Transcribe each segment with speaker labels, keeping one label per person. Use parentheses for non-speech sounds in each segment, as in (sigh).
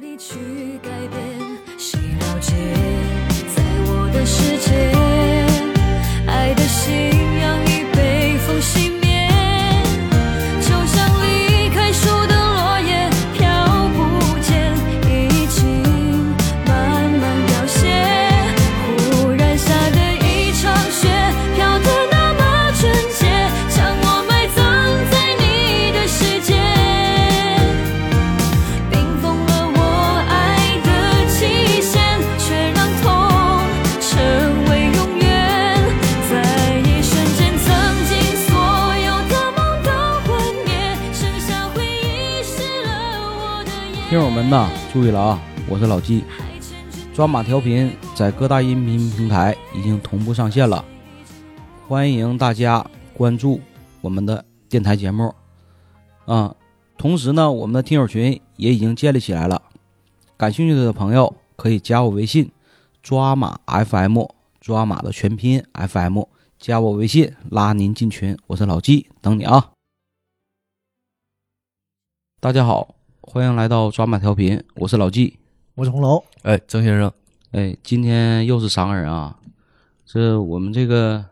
Speaker 1: 力去改变。谁了解，在我的世界，爱的信仰已被风熄灭，就像离开树的落叶飘不见，已经慢慢凋谢。忽然下的一场雪，飘得那么纯洁，将我埋葬在你的世界。冰封了我爱的期限，却让痛成为永远。在一瞬间，曾经所有的梦都幻灭，剩下回忆湿了我的
Speaker 2: 听友
Speaker 1: 眼。
Speaker 2: 们呐，注意了啊！我是老纪，
Speaker 1: 还牵着你
Speaker 2: 抓马调频在各大音频平台已经同步上线了，
Speaker 1: 嗯
Speaker 2: 欢迎大家关注我们的电台节目啊。同时呢，我们的听友群也已经建立起来了，感兴趣的朋友可以加我微信“抓马 FM”，抓马的全拼 FM，加我微信拉您进群。我是老纪，等你啊！大家好，欢迎来到抓马调频，我是老纪。
Speaker 3: 我是红楼，
Speaker 4: 哎，曾先生，
Speaker 2: 哎，今天又是三个人啊！这我们这个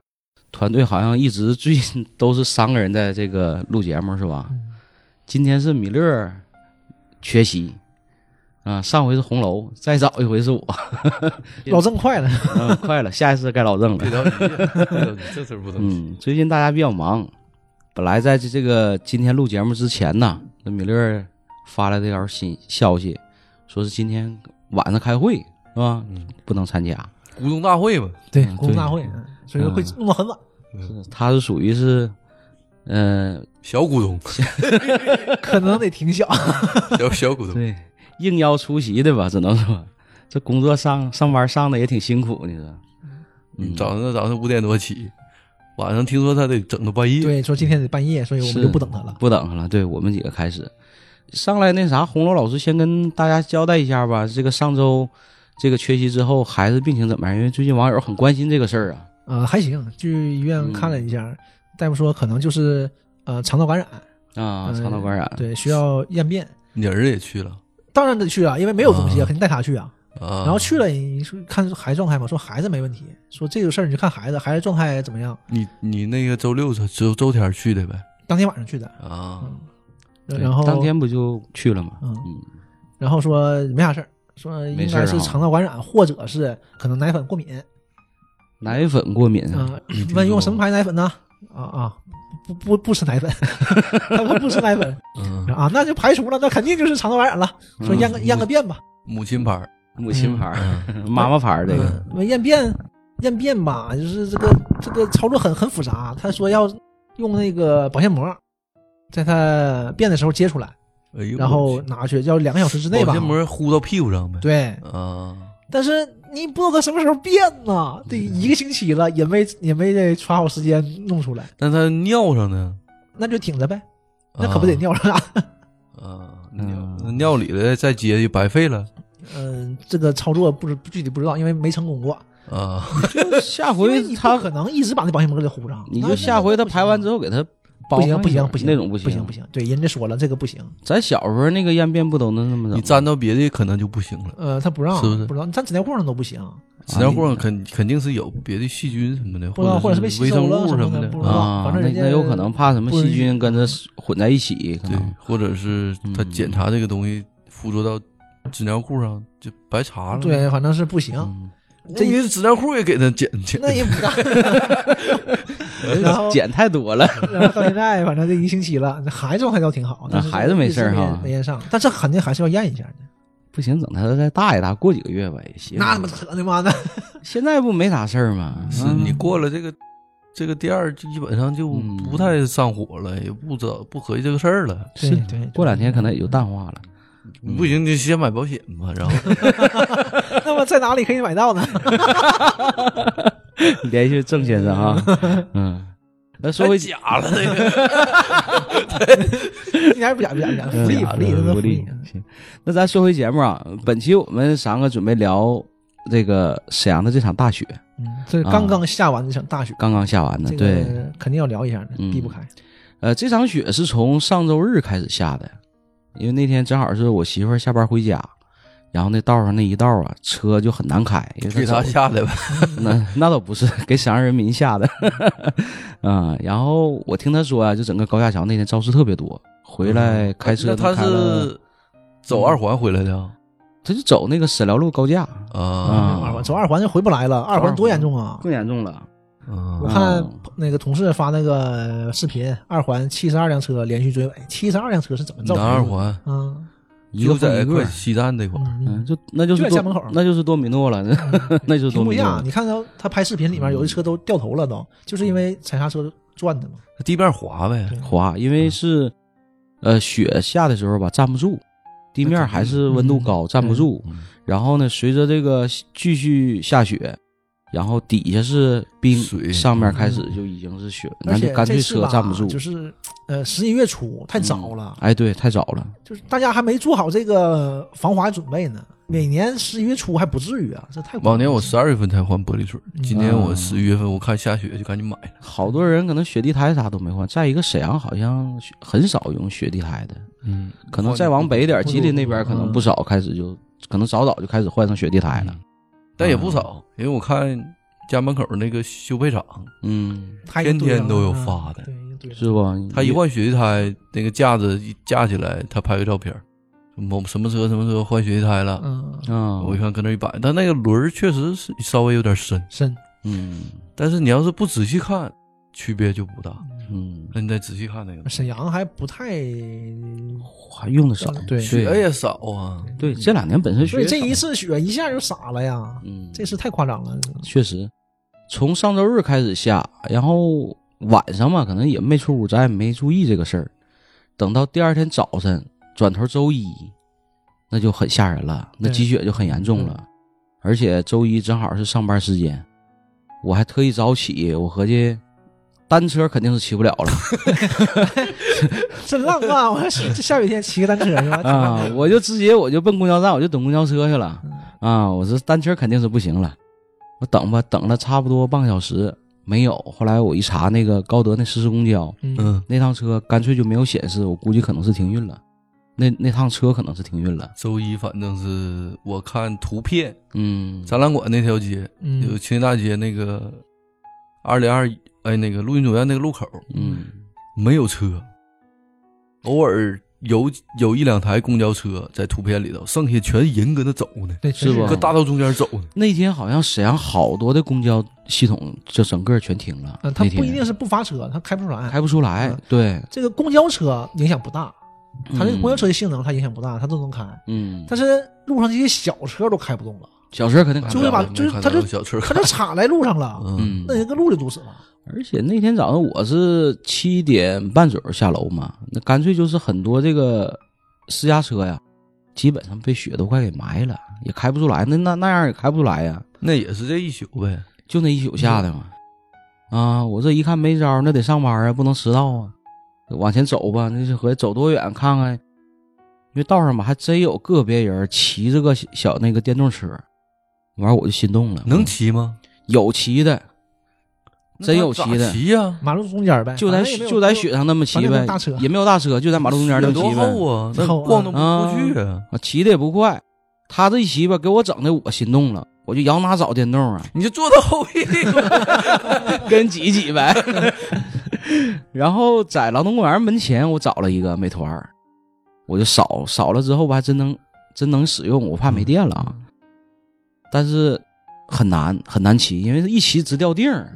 Speaker 2: 团队好像一直最近都是三个人在这个录节目是吧？今天是米勒儿缺席啊，上回是红楼，再早一回是我，
Speaker 3: 老郑快了，
Speaker 2: 嗯快了， (laughs) 下一次该老郑了
Speaker 4: 别。着急，别
Speaker 3: (laughs)
Speaker 4: 着急，这事儿不能急。
Speaker 2: 嗯，最近大家比较忙，本来在这这个今天录节目之前呢，那米勒儿发了这条新消息，说是今天晚上开会是吧？
Speaker 4: 嗯，
Speaker 2: 不能参加。
Speaker 4: 股东大会嘛，
Speaker 3: 对
Speaker 2: 嗯
Speaker 3: 股东大会
Speaker 4: 对，
Speaker 3: 嗯所以说会弄到很晚。
Speaker 2: 是他是属于是，嗯、
Speaker 4: 小股东，
Speaker 3: (laughs) 可能得
Speaker 2: (laughs)
Speaker 3: 挺小，
Speaker 4: 小小股东，
Speaker 2: 对，应邀出席的吧，只能说 (laughs) 这工作上上班上的也挺辛苦，你说。嗯，
Speaker 4: 早上早上五点多起，晚上听说他得整到半夜。
Speaker 3: 对，说今天得半夜，所以我们
Speaker 2: 是
Speaker 3: 就不等他了。
Speaker 2: 不等他了，对我们几个开始上来那啥，红楼老师先跟大家交代一下吧，这个上周这个缺席之后孩子病情怎么样？因为最近网友很关心这个事儿啊。
Speaker 3: 呃，还行，去医院看了一
Speaker 2: 嗯
Speaker 3: 下，大夫说可能就是呃肠道感染，
Speaker 2: 啊，
Speaker 3: 嗯
Speaker 2: 肠道感染，
Speaker 3: 对，需要验便。
Speaker 4: 你儿子也去了
Speaker 3: 当然得去啊，因为没有东西啊，
Speaker 4: 啊
Speaker 3: 肯定带他去啊。
Speaker 4: 啊，
Speaker 3: 然后去了，你说看孩子状态嘛，说孩子没问题，说这个事儿你就看孩子，孩子状态怎么样。
Speaker 4: 你你那个周六周周天去的呗
Speaker 3: 当天晚上去的，
Speaker 4: 啊，
Speaker 2: 对
Speaker 3: 然后
Speaker 2: 当天不就去了吗？
Speaker 3: 嗯
Speaker 2: 嗯，
Speaker 3: 然后说没啥事儿，说
Speaker 2: 没
Speaker 3: 应
Speaker 2: 事儿啊
Speaker 3: 该是
Speaker 2: 哈
Speaker 3: 肠道感染或者是可能奶粉过敏
Speaker 2: 奶粉过敏啊，
Speaker 3: 啊、
Speaker 4: 没听
Speaker 3: 问用
Speaker 4: 说
Speaker 3: 什么牌奶粉呢？啊啊，不不不吃奶粉， (laughs) 他说不吃奶粉
Speaker 4: 嗯，
Speaker 3: 啊，那就排除了，那肯定就是肠道感染了。说验个验个便吧，
Speaker 4: 母亲牌儿，
Speaker 3: 嗯
Speaker 2: 母亲牌儿、 (laughs) 妈妈牌儿这个，
Speaker 3: 那嗯验便验便吧，就是这个这个操作很很复杂。他说要用那个保鲜膜，在他便的时候接出来，
Speaker 4: 哎呦，
Speaker 3: 然后拿去，要两个小时之内吧
Speaker 4: 保鲜。膜糊到屁股上呗，
Speaker 3: 对，
Speaker 4: 啊，
Speaker 3: 但是你不知道他什么时候变
Speaker 4: 嗯
Speaker 3: 呢，得一个星期了，也没也没得抓好时间弄出来，
Speaker 4: 但他尿上呢，
Speaker 3: 那就挺着呗，那可不得
Speaker 4: 啊
Speaker 3: 尿了。
Speaker 4: 啊，
Speaker 2: 嗯
Speaker 4: 尿那尿里的再接就白费了
Speaker 3: 嗯，这个操作不知具体不知道，因为没成功过。
Speaker 4: 啊，
Speaker 2: 下
Speaker 3: 因为
Speaker 2: 回
Speaker 3: 你不
Speaker 2: 他
Speaker 3: 可能一直把那保鲜膜给糊上，
Speaker 2: 你
Speaker 3: 那
Speaker 2: 就下回他排完之后给他包
Speaker 3: 不行不
Speaker 2: 上一
Speaker 3: 行
Speaker 2: 点
Speaker 3: 不行，
Speaker 2: 那种
Speaker 3: 不
Speaker 2: 行
Speaker 3: 行不行，对，人家说了这个不行，
Speaker 2: 咱小时候那个验便不都那那么整吗？啊
Speaker 4: 你沾到别的可能就不行了。
Speaker 3: 呃，他不让，
Speaker 4: 是不是
Speaker 3: 知道，你站纸尿裤上都不行，
Speaker 4: 纸尿裤上肯肯定是有别的细菌什么的，
Speaker 3: 啊不知道
Speaker 4: 或
Speaker 3: 或者是被吸
Speaker 4: 微
Speaker 3: 收
Speaker 4: 生
Speaker 3: 了
Speaker 4: 物
Speaker 3: 什
Speaker 4: 什
Speaker 3: 么的
Speaker 4: 的
Speaker 3: 不知道
Speaker 4: 啊，
Speaker 2: 啊，
Speaker 3: 反正
Speaker 2: 那
Speaker 3: 人家
Speaker 2: 那有可能怕什么
Speaker 3: 不允
Speaker 2: 细
Speaker 3: 许嗯
Speaker 2: 菌跟它混在一起，可
Speaker 4: 对
Speaker 2: 能，
Speaker 4: 或者是他
Speaker 2: 嗯
Speaker 4: 检查这个东西附着到纸尿裤上就白查了。，
Speaker 3: 对，反正是不行，
Speaker 2: 嗯
Speaker 4: 这一纸尿裤也给他检检，
Speaker 3: 那也不干。然后，
Speaker 2: 碱嗯太多了。
Speaker 3: 然后到现在，反正这一星期了，那孩子还倒挺好，但是
Speaker 2: 孩子没事儿哈
Speaker 3: 一直没验上，但是肯定还是要验一下的。
Speaker 2: 不行，等它再大一大，过几个月吧也行。
Speaker 3: 那他妈嗯扯的妈的，
Speaker 2: 现在不没啥事儿吗？
Speaker 4: 是
Speaker 2: 啊
Speaker 4: 你过了这个这个店儿，基本上就
Speaker 2: 嗯
Speaker 4: 不太上火了，也不知道不合计这个事儿了。
Speaker 3: 对对，
Speaker 2: 过两天可能也就淡化
Speaker 3: (laughs)
Speaker 2: 了。嗯
Speaker 4: 不行就先买保险吧，然 (laughs) 后
Speaker 3: 那么在哪里可以买到呢？
Speaker 2: 连续郑先生
Speaker 3: (laughs)
Speaker 2: 哈，嗯，那说回
Speaker 4: 假了那个。
Speaker 3: 一点儿不假不假不假，
Speaker 2: 嗯
Speaker 3: 福利
Speaker 2: 啊
Speaker 3: 福利，
Speaker 2: 对
Speaker 3: 这都
Speaker 2: 福
Speaker 3: 福
Speaker 2: 利
Speaker 3: 利。。
Speaker 2: 行，那咱说回节目啊，本期我们三个准备聊这个沈阳的这场大雪，
Speaker 3: 嗯，这刚刚下完这场大雪，
Speaker 2: 刚刚下完的。
Speaker 3: 这
Speaker 2: 啊对，
Speaker 3: 个肯定要聊一下的，
Speaker 2: 嗯
Speaker 3: 避不开。
Speaker 2: 呃，这场雪是从上周日开始下的，因为那天正好是我媳妇儿下班回家，然后那道上那一道啊，车就很难开，因为
Speaker 4: (laughs) 给
Speaker 2: 它
Speaker 4: 他
Speaker 2: 走
Speaker 4: 下来呗。
Speaker 2: 那那倒不是给沈阳人民吓的， (laughs) 啊、然后我听他说啊，就整个高架桥那天肇事特别多，回来开车
Speaker 4: 那
Speaker 2: 都
Speaker 4: 他
Speaker 2: 开了，
Speaker 4: 是
Speaker 3: 嗯
Speaker 4: 走二环回来的啊
Speaker 2: 他就走那个沈辽路高架，
Speaker 4: 啊
Speaker 3: 二环走二环就回不来了，二环多严重啊！
Speaker 2: 更严重了。
Speaker 3: 我
Speaker 4: 啊！
Speaker 3: 看那个同事发那个视频，二环七十二辆车连续追尾，七十二辆车是怎么造
Speaker 4: 南
Speaker 3: 成的？
Speaker 4: 二环
Speaker 3: 啊，
Speaker 2: 一
Speaker 4: 就
Speaker 2: 个碰
Speaker 4: 在
Speaker 2: 一
Speaker 4: 快
Speaker 2: 个，
Speaker 4: 西站那块儿，
Speaker 2: 嗯，
Speaker 3: 嗯，
Speaker 2: 就那就是
Speaker 3: 就在
Speaker 2: 多
Speaker 3: 家门口
Speaker 2: 那就是多米诺了， (laughs) 那就是
Speaker 3: 挺
Speaker 2: 多
Speaker 3: 不一
Speaker 2: 米诺
Speaker 3: 样。
Speaker 2: 了
Speaker 3: 你。看到他拍视频里面有的车都掉头了，
Speaker 2: 嗯
Speaker 3: 都就是因为踩刹车转的嘛。
Speaker 4: 地面滑呗。
Speaker 2: 滑，因
Speaker 3: 嗯
Speaker 2: 为是呃雪下的时候吧，站不住，地面还是温度高，站不住。
Speaker 4: 嗯
Speaker 2: 然后呢，随着这个继续下雪，然后底下是冰，
Speaker 4: 水
Speaker 2: 上面开始就已经是雪，
Speaker 3: 嗯而
Speaker 2: 那就
Speaker 3: 且
Speaker 2: 干脆
Speaker 3: 这次
Speaker 2: 车
Speaker 3: 吧
Speaker 2: 站不住。
Speaker 3: 就是呃十一月初太早了，
Speaker 2: 哎，对，太早了，
Speaker 3: 就是大家还没做好这个防滑准备呢。每年十一月初还不至于啊，这太
Speaker 4: 往年我十二月份才换玻璃水，今年我
Speaker 2: 嗯
Speaker 4: 十一月份，我看下雪就赶紧买了。
Speaker 2: 好多人可能雪地胎啥都没换。再一个，沈阳好像雪很少用雪地胎的，
Speaker 4: 嗯，
Speaker 2: 可能再往北点儿，吉林那边可能
Speaker 3: 嗯
Speaker 2: 不少开始就，可能早早就开始换上雪地胎了。
Speaker 4: 嗯
Speaker 2: 啊
Speaker 4: 但也不少，因为我看家门口那个修配厂，
Speaker 2: 嗯，
Speaker 3: 他已经
Speaker 4: 天
Speaker 3: 堆
Speaker 4: 天
Speaker 3: 上
Speaker 4: 都有
Speaker 3: 了
Speaker 4: 发的
Speaker 3: 啊对，已经堆上
Speaker 2: 是不？
Speaker 4: 他一换雪地胎，那个架子一架起来，他拍个照片儿，某什么车什么车换雪地胎
Speaker 3: 了
Speaker 4: 了，
Speaker 3: 嗯，
Speaker 2: 啊，
Speaker 4: 我一看搁那一摆，但那个轮儿确实是稍微有点深，
Speaker 3: 深
Speaker 2: 嗯
Speaker 4: 但是你要是不仔细看，区别就不大。
Speaker 2: 嗯，
Speaker 4: 那你再仔细看那个
Speaker 3: 沈阳还不太，
Speaker 2: 还用的少，
Speaker 3: 对
Speaker 4: 雪也少啊，
Speaker 2: 对，这两年本身
Speaker 3: 所以
Speaker 2: 学
Speaker 3: 这一，次雪一下就傻了呀，
Speaker 2: 嗯，
Speaker 3: 这次太夸张了。
Speaker 2: 确实，从上周日开始下，然后晚上嘛，可能也没出屋，咱也没注意这个事儿。等到第二天早晨，转头周一，那就很吓人了，那
Speaker 3: 对嗯
Speaker 2: 积雪就很严重了。而且周一正好是上班时间，我还特意早起，我合计单车肯定是骑不了了
Speaker 3: 真浪漫！我说这下雨天骑个单车是吧？挺浪
Speaker 2: 啊
Speaker 3: 漫，的
Speaker 2: 我就直接我就奔公交站，我就等公交车去了。
Speaker 3: 嗯
Speaker 2: 啊，我这单车肯定是不行了，我等吧，等了差不多半个小时没有，后来我一查那个高德那实时公交，
Speaker 3: (laughs) 嗯嗯
Speaker 4: 嗯，
Speaker 2: 那趟车干脆就没有显示，我估计可能是停运了，那那趟车可能是停运了，
Speaker 4: 周一反正是我看图片，
Speaker 2: 嗯，
Speaker 4: 展览馆那条街，有
Speaker 3: 嗯，
Speaker 4: 青年大街那个二零二哎那个陆军总院那个路口
Speaker 2: 嗯
Speaker 4: 没有车，偶尔有有一两台公交车在图片里头，剩下全人搁那走呢，
Speaker 3: 对，
Speaker 2: 是吧
Speaker 4: 搁大道中间走呢。
Speaker 2: 那天好像沈阳好多的公交系统就整个全停了，
Speaker 3: 嗯，他
Speaker 2: 那天
Speaker 3: 不一定是不发车，他开不出来。
Speaker 2: 开不出来，
Speaker 3: 嗯
Speaker 2: 对，
Speaker 3: 这个公交车影响不大，他这
Speaker 2: 嗯
Speaker 3: 公交车的性能它影响不大，它都能开。
Speaker 2: 嗯，
Speaker 3: 但是路上这些小车都开不动了，
Speaker 2: 小车肯定开
Speaker 3: 就
Speaker 2: 不
Speaker 3: 会
Speaker 2: 了，
Speaker 3: 把
Speaker 4: 没
Speaker 3: 就是
Speaker 4: 看
Speaker 3: 他
Speaker 4: 到
Speaker 3: 就
Speaker 4: 小车，
Speaker 3: 它就插在路上了，
Speaker 4: 嗯，
Speaker 2: 嗯
Speaker 3: 那，人个路就堵死了。
Speaker 2: 而且那天早上我是七点半左右下楼嘛，那干脆就是很多这个私家车呀，基本上被雪都快给埋了，也开不出来，那那那样也开不出来呀，
Speaker 4: 那也是这一宿呗。
Speaker 2: 就那一宿下的嘛。啊，我这一看没招，那得上班啊，不能迟到啊，往前走吧，那就合计走多远看看，因为道上吧还真有个别人骑着个小小那个电动车，完我就心动了，
Speaker 4: 能骑吗？
Speaker 2: 有骑的，真有骑
Speaker 4: 那
Speaker 2: 的
Speaker 4: 咋，骑呀，
Speaker 3: 马路中间呗，
Speaker 2: 就
Speaker 3: 哎
Speaker 2: 在
Speaker 3: 反正也没有
Speaker 2: 就在雪上那么骑
Speaker 3: 反正没
Speaker 2: 呗
Speaker 3: 有大车，
Speaker 2: 也没有大车，就在马路中间那
Speaker 4: 有
Speaker 2: 么
Speaker 4: 多
Speaker 2: 骑
Speaker 4: 厚
Speaker 2: 呗。
Speaker 4: 啊？那
Speaker 3: 厚啊
Speaker 4: 逛都不出去啊！
Speaker 2: 啊，骑的也不快，他这一骑吧，给我整的我心动了，我就摇哪找电动啊，
Speaker 4: 你就坐到后翼，
Speaker 2: 跟挤挤呗。 (laughs) 然后在劳动公园门前，我找了一个美团儿，我就扫扫了之后吧，还真能真能使用，我怕没电了
Speaker 3: 嗯
Speaker 2: 啊。但是很难很难骑，因为一骑直掉腚儿，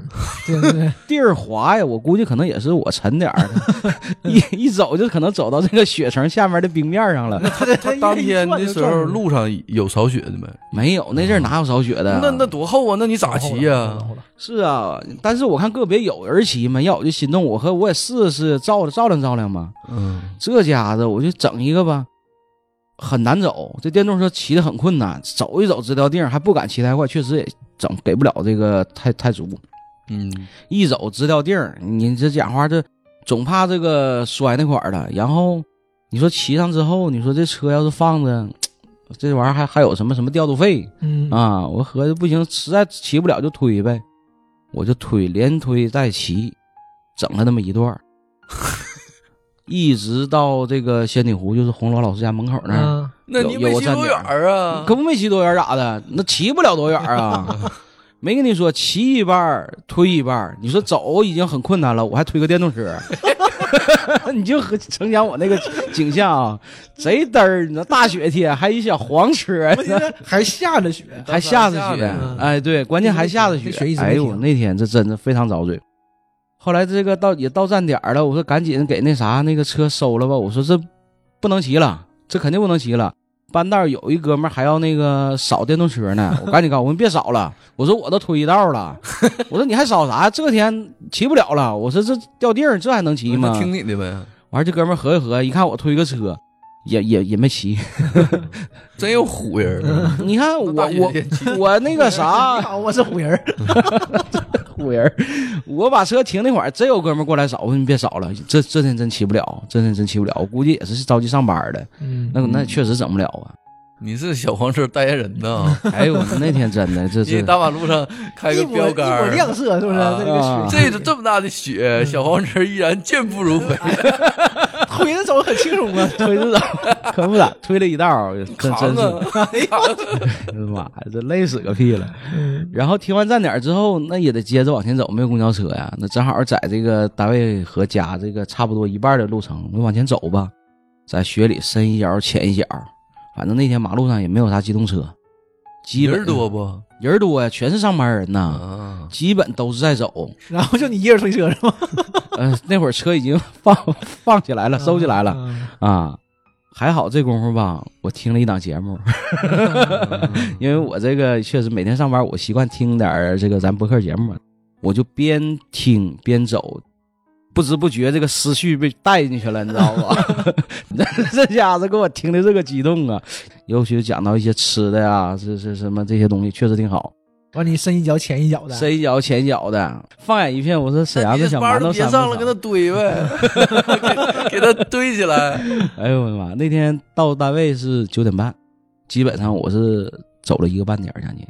Speaker 3: 对对对，
Speaker 2: 地儿滑呀，我估计可能也是我沉点儿，
Speaker 4: (laughs)
Speaker 2: 一一走就可能走到这个雪层下面的冰面上了。
Speaker 3: 他这
Speaker 4: 他当天的时候路上有扫雪的没？
Speaker 2: 没有，那阵儿哪有扫雪的？
Speaker 4: 那那多厚啊？那你咋骑呀？
Speaker 2: 是啊，但是我看个别有人骑嘛，要我就心动，我和我也试试照照亮照亮嘛。
Speaker 4: 嗯，
Speaker 2: 这家子我就整一个吧，很难走，这电动车骑的很困难，走一走直掉腚儿，还不敢骑太快，确实也整给不了这个太太足。
Speaker 4: 嗯，
Speaker 2: 一走直掉腚儿，你这讲话这总怕这个摔那块儿了。然后你说骑上之后，你说这车要是放着，这玩意儿还还有什么什么调度费
Speaker 3: 嗯，
Speaker 2: 啊？我合计不行，实在骑不了就推呗，
Speaker 3: (laughs)
Speaker 2: 我就推，连推带骑，整了那么一段儿。一直到这个仙女湖，就是红楼老师家门口那儿，
Speaker 3: 嗯，
Speaker 4: 那你没骑多远儿啊？
Speaker 2: 可不没骑多远儿咋的？那骑不了多远儿啊。没跟你说骑一半儿推一半儿，你说走已经很困难了，我还推个电动车， (laughs) 你就和成想我那个景象啊，贼嘚儿！你说大雪天还一小黄车，
Speaker 3: 问题是还下着雪， (laughs)
Speaker 2: 还下着
Speaker 4: 下
Speaker 2: 雪
Speaker 4: 着
Speaker 3: 呢，
Speaker 2: 哎，对，关键还下着
Speaker 3: 那雪
Speaker 2: 雪，
Speaker 3: 一直没
Speaker 2: 哎呦，
Speaker 3: 停
Speaker 2: 我那天这真的非常遭罪。后来这个到也到站点了，我说赶紧给那啥那个车收了吧，我说这不能骑了，这肯定不能骑了。半道有一哥们儿还要那个扫电动车呢，我赶紧告诉我们别扫了，我说我都推一道了，我说你还扫啥？这天骑不了了，我说这掉地儿这还能骑
Speaker 4: 那
Speaker 2: 吗？
Speaker 4: 听你的呗，
Speaker 2: 完这哥们儿合计合计，一看我推个车，也也也没骑。 (laughs)
Speaker 4: 真有唬人。啊
Speaker 2: 你看我
Speaker 4: 大
Speaker 2: 我
Speaker 4: 雪天骑
Speaker 2: 我那个啥
Speaker 3: (laughs) 你，好，我是虎人儿，
Speaker 2: (laughs) 唬人儿。我把车停那会儿，真有哥们儿过来找我，你别找了，这这天真骑不了，这天真骑不了。我估计也是着急上班儿的，
Speaker 3: 嗯
Speaker 2: 那那确实整不了啊。
Speaker 4: (laughs) 你是小黄车代言人 (laughs) 呐？
Speaker 2: 哎呦，我那天真的这
Speaker 4: 你
Speaker 2: 是，
Speaker 4: 大马路上开个
Speaker 3: 一抹
Speaker 4: 标
Speaker 3: 一
Speaker 4: 杆
Speaker 3: 抹
Speaker 4: 儿，
Speaker 3: 亮色，是不是？
Speaker 4: 啊
Speaker 3: 这个雪，
Speaker 4: 这这么大的雪，小黄车依然健步如飞，
Speaker 3: 推着走很轻松啊
Speaker 2: 推着走，可不咋推了一道儿，真真
Speaker 4: 扛
Speaker 2: 是。
Speaker 4: 啊！
Speaker 2: (laughs) 妈呀，这累死个屁了！然后停完站点之后，那也得接着往前走，没有公交车呀。那正好在这个单位和家这个差不多一半的路程，我往前走吧，在雪里深一脚浅一脚，反正那天马路上也没有啥机动车，基本
Speaker 4: 人多不？
Speaker 2: 人多呀，全是上班人呐。
Speaker 4: 啊，
Speaker 2: 基本都是在走，
Speaker 3: 然后就你一人推车是吗？
Speaker 2: 呃，那会儿车已经放放起来了，收起来了
Speaker 3: 嗯，
Speaker 2: 啊。还好这功夫吧，我听了一档节
Speaker 4: (laughs)
Speaker 2: 目，因为我这个确实每天上班，我习惯听点儿这个咱播客节目，我就边听边走，不知不觉这个思绪被带进去了，你知道吧？
Speaker 4: (laughs)
Speaker 2: 这家子给我听的这个激动啊，尤其是讲到一些吃的呀，是是什么这些东西，确实挺好，
Speaker 3: 完你深一脚浅一脚的，
Speaker 2: 深一脚浅一脚的，放眼一片，我说沈阳这小馒头
Speaker 4: 别
Speaker 2: 山不
Speaker 4: 上了，
Speaker 2: 少
Speaker 4: 跟他堆呗， (laughs) 给给他堆起来。
Speaker 2: (laughs) 哎呦我的妈！那天到单位是九点半，基本上我是走了一个半点儿将近。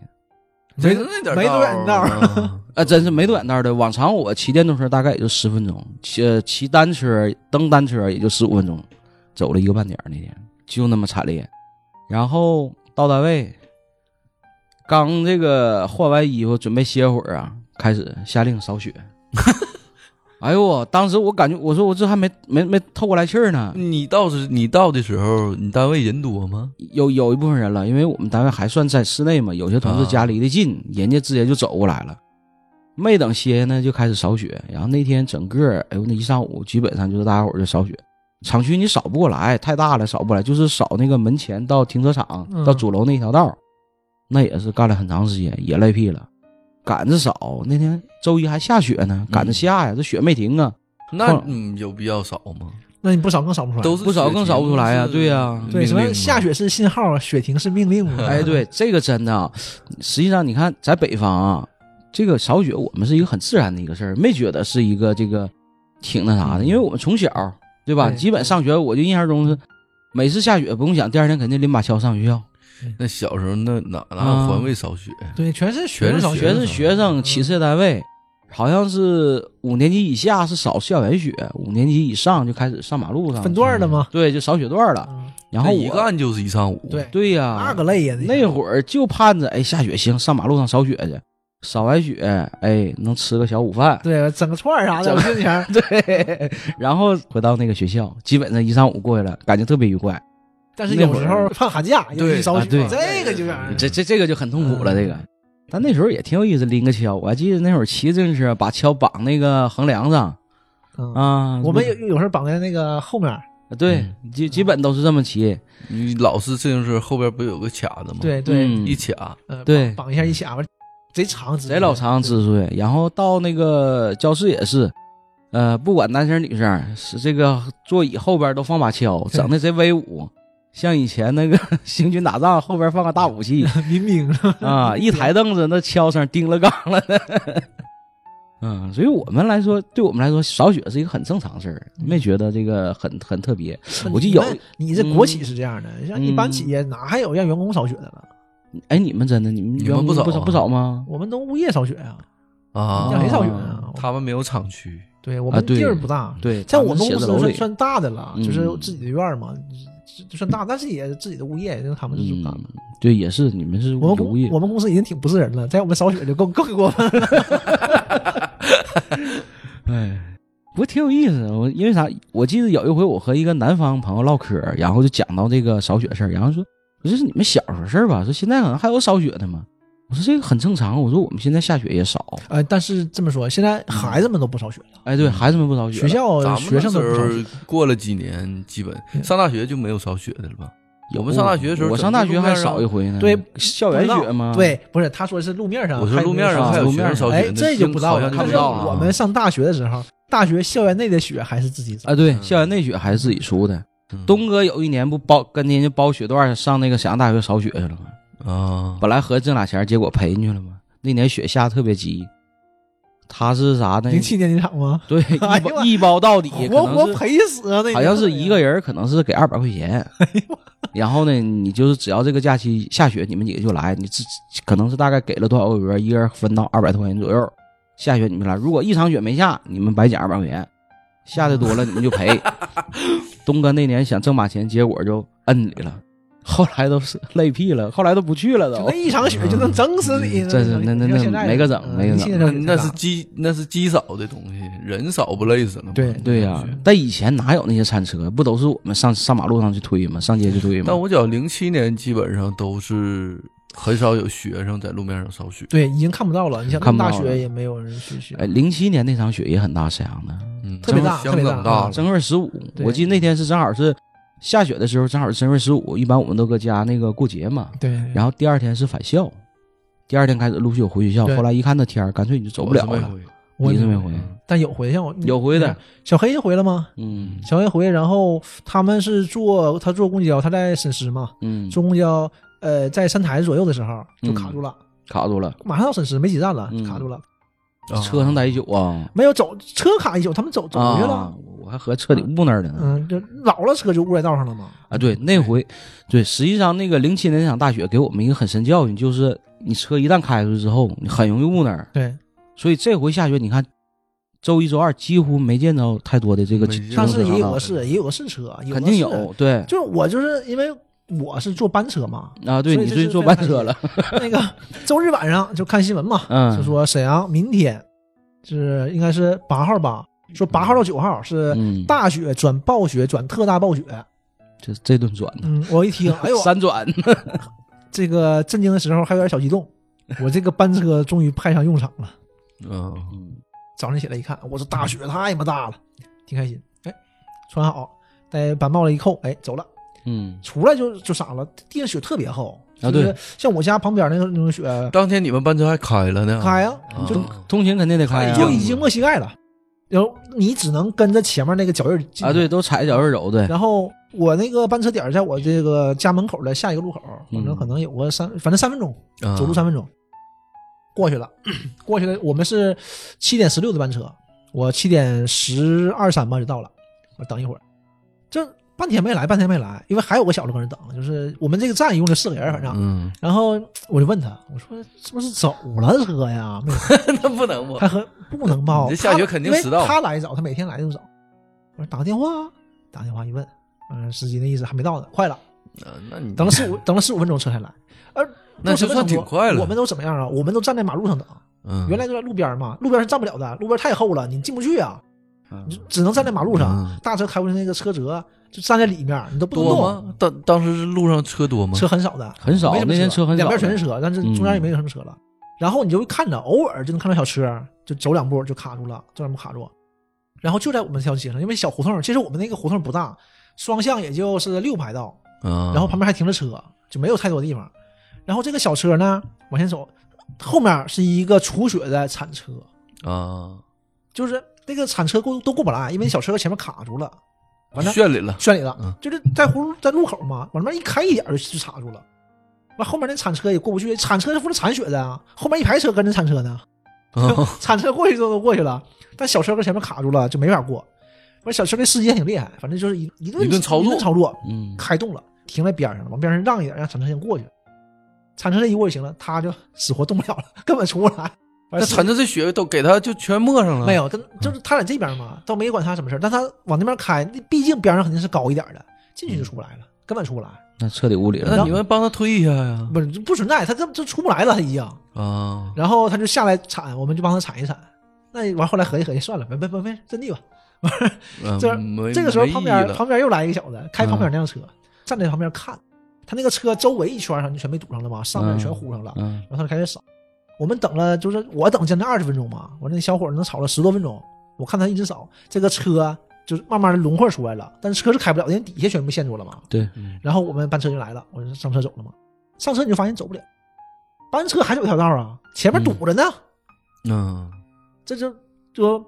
Speaker 3: 没
Speaker 4: 那点
Speaker 3: 没多远道
Speaker 4: 道，
Speaker 2: 啊，真是没短道的。往常我骑电动车大概也就十分钟，骑呃骑单车蹬单车也就十五分钟，走了一个半点儿那天就那么惨烈。然后到单位，刚这个换完衣服准备歇会儿啊，开始下令扫雪。哎呦我当时我感觉我说我这还没没没透过来气儿呢，
Speaker 4: 你到时你到的时候，你单位人多吗？
Speaker 2: 有有一部分人了，因为我们单位还算在室内嘛，有些同事
Speaker 4: 啊
Speaker 2: 家离得近，人家直接就走过来了。没等歇呢，就开始扫雪。然后那天整个，哎呦，那一上午基本上就是大家伙儿就扫雪。厂区你扫不过来，太大了，扫不过来，就是扫那个门前到停车场、
Speaker 3: 嗯
Speaker 2: 到主楼那条道儿，那也是干了很长时间，也累屁了。赶着扫，那天周一还下雪呢，赶着下呀，这雪没停啊。
Speaker 4: 那
Speaker 2: 晃
Speaker 4: 嗯有必要少吗？
Speaker 3: 那你不扫更扫不出来。
Speaker 4: 都是
Speaker 2: 不少更扫不出来呀
Speaker 4: 是嗯
Speaker 2: 对呀
Speaker 4: 命
Speaker 3: 对，什
Speaker 4: 令
Speaker 3: 么
Speaker 4: 嘛
Speaker 3: 下雪是信号，雪停是命令
Speaker 4: (laughs)
Speaker 3: 嘛？
Speaker 2: 哎，对，这个真的啊，实际上你看，在北方啊，这个扫雪我们是一个很自然的一个事儿，没觉得是一个这个挺那
Speaker 4: 嗯
Speaker 2: 啥的，因为我们从小对吧，
Speaker 3: 对
Speaker 2: 基本上学，我就印象中是每次下雪不用想，第二天肯定拎把锹上学校，
Speaker 4: 那小时候那哪哪
Speaker 2: 啊
Speaker 4: 有环卫扫雪？
Speaker 3: 对，全是学生扫
Speaker 4: 学
Speaker 2: 全
Speaker 3: 雪
Speaker 4: 生，
Speaker 2: 是学
Speaker 3: 嗯
Speaker 2: 生企事业单位。好像是五年级以下是扫校园雪，五年级以上就开始上马路上
Speaker 3: 分段的嘛。
Speaker 2: 对，就扫雪段了。
Speaker 3: 嗯
Speaker 2: 然后
Speaker 4: 那
Speaker 2: 我
Speaker 4: 一干就是一上午。
Speaker 3: 对，
Speaker 2: 对呀、
Speaker 3: 那个累呀，
Speaker 2: 那会儿就盼着哎下雪行，上马路上扫雪去，扫完雪哎能吃个小午
Speaker 3: (laughs)
Speaker 2: 饭，
Speaker 3: 对整个串儿啥的，我跟你讲，
Speaker 2: 对，然后回到那个学校，基本上一上午过去了，感觉特别愉快。
Speaker 3: 但是有时
Speaker 2: 那会
Speaker 3: 候
Speaker 2: 儿
Speaker 3: 放寒假，有
Speaker 4: 对
Speaker 3: 一扫
Speaker 2: 啊
Speaker 3: 雪，
Speaker 2: 对
Speaker 3: 这个就让人
Speaker 2: 这这这个就很痛苦了，这个。
Speaker 3: 嗯
Speaker 2: 但那时候也挺有意思，拎个锹，我还记得那会儿骑自行车把锹绑那个横梁上
Speaker 3: 嗯
Speaker 2: 啊。
Speaker 3: 我们有嗯有时候绑在那个后面，
Speaker 2: 对，基基本都是这么骑。
Speaker 4: 你老是自行车后边不有个卡子吗？，
Speaker 3: 对对，
Speaker 2: 嗯
Speaker 4: 一卡
Speaker 3: 呃
Speaker 2: 对
Speaker 3: 绑绑一下一卡，完贼长，
Speaker 2: 贼
Speaker 4: 嗯
Speaker 2: 老长
Speaker 3: 直
Speaker 2: 直岁，然后到那个教室也是，呃，不管男生女生，是这个座椅后边都放把
Speaker 4: (laughs)
Speaker 2: 锹，整的贼威武，像以前那个 (laughs) 行军打仗后边放个大武
Speaker 4: (laughs)
Speaker 2: 器
Speaker 3: (laughs) 民兵是吧
Speaker 2: 啊，一抬凳子那敲声叮了当了的， (laughs) 嗯，所以我们来说，对我们来说，扫雪是一个很正常事儿，
Speaker 4: 嗯
Speaker 2: 没觉得这个很很特别。 (laughs) 我就有嗯
Speaker 3: 你们你这国企是这样的，像一般企业哪还有让员工扫雪的了？
Speaker 2: 哎，你们真的你们
Speaker 4: 你们
Speaker 2: 不
Speaker 4: 不
Speaker 2: 少
Speaker 4: 扫
Speaker 2: 不
Speaker 4: 啊
Speaker 2: 不少吗？
Speaker 3: 我们都物业扫雪啊，
Speaker 4: 啊
Speaker 3: 让谁扫雪啊？
Speaker 4: 他们没有厂区，
Speaker 3: 对我
Speaker 2: 啊
Speaker 3: 们
Speaker 2: 对
Speaker 3: 地儿不大，
Speaker 2: 对，
Speaker 3: 像
Speaker 2: 咱
Speaker 3: 我们
Speaker 2: 写
Speaker 3: 公
Speaker 2: 字
Speaker 3: 司
Speaker 2: 楼
Speaker 3: 算
Speaker 2: 里，
Speaker 3: 算大的了，
Speaker 2: 嗯
Speaker 3: 就是自己的院儿嘛，就就算大，但是也是自己的物业，也就是他们自主干的。
Speaker 2: 嗯，对，也是你们是
Speaker 3: 我们
Speaker 2: 有
Speaker 3: 公
Speaker 2: 意
Speaker 3: 我们公司已经挺不是人了，在我们扫雪就更更过分了。
Speaker 2: 哎，不过挺有意思的。我因为啥？我记得有一回我和一个南方朋友唠嗑，然后就讲到这个扫雪事儿，然后说我说这是你们小时候事儿吧？说现在可能还有扫雪的吗？我说这个很正常。我说我们现在下雪也少。
Speaker 3: 呃，但是这么说，现在孩子们都不扫雪了，
Speaker 2: 哎，对，孩子嗯们不扫雪
Speaker 3: 学
Speaker 2: 了，
Speaker 4: 咱
Speaker 3: 校哦
Speaker 4: 们
Speaker 3: 学生都
Speaker 4: 那
Speaker 3: 不扫雪。
Speaker 4: 时候过了几年，基本上大学就没有扫雪的了吧？
Speaker 2: 有
Speaker 4: 我们上大学的时候
Speaker 2: 我上
Speaker 4: 整
Speaker 2: 大
Speaker 4: 个
Speaker 2: 学
Speaker 4: 路
Speaker 2: 还
Speaker 4: 面上
Speaker 2: 少一回呢。
Speaker 3: 对
Speaker 2: 校园雪吗？
Speaker 3: 对，不是他说是路面上，
Speaker 4: 我说路面上
Speaker 2: 啊
Speaker 4: 还有
Speaker 2: 路
Speaker 4: 学
Speaker 2: 面
Speaker 4: 生
Speaker 2: 上
Speaker 4: 扫
Speaker 3: 哎
Speaker 4: 雪呢，，
Speaker 3: 这就不知道
Speaker 4: 好
Speaker 3: 了。
Speaker 4: 像就
Speaker 3: 他
Speaker 2: 不
Speaker 4: 没
Speaker 3: 是
Speaker 2: 知道
Speaker 4: 有
Speaker 2: 啊
Speaker 4: 了
Speaker 3: 我们上大学的时候，大学校园内的雪还是自己扫。
Speaker 2: 啊，对，
Speaker 4: 嗯
Speaker 2: 校园内雪还是自己出的。
Speaker 4: 嗯
Speaker 2: 东哥有一年不包跟人家包雪段儿上那个沈阳大学扫雪去了吗？
Speaker 4: 啊，
Speaker 2: 本来合计挣俩钱儿，结果赔进去了吗？那年雪下得特别急，他是啥呢？
Speaker 3: 零七年那场吗？
Speaker 2: (laughs) 对，
Speaker 3: 哎
Speaker 2: 一
Speaker 3: 呦
Speaker 2: 包一包到底，哎可
Speaker 3: 活
Speaker 2: 能
Speaker 3: 活
Speaker 2: 是
Speaker 3: 赔死啊！那
Speaker 2: 好像是一个人，可能是给二百块钱。
Speaker 3: 哎
Speaker 2: 然后呢，你就是只要这个假期下雪，你们几个就来，你自可能是大概给了多少个人，一人分到二百多块钱左右。下雪你们来，如果一场雪没下，你们白捡二百块钱；下的多了你们就
Speaker 3: (laughs)
Speaker 2: 赔。东哥那年想挣把钱，结果就摁你了，后来都是累屁了，后来都不去了
Speaker 3: 就
Speaker 2: 都
Speaker 3: 那。一场雪就能整死你，
Speaker 2: 嗯这是那那那没个整
Speaker 3: 嗯
Speaker 2: 没个整嗯
Speaker 4: 那
Speaker 3: 整，
Speaker 4: 嗯那是鸡那是鸡少的东西，人少不累死了吗？
Speaker 3: 对嗯
Speaker 2: 对呀、但以前哪有那些餐车？不都是我们上上马路上去推吗？上街去推吗？
Speaker 4: 但我觉零七年基本上都是很少有学生在路面上扫雪，
Speaker 3: 对，已经看不到了。你像那
Speaker 2: 看
Speaker 3: 么
Speaker 2: 不到
Speaker 3: 大
Speaker 2: 了
Speaker 3: 雪也没有人去去
Speaker 2: 哎，，零七年那场雪也很大，沈阳的
Speaker 4: 嗯，
Speaker 3: 特别大嗯
Speaker 4: 相当
Speaker 3: 特
Speaker 4: 大
Speaker 3: 别
Speaker 2: 正月十五，
Speaker 3: 对
Speaker 2: 我记得那天是正好是下雪的时候，正好是正月十五，一般我们都搁家那个过节嘛。
Speaker 3: 对，
Speaker 2: 然后第二天是返校，第二天开始陆续有回学校，
Speaker 3: 对
Speaker 2: 后来一看那天儿，干脆你就走不了
Speaker 4: 我是没
Speaker 2: 了。
Speaker 4: 回
Speaker 3: 我
Speaker 2: 你是没回，
Speaker 3: 但有回，像我嗯
Speaker 2: 有回的，
Speaker 3: 小黑回来吗？
Speaker 2: 嗯
Speaker 3: 小黑回来，然后他们是坐他坐公交，他在沈师嘛，
Speaker 2: 嗯，
Speaker 3: 坐公交，呃，在三台左右的时候就卡住了，
Speaker 2: 卡住了，
Speaker 3: 马上到沈师没几站了，
Speaker 2: 嗯
Speaker 3: 卡住了，
Speaker 4: 啊
Speaker 2: 车上待一宿啊
Speaker 3: 没有走车卡一宿，他们走走回去
Speaker 2: 啊
Speaker 3: 了，！
Speaker 2: 我还合计车里误那儿了呢。
Speaker 3: 嗯，就老了车就误在道上了嘛，
Speaker 2: 啊，对，那回，对，实际上那个零七年那场大雪给我们一个很深教训，就是你车一旦开出去之后，你很容易误那儿。
Speaker 3: 对，
Speaker 2: 所以这回下雪，你看，周一周二几乎没见着太多的这个
Speaker 4: 没
Speaker 2: 机
Speaker 4: 见
Speaker 2: 机
Speaker 3: 但
Speaker 2: 动
Speaker 4: 着
Speaker 2: 车
Speaker 3: 是
Speaker 2: 上
Speaker 3: 也有
Speaker 2: 的
Speaker 3: 个是也有个是车，
Speaker 2: 啊肯定
Speaker 3: 个是
Speaker 2: 有，对
Speaker 3: 就是我就是因为我是坐班
Speaker 2: (laughs)
Speaker 3: 车嘛，
Speaker 2: 啊，对
Speaker 3: 所以
Speaker 2: 你
Speaker 3: 这
Speaker 2: 最近
Speaker 3: 是
Speaker 2: 坐
Speaker 3: 非常
Speaker 2: 班车
Speaker 3: 开
Speaker 2: 了，
Speaker 3: 那个周日晚上就看新闻嘛，
Speaker 2: 嗯
Speaker 3: 就说沈阳明天是应该是八号吧，说八号到九号是
Speaker 2: 嗯，
Speaker 3: 大雪转暴雪转特大暴雪。
Speaker 2: 这这顿转的，，
Speaker 3: 嗯，我一听，哎呦
Speaker 2: (laughs) 三
Speaker 3: (laughs)
Speaker 2: 转，
Speaker 3: 这个震惊的时候还有点小
Speaker 2: (laughs)
Speaker 3: 激动，我这个班车终于派上用场了。
Speaker 4: 嗯，
Speaker 2: 嗯
Speaker 3: 早上起来一看，我说大雪太他妈大了，挺开心。哎，穿好，在板帽子一扣，哎，走了。
Speaker 2: 嗯，
Speaker 3: 出来就就傻了，地上雪特别厚，
Speaker 2: 啊
Speaker 3: 就是
Speaker 2: 对
Speaker 3: 像我家旁边那个那种雪，
Speaker 4: 当天你们班车还开了呢，
Speaker 3: 开啊，
Speaker 4: 啊
Speaker 3: 就
Speaker 2: 通勤肯定得嗯开
Speaker 4: 哎
Speaker 2: 啊
Speaker 3: 就
Speaker 4: 呦
Speaker 3: 已经没膝盖了，然后你只能跟着前面那个脚印进
Speaker 2: 啊，对，。都踩脚印走，对，
Speaker 3: 然后我那个班车点在我这个家门口的下一个路口，
Speaker 2: 嗯
Speaker 3: 反正可能有个三，反正三分钟，
Speaker 4: 啊
Speaker 3: 走路三分钟，过去了， (clears throat) 过去了。我们是七点十六的班车，我七点十二三吧就到了，我等一会儿，这半天没来，半天没来，因为还有个小子搁那等，就是我们这个站一共就四个人，反正。
Speaker 4: 嗯，
Speaker 3: 然后我就问他，我说是不是走了车呀？没有 (laughs)
Speaker 4: 那不能不
Speaker 3: 他和不能报，
Speaker 4: (laughs) 你这下雪肯定迟到
Speaker 3: 因为他来早，他每天来就早。我说打个电话，啊打电话一问，嗯、司机那意思还没到呢，快了，
Speaker 4: 啊那你
Speaker 3: 等了十五，等了十五分钟车才来。呃，
Speaker 4: 那
Speaker 3: 都什么
Speaker 4: 就算
Speaker 3: 程度
Speaker 4: 挺快了
Speaker 3: 我们都怎么样啊？我们都站在马路上等，
Speaker 4: 嗯
Speaker 3: 原来就在路边嘛，路边是站不了的，路边太厚了，你进不去啊，
Speaker 2: 嗯
Speaker 3: 你只能站在马路上。
Speaker 4: 嗯
Speaker 3: 大车开过去那个车辙就站在里面，你都不能
Speaker 4: 多
Speaker 3: 动。
Speaker 4: 吗？当当时是路上车多吗？
Speaker 3: 车很少的，
Speaker 2: 很少
Speaker 3: 没什么
Speaker 2: 那天车很少
Speaker 3: 两边全是车，但是中间也没什么车了。然后你就会看着，偶尔就能看到小车，就走两步就卡住了，走两步卡住。然后就在我们这条街上，因为小胡同，其实我们那个胡同不大，双向也就是六排道，
Speaker 4: 啊，
Speaker 3: 然后旁边还停着车，就没有太多地方。然后这个小车呢，往前走，后面是一个除雪的铲车，
Speaker 4: 啊，
Speaker 3: 就是那个铲车过都过不来，因为小车前面卡住了，完了
Speaker 4: 炫里
Speaker 3: (laughs)
Speaker 4: 了，
Speaker 3: 圈里了，
Speaker 4: 嗯
Speaker 3: 就是在葫芦在路口嘛，往那边一开一点就就卡住了。完后面那铲车也过不去，铲车是负责铲雪的啊，后面一排车跟着铲车呢，
Speaker 4: 啊
Speaker 3: (laughs) 铲车过去都都过去了，但小车搁前面卡住了，就没法过。完小车那司机还挺厉害，反正就是一一顿
Speaker 4: 一顿操作
Speaker 3: 一顿操作
Speaker 2: 嗯，
Speaker 3: 开动了，停在边上了，往边上让 (laughs) 一
Speaker 4: (laughs)
Speaker 3: 点，让铲车先过去。铲车这一过就行了，他就死活动不了了，根本出不来。完
Speaker 4: 那
Speaker 3: 事
Speaker 4: 趁着这雪都给他就全抹上了。
Speaker 3: 没，有，跟就是他在这边嘛，倒没管他什么事儿但他往那边开，那毕竟边上肯定是高一点的，进
Speaker 4: 嗯
Speaker 3: 去就出不来了，根本出不来，
Speaker 2: 那彻底无理
Speaker 4: 那
Speaker 2: 了。
Speaker 4: 你们帮他推一下呀。
Speaker 3: 不是就不存在，他根本就出不来了，他已经。
Speaker 4: 啊，
Speaker 3: 然后他就下来铲，我们就帮他铲一铲。那完后来合计合计，算了，没没没没，真地吧。
Speaker 4: 嗯
Speaker 3: 这
Speaker 4: 没
Speaker 3: 这个时候
Speaker 4: 没
Speaker 3: 旁
Speaker 4: 意义
Speaker 3: 边
Speaker 4: 了嗯
Speaker 3: 旁边又来一个小子，开旁边那辆车，站在旁边看，他那个车周围一圈上就全被堵上了嘛，上面全糊上了，
Speaker 2: 嗯，
Speaker 3: 然后他就开始扫。我们等了，就是我等将近二十分钟嘛，我那小伙儿能扫了十多分钟，我看他一直扫，这个车就是慢慢的轮廓出来了，但是车是开不了，因为底下全部陷住了嘛。
Speaker 2: 对，
Speaker 4: 嗯
Speaker 3: 然后我们班车就来了，我就上车走了嘛。上车你就发现走不了，班车还走一条道啊，前面堵着呢。
Speaker 4: 嗯
Speaker 3: 这就就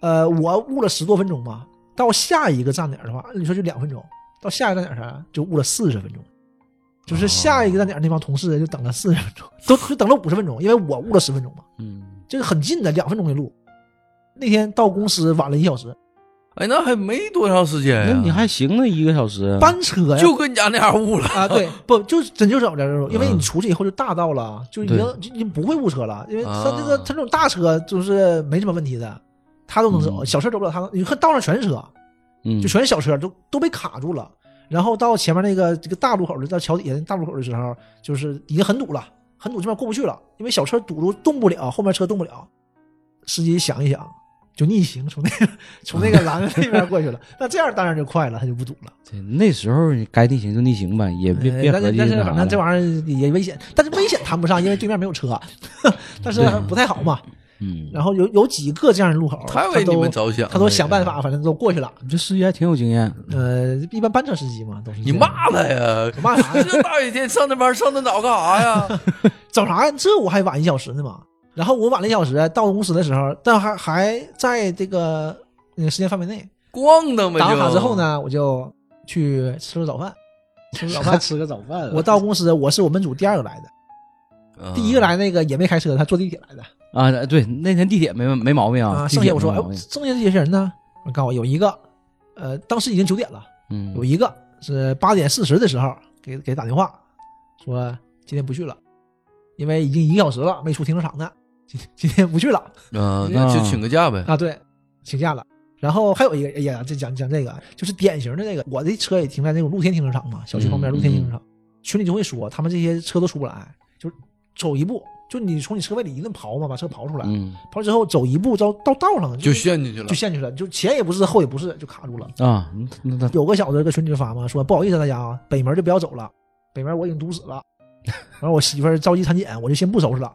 Speaker 3: 呃，我误了十多分钟吧。到下一个站点的话，按理说就两分钟，到下一个站点啥就误了四十分钟，
Speaker 4: 哦
Speaker 3: 就是下一个站点那帮同事就等了四十分钟，都就等了五十分钟，因为我误了十分钟嘛，
Speaker 2: 嗯，
Speaker 3: 这个很近的两分钟的路。那天到公司晚了一小时，
Speaker 4: 哎，那还没多长时间呀
Speaker 2: 那你还行啊，一个小时。
Speaker 3: 班车呀
Speaker 4: 嗯就跟你家那样误了。
Speaker 3: 啊，
Speaker 4: (laughs)
Speaker 3: 对，不就真就找这种，因为
Speaker 4: 嗯
Speaker 3: 你出去以后就大道了，就已经就已经不会误车了，因为他这个
Speaker 4: 啊
Speaker 3: 他这种大车就是没什么问题的，他都能走，
Speaker 2: 嗯
Speaker 3: 小车走不了，他能你看道上全是车，
Speaker 2: 嗯
Speaker 3: 就，全是小车，都都被卡住了。然后到前面那个这个大路口的，到桥底下那大路口的时候，就是已经很堵了，很堵，这边过不去了，因为小车堵住动不了，后面车动不了。司机想一想，就逆行从那个从那个栏杆那边过去了。那这样当然就快了，他就不堵了。
Speaker 2: 对那时候你该逆行就逆行吧，也别别
Speaker 3: 哎但
Speaker 2: 合
Speaker 3: 是
Speaker 2: 计
Speaker 3: 但是
Speaker 2: 那
Speaker 3: 反
Speaker 2: 啥
Speaker 3: 正这
Speaker 2: 了。
Speaker 3: 玩意儿也危险，但是危险谈不上，因为对面没有车，但是
Speaker 2: 啊
Speaker 3: 不太好嘛。
Speaker 2: 嗯，
Speaker 3: 然后有有几个这样的路口，
Speaker 4: 太
Speaker 3: (laughs) 他
Speaker 4: 为你
Speaker 3: 都
Speaker 4: 们着啊想了，
Speaker 3: 他都想办法，反正都过去了。
Speaker 2: 你这司机还挺有经验。
Speaker 3: 呃，一般班车司机嘛都是这
Speaker 4: 你
Speaker 3: 样
Speaker 4: 骂他呀！
Speaker 3: 我骂啥呀？
Speaker 4: 这大雨天上那班上那早干啥呀？
Speaker 3: 找啥呀？这我还晚一小时呢嘛。然后我晚了一小时到公司的时候，但还还在这个那个时间范围内。
Speaker 4: 逛荡呗。
Speaker 3: 打完卡
Speaker 4: 就
Speaker 3: 之后？呢，我就去吃了早饭。吃了早饭，
Speaker 5: 吃个早
Speaker 2: (laughs)
Speaker 5: 饭啊
Speaker 3: 我到公司，我是我们组第二个来的，
Speaker 4: 啊
Speaker 3: 第一个来那个也没开车，他坐地铁来的
Speaker 2: 啊，对，那天地铁没没毛病
Speaker 3: 啊。
Speaker 2: 地
Speaker 3: 剩
Speaker 2: 铁
Speaker 3: 下我说，
Speaker 2: 没
Speaker 3: 哎
Speaker 2: 毛病，
Speaker 3: 剩下这些人呢？我告诉我有一个，呃，当时已经九点了，
Speaker 2: 嗯，
Speaker 3: 有一个是八点四十的时候给给打电话，说今天不去了，因为已经一个小时了没出停车场呢，今今天不去了。
Speaker 4: 啊，那就
Speaker 2: 啊
Speaker 4: 请个假呗。
Speaker 3: 啊，对，请假了。然后还有一个，哎呀，这讲讲这个，就是典型的这个，我的车也停在那种露天停车场嘛，小区旁边
Speaker 2: 嗯
Speaker 3: 露天
Speaker 2: 嗯
Speaker 3: 停车场，群里就会说他们这些车都出不来，就是走一步，就你从你车位里一顿刨嘛，把车刨出来，
Speaker 2: 嗯
Speaker 3: 刨出之后走一步到到道上
Speaker 4: 就
Speaker 3: 陷
Speaker 4: 陷进去了
Speaker 3: 就。陷去了，就前也不是后也不是，就卡住了。
Speaker 2: 啊，那那
Speaker 3: 有个小子搁群里就发嘛，说不好意思大家啊，北门就不要走了，北门我已经堵死了，然后我媳妇儿着急产检，我就先不收拾了，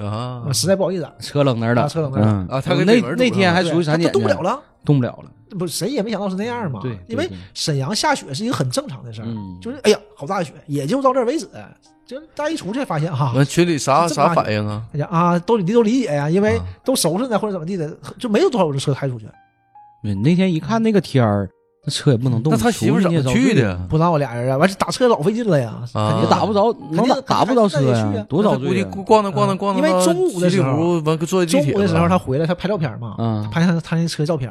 Speaker 4: 啊
Speaker 2: 嗯
Speaker 3: 我，实在不好意思，
Speaker 2: 车冷那儿
Speaker 3: 啊
Speaker 2: 了，
Speaker 3: 车冷那儿了
Speaker 2: 嗯
Speaker 4: 啊他跟
Speaker 2: 那
Speaker 4: 北门堵
Speaker 2: 那天
Speaker 4: 上
Speaker 2: 还
Speaker 3: 对
Speaker 2: 属于
Speaker 3: 他
Speaker 2: 产检
Speaker 3: 他
Speaker 2: 呢，
Speaker 3: 动不了了。
Speaker 2: 动不了了。
Speaker 3: 不，谁也没想到是那样嘛。
Speaker 2: 对对
Speaker 3: 因为
Speaker 2: 对
Speaker 3: 沈阳下雪是一个很正常的事儿，
Speaker 2: 嗯
Speaker 3: 就是哎呀，好大雪，也就到这儿为止。就是大家一出去发现哈，
Speaker 4: 那群里啥
Speaker 3: 这么
Speaker 4: 啥
Speaker 3: 大
Speaker 4: 反应啊？
Speaker 3: 大家啊都理都理解呀、因为
Speaker 4: 啊
Speaker 3: 都收拾呢或者怎么地的，就没有多少的车开出去。
Speaker 2: 对，那天一看那个天儿，那车也不能动。
Speaker 4: 那他媳妇儿怎么
Speaker 2: 除
Speaker 4: 去
Speaker 2: 夕
Speaker 4: 的
Speaker 2: 那早
Speaker 4: 呀？
Speaker 3: 不知道俩人啊，完事打车老费劲了呀，
Speaker 4: 啊
Speaker 3: 肯
Speaker 2: 也
Speaker 3: 定
Speaker 2: 打不着，能打
Speaker 3: 肯定
Speaker 2: 打不着
Speaker 3: 肯
Speaker 2: 车
Speaker 3: 定得去
Speaker 2: 呀
Speaker 3: 啊，
Speaker 2: 多早
Speaker 4: 那他估
Speaker 2: 醉
Speaker 4: 计
Speaker 2: 呀
Speaker 4: 估逛荡逛荡逛
Speaker 3: 嗯
Speaker 4: 荡
Speaker 3: 因为
Speaker 4: 到
Speaker 3: 中午的
Speaker 4: 西
Speaker 3: 时
Speaker 4: 里
Speaker 3: 候
Speaker 4: 湖完坐地
Speaker 3: 中
Speaker 4: 铁啊
Speaker 3: 午的时候
Speaker 4: 了
Speaker 3: 他回来，他拍照片嘛，
Speaker 2: 嗯
Speaker 3: 拍他他那车照片，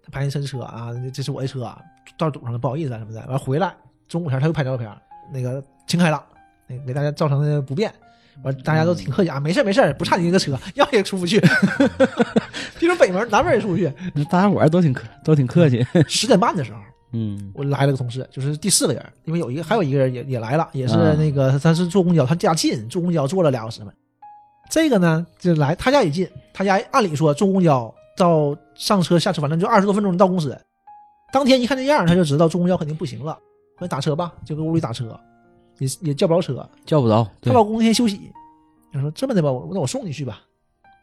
Speaker 3: 他拍那车车啊，这是我的车啊，道儿堵上了，不好意思啊什么的。完回来中午前他又拍照片，那个挺开朗，那个给大家造成的不便。完，大家都挺客气啊，没事儿没事儿，不差你那个车，要也出不去。 (laughs) 别说北门，南门也出不去。
Speaker 2: 那大家伙儿都挺客都挺客气。
Speaker 3: 十点半的时候，
Speaker 2: 嗯
Speaker 3: 我来了个同事，就是第四个人，因为有一个还有一个人也也来了，也是
Speaker 2: 嗯
Speaker 3: 那个他是坐公交，他家近，坐公交坐了俩小时嘛。这个呢就来他家也近，他家按理说坐公交到上车下车，反正就二十多分钟能到公司。当天一看这样，他就知道坐公交肯定不行了，那打车吧，就搁屋里打车，也也叫不着车。
Speaker 2: 叫不着，
Speaker 3: 她
Speaker 2: 对
Speaker 3: 老公那天休息，他说这么的吧，我那我送你去吧，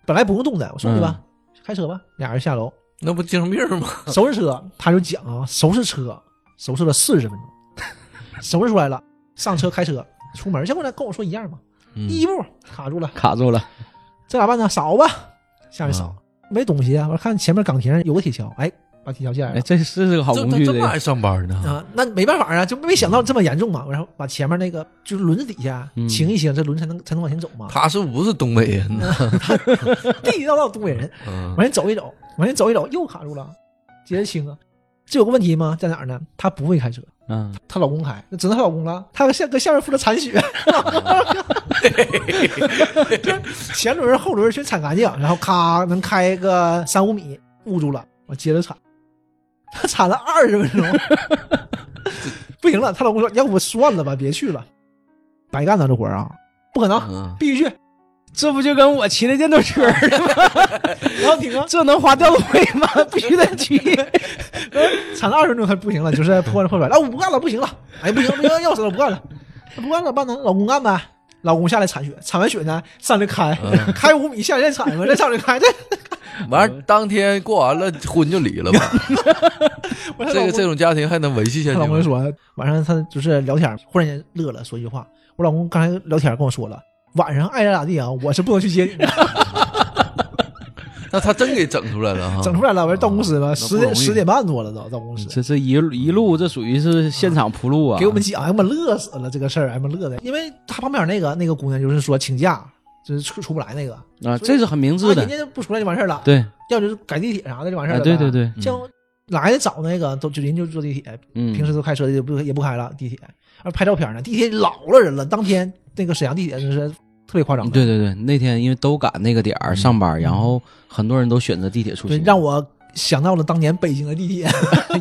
Speaker 3: 本来不用动的，我送你吧，
Speaker 2: 嗯
Speaker 3: 开车吧。俩人下楼
Speaker 4: 那不精神病吗？
Speaker 3: 收拾车，他就讲啊，收拾车，收拾了四十分钟， (laughs) 收拾出来了，上车开车出门，结果呢跟我说一样嘛，
Speaker 4: 嗯
Speaker 3: 第一步卡住了，
Speaker 2: 卡住了。
Speaker 3: 这咋办呢？扫吧，下去扫
Speaker 4: 啊，
Speaker 3: 没东西啊，我看前面岗亭有个铁锹，哎，把铁锹借来
Speaker 2: 哎，
Speaker 3: 了。
Speaker 2: 这是个好
Speaker 4: 这
Speaker 2: 工
Speaker 4: 他
Speaker 2: 具
Speaker 4: 这么爱
Speaker 2: 的，
Speaker 4: 上班呢？
Speaker 3: 啊，那没办法啊，就没想到这么严重嘛。然后把前面那个就是轮子底下
Speaker 2: 嗯
Speaker 3: 停一停，这轮才能才能往前走嘛。
Speaker 4: 他是不是东北
Speaker 3: (laughs)
Speaker 4: 人呢？
Speaker 3: 地地道道东北人，
Speaker 4: 嗯
Speaker 3: 往前走一走，往前走一走，又卡住了，接着清啊。这有个问题吗？在哪儿呢？他不会开车，
Speaker 2: 嗯，
Speaker 3: 她老公开，那只能她老公了，她下搁下面负责铲雪，就是前轮后轮全铲干净，然后咔能开个三五米，捂住了，我接着铲，她铲了二十分钟，不行了，她老公说要不算了吧，别去了，白干了这活儿啊，不可能，
Speaker 4: 嗯，
Speaker 3: 必须去，
Speaker 5: 这不就跟我骑着电动车儿的吗？
Speaker 3: 然后停啊，
Speaker 5: 这能划调动位吗？必须得骑。
Speaker 3: 铲了二十分钟，她不行了，就是破罐破摔，哎，我不干了，不行了，哎，不行不行，要死了，不干了，那不干了，咋办呢？老公干呗。老公下来铲雪，铲完雪呢，上来开，
Speaker 4: 嗯
Speaker 3: 开五米，下来再铲嘛，再上来开，再
Speaker 4: 完了当天过完了，婚就离了
Speaker 3: (laughs)
Speaker 4: 吧。
Speaker 3: 我说
Speaker 4: 这
Speaker 3: 老
Speaker 4: 个
Speaker 3: 公
Speaker 4: 这种家庭还能维系下
Speaker 3: 她
Speaker 4: 去
Speaker 3: 老
Speaker 4: 吗
Speaker 3: 公就？说，晚上她就是聊天，忽然间乐了，说一句话。我老公刚才聊天跟我说了，晚上爱咋咋地啊，我是不能去接你的。
Speaker 4: 嗯那他真给整出来了哈，
Speaker 3: (laughs) 整出来了，我说到公司
Speaker 4: 啊
Speaker 3: 吧，
Speaker 4: 那
Speaker 3: 十
Speaker 4: 不容
Speaker 3: 点
Speaker 4: 易嗯
Speaker 3: 十点半多了都到公司，
Speaker 2: 这这一路一路这属于是现场铺路啊，
Speaker 3: 给我们讲，哎呀妈乐死了这个事儿，哎呀妈乐的，因为他旁边那个那个姑娘就是说请假，就是出出不来那个，啊
Speaker 2: 啊，这是很明智的
Speaker 3: 人，家就不出来就完事儿了，
Speaker 2: 对，
Speaker 3: 要就是改地铁啥的就完事儿
Speaker 2: 哎，
Speaker 3: 了。
Speaker 2: 对对，对，
Speaker 3: 像来的早那个都就人就坐地铁，
Speaker 2: 嗯，
Speaker 3: 平时都开车也不也不开了地铁，而拍照片呢，地铁老了人了，当天那个沈阳地铁真是特别夸张的，
Speaker 2: 对对对，那天因为都赶那个点儿上班，然后很多人都选择地铁出
Speaker 3: 嗯对，
Speaker 2: 行， (laughs)
Speaker 3: 让我想到了当年北京的地铁。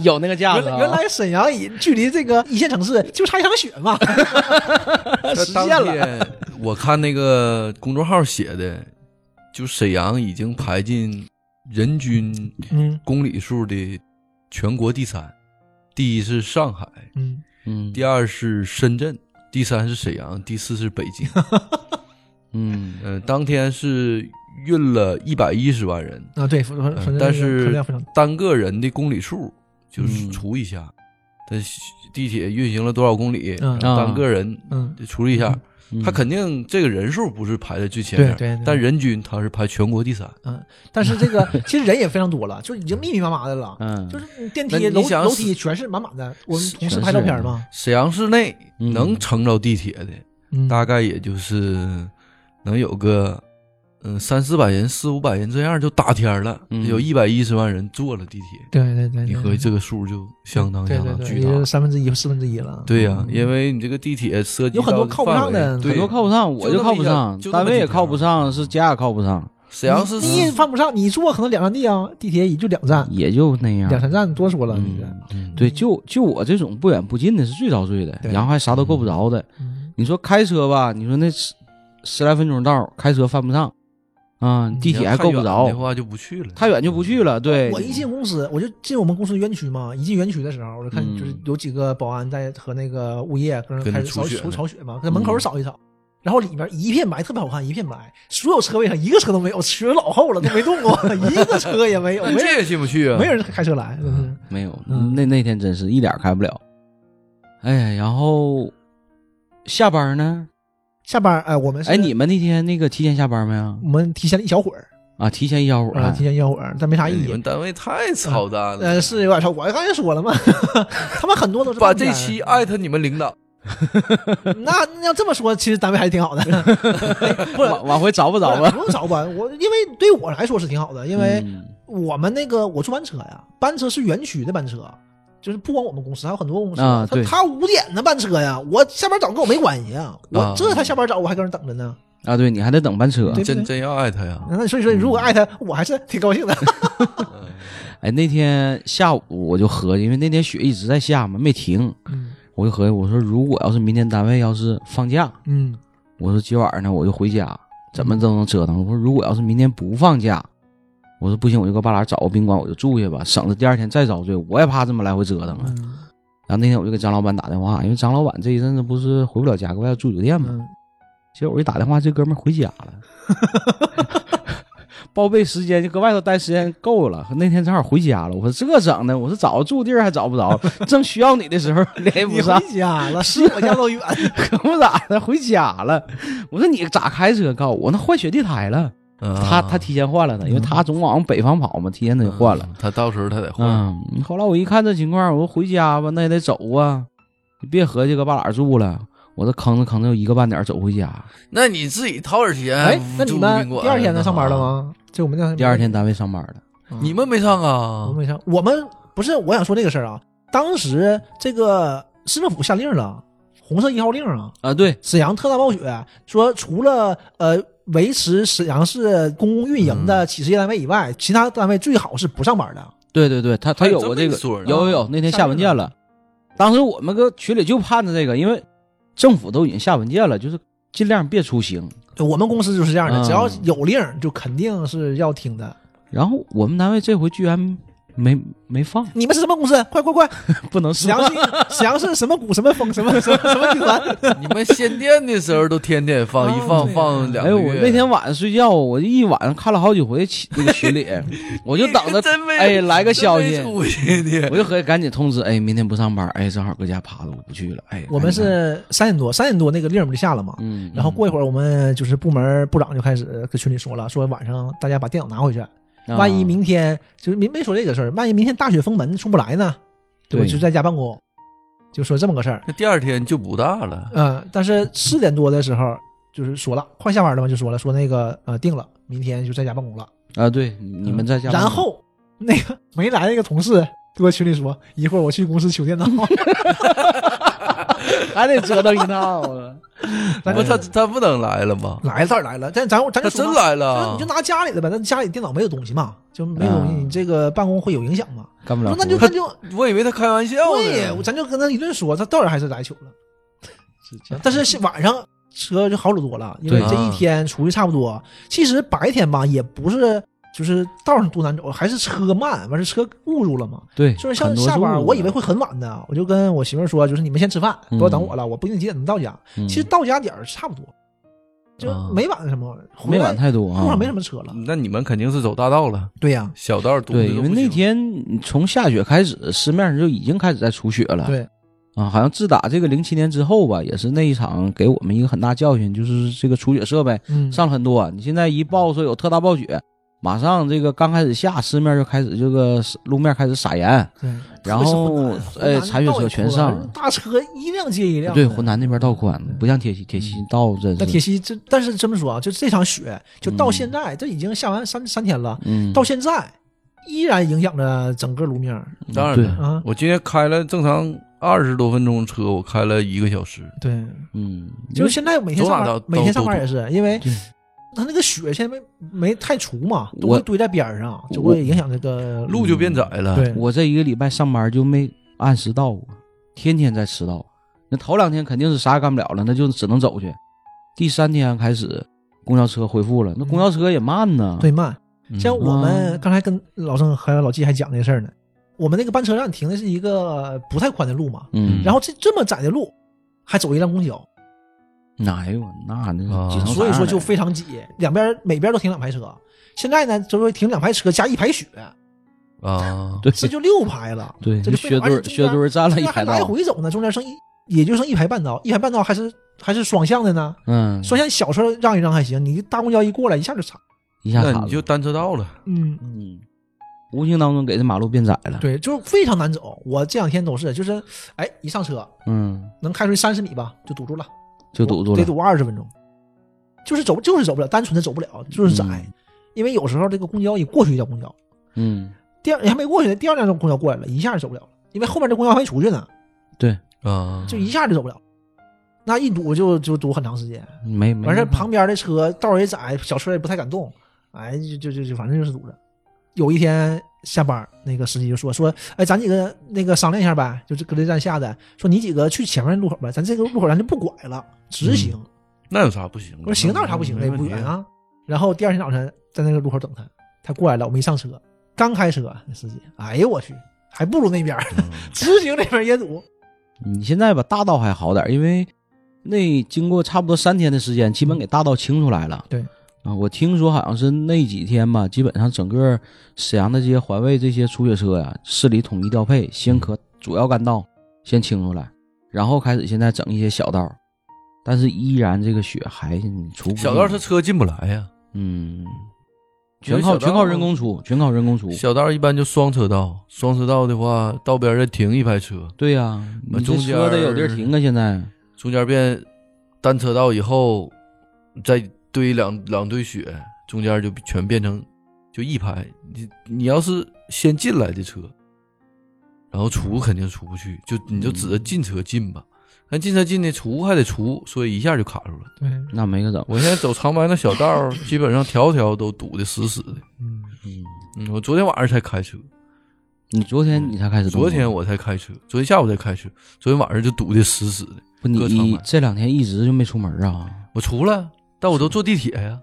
Speaker 5: 有那个架
Speaker 3: 原
Speaker 5: 子、啊
Speaker 3: 来原来沈阳也距离这个一线城市就差一场雪
Speaker 2: (laughs)
Speaker 3: 嘛，
Speaker 4: 那
Speaker 3: 实
Speaker 4: 当
Speaker 3: 现了。
Speaker 4: 天我看那个公众号写的，就沈阳已经排进人均
Speaker 3: 嗯
Speaker 4: 公里数的全国第三，第一是上海，
Speaker 3: 嗯，
Speaker 2: 嗯
Speaker 4: 第二是深圳，第三是沈阳，第四是北
Speaker 3: (laughs)
Speaker 4: 京。
Speaker 2: 嗯，
Speaker 4: 嗯、当天是运了一百一十万人，
Speaker 3: 啊对，反正
Speaker 2: 嗯
Speaker 3: 反正
Speaker 4: 呃但
Speaker 3: 客流
Speaker 4: 是
Speaker 3: 量非常大
Speaker 4: 单个人的公里数就是
Speaker 2: 嗯
Speaker 4: 除一下，它地铁运行了多少公里，
Speaker 3: 嗯
Speaker 4: 然后单个人
Speaker 3: 嗯，
Speaker 4: 就除了一下，
Speaker 2: 啊嗯
Speaker 4: 他肯定这个人数不是排在最前
Speaker 3: 对
Speaker 4: 面，
Speaker 3: 对，对
Speaker 4: 但人均他是排全国第三。
Speaker 3: 但是这个其实人也非常多了，就是已经密密麻麻的了，
Speaker 2: 嗯
Speaker 3: 就是你电
Speaker 4: 那
Speaker 3: 梯
Speaker 4: 你
Speaker 3: 楼
Speaker 4: 想
Speaker 3: 楼梯全是满满的，我们同事
Speaker 2: 全
Speaker 3: 拍
Speaker 2: 是
Speaker 3: 照片
Speaker 2: 人
Speaker 3: 嘛，
Speaker 4: 沈阳市内
Speaker 2: 嗯
Speaker 4: 能乘着地铁的，
Speaker 3: 嗯
Speaker 4: 大概也就是能有个嗯三四百人、四五百人这样就打天儿了，
Speaker 2: 嗯
Speaker 4: 有一百一十万人坐了地铁，
Speaker 3: 对对对，
Speaker 4: 你
Speaker 3: 对
Speaker 4: 合计这个数就相当
Speaker 3: 对
Speaker 4: 相
Speaker 3: 对
Speaker 4: 当
Speaker 3: 对，
Speaker 4: 巨
Speaker 3: 也就是
Speaker 4: 大。
Speaker 3: 三分之一四分之一了，
Speaker 4: 对呀，
Speaker 3: 嗯
Speaker 4: 因为你这个地铁涉及
Speaker 3: 有很多
Speaker 4: 到
Speaker 3: 靠不
Speaker 4: 范
Speaker 3: 上的
Speaker 4: 围对
Speaker 2: 很多靠不上，我
Speaker 4: 就那
Speaker 2: 靠
Speaker 4: 么
Speaker 2: 不
Speaker 4: 一条
Speaker 2: 上，
Speaker 4: 就那么
Speaker 2: 单
Speaker 4: 几
Speaker 2: 位也
Speaker 4: 条
Speaker 2: 靠不上，是家也靠不上，
Speaker 4: 沈阳市嗯
Speaker 3: 你犯不上，你坐可能两站地啊，地铁也就两站，
Speaker 2: 也就那样
Speaker 3: 两。三站多说了，你这
Speaker 2: 嗯，对，就就我这种不远不近的是最遭罪的，
Speaker 3: 对
Speaker 2: 然后还啥都够不着的。
Speaker 3: 嗯
Speaker 2: 你说开车吧，你说那十十来分钟到，开车犯不上，啊，地铁还够不着
Speaker 4: 的，话就不去了，
Speaker 2: 太远就不去了。对
Speaker 3: 啊我，一进公司，我就进我们公司园区嘛。一进园区的时候，我就看
Speaker 2: 嗯
Speaker 3: 就是有几个保安在和那个物业跟
Speaker 4: 跟
Speaker 3: 开
Speaker 4: 着
Speaker 3: 始扫
Speaker 4: 除雪
Speaker 3: 除
Speaker 4: 呢嗯
Speaker 3: 扫雪嘛，在门口扫一扫。然后里面一片白，特别好看，一片白，所有车位上一个车都没有，车老厚了，都没动过， (laughs) 一个车也没有，
Speaker 4: 那
Speaker 3: 没
Speaker 4: 这也进不去啊，
Speaker 3: 没人开车来，真是
Speaker 2: 没有，
Speaker 3: 嗯
Speaker 2: 那那天真是一点儿开不了。哎呀，然后下班呢？
Speaker 3: 下班，哎，我们是
Speaker 2: 哎，你们那天那个提前下班没有？
Speaker 3: 我们提前了一小会儿，
Speaker 2: 啊，提前一小会儿
Speaker 3: 啊，
Speaker 2: 啊
Speaker 3: 提前一小会儿，但没啥意
Speaker 4: 哎
Speaker 2: 哎
Speaker 4: 你们
Speaker 3: 义。
Speaker 4: 单位
Speaker 2: 嗯
Speaker 4: 太操蛋了。
Speaker 3: 呃，是有点超，我刚才说了
Speaker 2: (laughs)
Speaker 3: 嘛，他们很多都是
Speaker 4: 把
Speaker 3: 半
Speaker 4: 这
Speaker 3: 天
Speaker 4: 期艾特你们领导，
Speaker 3: 那那要这么说，其实单位还是挺
Speaker 2: (laughs)
Speaker 3: 好的，
Speaker 2: 往往回找不着吧？
Speaker 3: 不用找吧，我因为对我来说是挺好的， (laughs) 因为
Speaker 2: 嗯
Speaker 3: 我们那个我坐班车呀，班车是园区的班车，就是不光我们公司，还有很多公司。
Speaker 2: 啊
Speaker 3: 他
Speaker 2: 对
Speaker 3: 他五点的班车呀，我下班早跟我没关系啊，我、
Speaker 4: 啊
Speaker 3: 这才下班早，我还搁那等着呢。
Speaker 2: 啊，对你还得等班车。
Speaker 3: 对不
Speaker 4: 真
Speaker 3: 对
Speaker 4: 真要艾特呀！
Speaker 3: 那所以说，
Speaker 2: 嗯
Speaker 3: 如果爱他，我还是挺高兴的。
Speaker 2: 哎，那天下午我就合计，因为那天雪一直在下嘛，没停。
Speaker 3: 嗯
Speaker 2: 我就合计，我说如果要是明天单位要是放假，
Speaker 3: 嗯
Speaker 2: 我说今晚上呢我就回家，怎么都能折腾。我说如果要是明天不放假，我说不行，我就搁巴拉找个宾馆我就住去吧，省得第二天再遭罪。我也怕这么来回折腾啊。
Speaker 3: 嗯
Speaker 2: 然后那天我就给张老板打电话，因为张老板这一阵子不是回不了家，搁外头住酒店嘛。
Speaker 3: 嗯，
Speaker 2: 结果我一打电话，这哥们儿回家了， (laughs) 报备时间就搁外头待时间够了。那天正好回家了，我说这整的，我说找住地儿还找不着，正需要你的时候联系
Speaker 3: 你
Speaker 2: 不上，啊
Speaker 3: 回
Speaker 2: (laughs)
Speaker 3: 家了，是我家老远。 (laughs)
Speaker 2: 可不咋的，回家了。我说你咋开车？告诉我那换雪地胎了，他
Speaker 4: 他
Speaker 2: 他提前换了的，因为他总往北方跑嘛，提前他就换了。
Speaker 4: 嗯他到时候他得嗯换。
Speaker 2: 嗯，后来我一看这情况，我说回家吧，那也得走啊，你别合计搁巴哪住了。我这吭哧吭哧，有一个半点儿走回家。
Speaker 4: 那你自己掏点钱，
Speaker 3: 哎，那你们
Speaker 4: 住宾馆
Speaker 3: 第二天呢
Speaker 4: 干啥
Speaker 3: 上班了？吗？这我们那嗯
Speaker 2: 第二天单位上班了，
Speaker 4: 你们没上啊
Speaker 3: 我？们没上，我们不是我想说这个事儿啊。当时这个市政府下令了，红色一号令啊，
Speaker 2: 啊，对，
Speaker 3: 沈阳特大暴雪说，除了呃维持沈阳市公共运营的企事业单位以外，其他单位最好是不上班的。
Speaker 2: 对对对，他他
Speaker 4: 还
Speaker 2: 有
Speaker 4: 这
Speaker 2: 过
Speaker 4: 么
Speaker 2: 这
Speaker 4: 一
Speaker 2: 个，
Speaker 4: 说呢
Speaker 2: 有有有，那天
Speaker 3: 下
Speaker 2: 下
Speaker 3: 令
Speaker 2: 文件了。当时我们个群里就盼着这个，因为政府都已经下文件了，就是尽量别出行。
Speaker 3: 我们公司就是这样的，
Speaker 2: 嗯
Speaker 3: 只要有令儿就肯定是要听的。
Speaker 2: 然后我们单位这回居然没没放，
Speaker 3: 你们是什么公司？快快 (laughs) 快！
Speaker 2: 不能
Speaker 3: 沈阳
Speaker 2: 说。
Speaker 3: 是沈阳是什么股什么风什么什么什么集团？
Speaker 2: 嗯
Speaker 4: 你们限电的时候都天
Speaker 2: (laughs)
Speaker 4: 天放，一放放两
Speaker 2: 哎
Speaker 4: 个
Speaker 2: 呦，我
Speaker 4: 月。
Speaker 2: 那天晚上睡觉，我就一晚上看了好几回起那个群
Speaker 4: (laughs)
Speaker 2: 里，我就等着
Speaker 4: 真没
Speaker 2: 哎来个消息
Speaker 4: 真没出息的
Speaker 2: 我就和赶紧通知，哎，明天不上班，哎，正好搁家趴着，我不去了，哎，
Speaker 3: (laughs) 我们是三点多，三点多那个令儿不就下了吗？
Speaker 2: 嗯，
Speaker 3: 然后过一会儿，我们就是部门部长就开始搁群里说了，说晚上大家把电脑拿回去，
Speaker 2: 啊
Speaker 3: 万一明天就是没没说这个事儿，万一明天大雪封门出不来呢，对
Speaker 2: 对
Speaker 3: 吧？就在家办公，就说这么个事儿。
Speaker 4: 那第二天就不大
Speaker 3: (laughs)
Speaker 4: 了，
Speaker 3: 嗯，但是四点多的时候就是说了，快下班了嘛，就说了，说那个呃定了，明天就在家办公了。
Speaker 2: 啊，对，你们在家，
Speaker 3: 嗯然后那个 (laughs) 没来那个同事就搁群里说，一会儿我去公司取电脑。
Speaker 5: 还得折腾一趟。
Speaker 3: 啊
Speaker 5: 我
Speaker 3: 咱
Speaker 4: 不他他不能来了吗？
Speaker 3: (laughs) 来了当然来了，但咱咱
Speaker 4: 他
Speaker 3: 就说
Speaker 4: 真
Speaker 3: 嘛
Speaker 4: 来
Speaker 3: 就是
Speaker 4: 了
Speaker 3: 你就，拿家里的吧，那家里电脑没有东西嘛，就没有东西，
Speaker 2: 啊
Speaker 3: 你这个办公会有影响嘛？
Speaker 2: (laughs) 干不
Speaker 3: 我
Speaker 2: 了
Speaker 3: 说
Speaker 2: 活，
Speaker 3: 那就那就
Speaker 4: 我以啊为他开玩笑
Speaker 3: 对，我
Speaker 4: 呢。
Speaker 3: 咱就跟他一顿说，他到底还是来球了。但是是晚上车就好处多了，因为
Speaker 2: 对
Speaker 3: 这
Speaker 4: 啊
Speaker 3: 一天出去差不多。其实白天吧，也不是就是道上多难走，还是车慢，完事车误入了嘛。
Speaker 2: 对，
Speaker 3: 就是像
Speaker 2: 很多啊
Speaker 3: 下
Speaker 2: 是误
Speaker 3: 班，
Speaker 2: 的
Speaker 3: 我以为会很晚的，我就跟我媳妇儿说，就是你们先吃饭，不要等我了，我不一定几点能到家。
Speaker 2: 嗯
Speaker 3: 其实到家点儿差不多，就
Speaker 4: 啊
Speaker 3: 没晚什么，
Speaker 2: 没晚太多啊，
Speaker 3: 回来路上没什么车了。
Speaker 4: 那你们肯定是走大道了，
Speaker 3: 对呀，
Speaker 4: 小道堵
Speaker 2: 对，
Speaker 4: 着都
Speaker 2: 因
Speaker 4: 不
Speaker 2: 为那
Speaker 4: 行
Speaker 2: 天从下雪开始，市面上就已经开始在除雪了。
Speaker 3: 对
Speaker 2: 啊，好像自打这个零七年之后吧，也是那一场给我们一个很大教训，就是这个除雪设备
Speaker 3: 嗯，
Speaker 2: 上了很多。你现在一报说有特大暴雪，马上这个刚开始下，市面就开始这个路面开始撒盐，
Speaker 3: 对，
Speaker 2: 然
Speaker 3: 特别是
Speaker 2: 后
Speaker 3: 浑南浑
Speaker 2: 哎
Speaker 3: 南
Speaker 2: 铲雪
Speaker 3: 道
Speaker 2: 车
Speaker 3: 也
Speaker 2: 全
Speaker 3: 多了
Speaker 2: 上。
Speaker 3: 大车一辆接一辆。
Speaker 2: 对，浑。南那边道宽，不像铁西，铁西道真
Speaker 3: 嗯那铁
Speaker 2: 是，
Speaker 3: 西这，但是这么说啊，就这场雪，就到现在，这已经下完三三天了，
Speaker 2: 嗯，
Speaker 3: 到现在依然影响着整个路面儿。
Speaker 4: 当然
Speaker 2: 对
Speaker 4: 了，
Speaker 3: 啊
Speaker 4: 我今天开了正常二十多分钟车，我开了一个小时。
Speaker 3: 对，
Speaker 2: 嗯，
Speaker 3: 就是现在每天上
Speaker 4: 走哪
Speaker 3: 班
Speaker 4: 道，
Speaker 3: 每天上班也是，因为
Speaker 2: 对
Speaker 3: 它那个雪现在没没太除嘛，都
Speaker 2: 我
Speaker 3: 会堆在边儿上，就
Speaker 2: 我
Speaker 3: 会影响这个
Speaker 2: 嗯
Speaker 3: 嗯
Speaker 4: 路就变窄了，
Speaker 3: 对，
Speaker 2: 我这一个礼拜上班就没按时到过，天天在迟到。那头两天肯定是啥也干不了了，那就只能走去。第三天开始，公交车恢复了，那公交车也慢呢。
Speaker 3: 对慢。
Speaker 4: 嗯
Speaker 3: 像我
Speaker 2: 啊
Speaker 3: 们刚才跟老郑还有老季还讲这事儿呢，我们那个班车站停的是一个不太宽的路嘛，
Speaker 2: 嗯，
Speaker 3: 然后这这么窄的路，还走一辆公交，
Speaker 2: 哎呦，那那
Speaker 4: 啊
Speaker 2: 挤成啥
Speaker 3: 所以
Speaker 2: 样
Speaker 3: 说就
Speaker 2: 了
Speaker 3: 非常挤，两边每边都停两排车。现在呢，就是停两排车加一排雪，
Speaker 4: 啊，
Speaker 2: 对
Speaker 3: 这就六排
Speaker 2: (laughs)
Speaker 3: 了。
Speaker 2: 对，
Speaker 3: 这就非
Speaker 2: 薛
Speaker 3: 而
Speaker 2: 堆
Speaker 3: 且中间
Speaker 2: 薛堆占了一
Speaker 3: 中间还
Speaker 2: 排
Speaker 3: 来
Speaker 2: 道，
Speaker 3: 回走呢，中间剩一也就剩一排半道，一排半道还是还是双向的呢。
Speaker 2: 嗯，
Speaker 3: 双向小车让一让还行，你大公交一过来一下就插。
Speaker 2: 一下
Speaker 4: 那
Speaker 2: 卡
Speaker 4: 你就
Speaker 2: 住，
Speaker 4: 单车道了。
Speaker 3: 嗯，
Speaker 2: 嗯，无形当中给这马路变窄了。，
Speaker 3: 对，就是非常难走。我这两天都是，就是哎一上车
Speaker 2: 嗯，
Speaker 3: 能开出去三十米吧，就堵住了。
Speaker 2: 就堵住
Speaker 3: 得
Speaker 2: 了。
Speaker 3: 堵二十分钟，就是走就是走不了，单纯的走不了，就是窄，
Speaker 2: 嗯
Speaker 3: 因为有时候这个公交一过去就叫公交，
Speaker 2: 嗯，
Speaker 3: 第二还没过去呢，第二辆公交过来了，一下就走不了了，因为后面这公交还没出去呢，
Speaker 4: 啊，
Speaker 3: 就一下就走不了，那一堵就就堵很长时间，
Speaker 2: 没没
Speaker 3: 完事儿
Speaker 2: 办法
Speaker 3: 旁边的车道儿也窄，小车也不太敢动，哎，就就就就反正就是堵着。有一天下班儿，那个司机就说说，哎，咱几个那个商量一下呗，就是搁这站下的，说你几个去前面路口吧，咱这个路口咱就不拐了，直行。
Speaker 4: 那有啥不行的？
Speaker 3: 我说行，那有啥不行的？
Speaker 4: 嗯没
Speaker 3: 也
Speaker 4: 问
Speaker 3: 不
Speaker 4: 题
Speaker 3: 远。啊。然后第二天早晨在那个路口等他，他过来了，我没上车，刚开车，那司机，哎呦我去，还不如那边儿
Speaker 4: 嗯
Speaker 3: (laughs) 直行那边儿也堵。
Speaker 2: 你现在吧，大道还好点儿，因为那经过差不多三天的时间，基本给大道清出来了。
Speaker 3: 嗯对，
Speaker 2: 啊，我听说好像是那几天吧，基本上整个沈阳的这些环卫这些出雪车呀、市里统一调配，
Speaker 3: 嗯
Speaker 2: 先可主要干道先清出来，然后开始现在整一些小道，但是依然这个雪还除不尽
Speaker 4: 小道他车进不来呀，
Speaker 2: 嗯，
Speaker 4: 有
Speaker 2: 全靠
Speaker 4: 小道
Speaker 2: 全靠人工出，全靠人工出。
Speaker 4: 小道一般就双车道，双车道的话，道边再停一排车，
Speaker 2: 对呀、你这
Speaker 4: 中间
Speaker 2: 车得有地儿停啊，现在。
Speaker 4: 中间变单车道以后，再堆两两堆雪，中间就全变成就一排。你你要是先进来的车，然后出肯定出不去，就你就指着进车进吧。但进车进呢，出还得出，所以一下就卡住了。
Speaker 3: 对，
Speaker 2: 那没个整。
Speaker 4: 我现在走长白那小道儿， (laughs) 基本上条条都堵得死死的。
Speaker 3: 嗯，
Speaker 4: 嗯，我昨天晚上才开车，
Speaker 2: 你昨天你才开始动吗，
Speaker 4: 嗯昨天我才开车，昨天下午才开车，昨天晚上就堵得死死的。
Speaker 2: 不你
Speaker 4: 各场
Speaker 2: 你
Speaker 4: 买
Speaker 2: 这两天一直就没出门啊，
Speaker 4: 我出来，但我都坐地铁呀、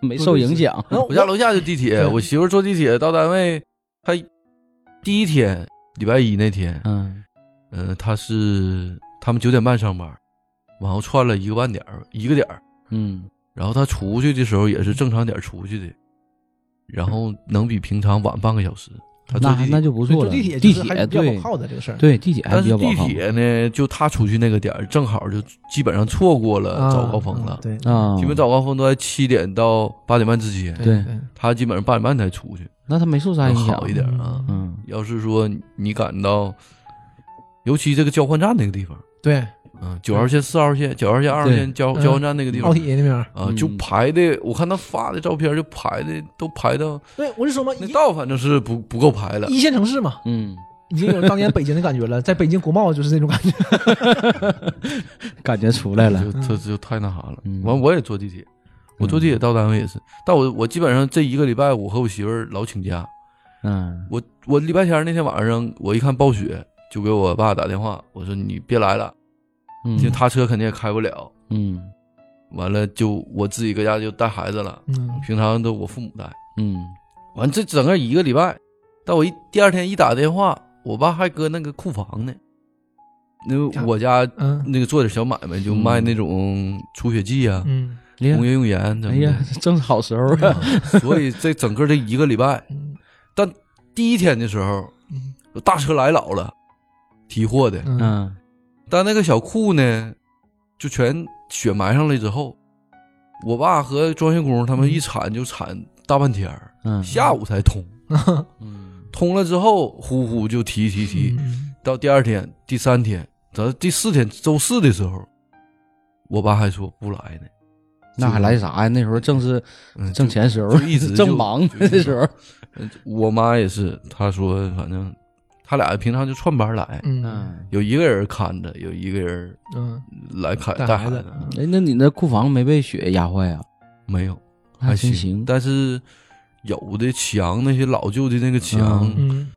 Speaker 2: 没受影响。
Speaker 3: 然后
Speaker 4: 我家楼下就地铁，我媳妇儿坐地铁到单位，她第一天礼拜一那天，
Speaker 2: 嗯，
Speaker 4: 嗯，她是他们九点半上班，往后串了一个半点儿，一个点儿，
Speaker 2: 嗯，
Speaker 4: 然后她出去的时候也是正常点儿出去的，然后能比平常晚半个小时。她坐
Speaker 2: 那
Speaker 4: 地
Speaker 2: 那
Speaker 4: 铁，
Speaker 2: 就不
Speaker 3: 所以
Speaker 2: 错
Speaker 3: 坐
Speaker 2: 了。
Speaker 3: 地铁
Speaker 2: 地
Speaker 3: 就是还
Speaker 2: 铁
Speaker 3: 比较
Speaker 2: 对
Speaker 3: 可靠的这个事儿，
Speaker 2: 对地铁还
Speaker 4: 但
Speaker 2: 比
Speaker 4: 是
Speaker 2: 较保
Speaker 4: 地
Speaker 2: 靠
Speaker 4: 铁呢，就她出去那个点儿，正好就基本上错过了
Speaker 3: 啊，
Speaker 4: 早呃高峰了
Speaker 3: 啊。对
Speaker 2: 啊。
Speaker 4: 基本早高峰都在七点到八点半之间，
Speaker 2: 对
Speaker 4: 她基本上八点半才出去，
Speaker 2: 那他没受啥
Speaker 4: 能
Speaker 2: 影响
Speaker 4: 好一点啊。
Speaker 2: 嗯，
Speaker 4: 要是说你赶到，尤其这个交换站那个地方，
Speaker 3: 对，
Speaker 4: 嗯，九号线、四号线、九号线、二号线
Speaker 2: 对
Speaker 4: 交
Speaker 3: 嗯
Speaker 4: 交换站那个地
Speaker 3: 奥
Speaker 4: 方
Speaker 3: 体那边儿，
Speaker 4: 啊，就
Speaker 2: 嗯
Speaker 4: 排的，我看他发的照片，就排的都排到
Speaker 3: 对，我就说嘛，
Speaker 4: 那
Speaker 3: 一
Speaker 4: 道，反正是不不够排了。
Speaker 3: 一线城市嘛，
Speaker 2: 嗯，
Speaker 3: 已经有当年北京的感觉了，在北京国贸就是那种感觉，
Speaker 2: 感觉出来了
Speaker 4: 就。这就太那啥了
Speaker 2: 嗯。
Speaker 4: 完，我也坐地铁，我坐地铁到单位也是，但我我基本上这一个礼拜，我和我媳妇儿老请假。
Speaker 2: 嗯
Speaker 4: 我我礼拜天那天晚上，我一看暴雪，就给我爸打电话，我说你别来了，
Speaker 2: 嗯
Speaker 4: 因为他车肯定也开不了。
Speaker 2: 嗯
Speaker 4: 完了就我自己搁家就带孩子了， (laughs)
Speaker 3: 嗯，
Speaker 4: 平常都我父母带。
Speaker 2: 嗯
Speaker 4: 完这整个一个礼拜，但我一第二天一打电话，我爸还搁那个库房呢，那我家
Speaker 3: 嗯
Speaker 4: 那个做点小买卖，就卖那种除血剂啊、
Speaker 3: 嗯
Speaker 4: 工业用盐什
Speaker 2: 哎
Speaker 4: 么
Speaker 2: 呀 (laughs)
Speaker 4: 的。，
Speaker 2: 正好时候啊。
Speaker 4: 所以这整个这一个礼拜，
Speaker 3: 嗯
Speaker 4: 但第一天的时候，有大车来老了，提货的，
Speaker 3: 嗯，
Speaker 2: 嗯
Speaker 4: 但那个小库呢，就全雪埋上了之后，我爸和装修工他们一铲就铲大半天儿，
Speaker 2: 嗯
Speaker 4: 下午才通。
Speaker 2: 嗯
Speaker 4: 通了之后，呼呼就提提提，
Speaker 3: 嗯
Speaker 4: 到第二天、第三天，咱第四天周四的时候，我爸还说不来呢。
Speaker 2: 那还来啥呀？那时候正是
Speaker 4: 嗯，
Speaker 2: 挣钱时候
Speaker 4: 就，一
Speaker 2: (laughs)
Speaker 4: 直就
Speaker 2: 正忙
Speaker 4: 就一直
Speaker 2: 那时候。
Speaker 4: 嗯我妈也是，她说反正他俩平常就串班来，
Speaker 3: 嗯
Speaker 2: 嗯，
Speaker 4: 有一个人看着，有一个人
Speaker 3: 嗯，
Speaker 4: 来看
Speaker 3: 带
Speaker 4: 带
Speaker 3: 孩
Speaker 4: 孩
Speaker 3: 子
Speaker 4: 子。
Speaker 3: 嗯
Speaker 2: 哎，那你那库房没被雪压坏呀？
Speaker 4: 啊没有，
Speaker 2: 那
Speaker 4: 还
Speaker 2: 真
Speaker 4: 行。
Speaker 2: 行
Speaker 4: 但是有的墙那些老旧的那个墙、
Speaker 2: 嗯
Speaker 3: 嗯，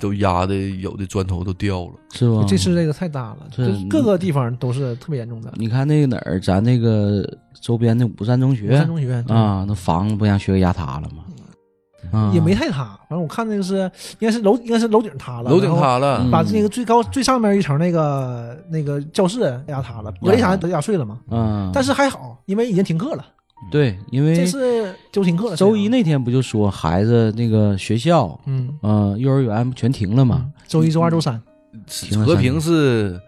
Speaker 4: 都压的，有的砖头都掉了。
Speaker 2: 是吧？
Speaker 3: 这次这个太大了，
Speaker 2: 嗯是嗯
Speaker 3: 就是各个地方都是特别严重的。
Speaker 2: 你看那个哪儿，咱那个周边的五山中学
Speaker 3: 武山中学，
Speaker 2: 啊，那房子不让学给压塌了吗？啊，
Speaker 3: 也没太塌，反正我看那个是应该是楼应该是楼顶塌了，
Speaker 4: 楼顶
Speaker 3: 然后
Speaker 4: 塌了，
Speaker 2: 嗯
Speaker 3: 把那个最高最上面一层那个那个教室压塌了，玻璃啥都压碎了嘛。
Speaker 2: 嗯，
Speaker 3: 但是还好，因为已经停课了，
Speaker 2: 对，因
Speaker 3: 这
Speaker 2: 为
Speaker 3: 次就停课了。
Speaker 2: 周一那天不就说孩子那个学校，
Speaker 3: 嗯
Speaker 2: 呃，幼儿园全停了嘛
Speaker 3: 嗯？，周一周二周三，
Speaker 2: 停了
Speaker 4: 和
Speaker 2: 三
Speaker 4: 平
Speaker 2: 天
Speaker 4: 是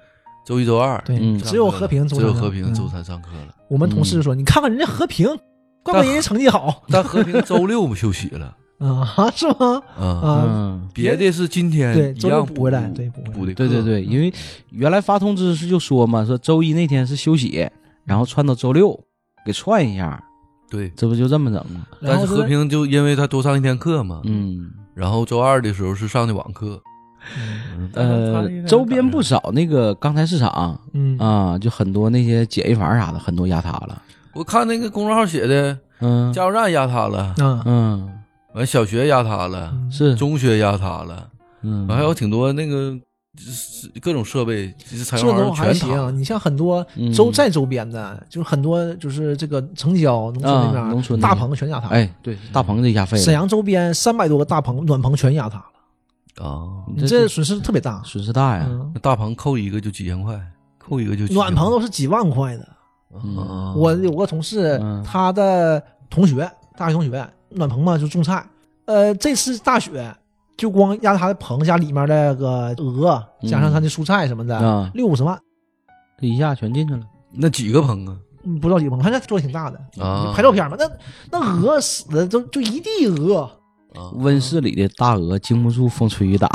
Speaker 4: 周一、周二，
Speaker 3: 对
Speaker 2: 嗯，
Speaker 3: 只有和平周
Speaker 4: 只
Speaker 3: 三
Speaker 4: 有
Speaker 3: 上
Speaker 4: 和平
Speaker 3: 嗯
Speaker 4: 周三上课了，
Speaker 3: 我们同事说：“你看看人家和平，
Speaker 2: 嗯
Speaker 3: 怪不得人家成绩好
Speaker 4: 但和平周六休息
Speaker 3: (laughs)
Speaker 4: 了
Speaker 3: 啊，是吗？
Speaker 4: 啊。
Speaker 3: 啊，
Speaker 2: 嗯，
Speaker 4: 别的是今
Speaker 3: 对
Speaker 4: 天一
Speaker 3: 周六
Speaker 4: 样
Speaker 3: 补回来对补回来
Speaker 4: 补的
Speaker 2: 对对
Speaker 4: 课，嗯
Speaker 2: 对，因为原来发通知是就说嘛，说周一那天是休息，然后串到周六给串一下，
Speaker 4: 对。
Speaker 2: 这不就这么整吗？
Speaker 3: 然
Speaker 4: 但
Speaker 3: 后
Speaker 4: 是
Speaker 3: 就
Speaker 4: 和平就因为他多上一天课嘛，
Speaker 2: 嗯，
Speaker 4: 然后周二的时候是上的网课，嗯
Speaker 2: 呃，周边不少那个钢材市场
Speaker 3: 嗯
Speaker 2: 啊，就很多那些简易房啥的，很多压塌了。
Speaker 4: 我看那个公众号写的，
Speaker 2: 嗯
Speaker 4: 加油站压塌了，
Speaker 3: 啊，
Speaker 2: 嗯，
Speaker 4: 完小学压塌了，
Speaker 3: 嗯
Speaker 2: 是，
Speaker 4: 中学压塌了，
Speaker 2: 嗯，
Speaker 4: 完还有挺多那个就是各种设备，就是采
Speaker 3: 这
Speaker 4: 样
Speaker 3: 都
Speaker 4: 房
Speaker 3: 还
Speaker 4: 全塌
Speaker 3: 行。
Speaker 4: 了。
Speaker 3: 你像很多
Speaker 2: 嗯
Speaker 3: 周在周边的，就是很多就是这个城郊、农村那边
Speaker 2: 啊
Speaker 3: 儿，
Speaker 2: 农村那
Speaker 3: 大
Speaker 2: 边
Speaker 3: 棚全压塌。
Speaker 2: 哎，对，大棚这压废了，
Speaker 3: 沈阳周边三百多个大棚、暖棚全压塌了，
Speaker 4: 啊，
Speaker 2: 你
Speaker 3: 你
Speaker 2: 这
Speaker 3: 这损失特别大。
Speaker 2: 损失大呀。
Speaker 3: 嗯，
Speaker 4: 那大棚扣一个就几千块，扣一个就几千
Speaker 3: 暖棚
Speaker 4: 块
Speaker 3: 都是几万块的。
Speaker 4: 啊
Speaker 3: 我有个同事
Speaker 2: 嗯，
Speaker 3: 他的同学，大学同学，暖棚嘛就种菜。呃，这次大雪就光压他的棚加里面的个鹅，加上他的蔬菜什么的
Speaker 2: 嗯啊，
Speaker 3: 六十万，
Speaker 2: 这一下全进去了。
Speaker 4: 那几个棚啊？
Speaker 3: 嗯不知道几个棚，反正做的挺大的。
Speaker 4: 啊，
Speaker 3: 你拍照片嘛，那那鹅死的都就一地鹅，
Speaker 4: 啊，
Speaker 2: 温室里的大鹅经不住风吹雨打，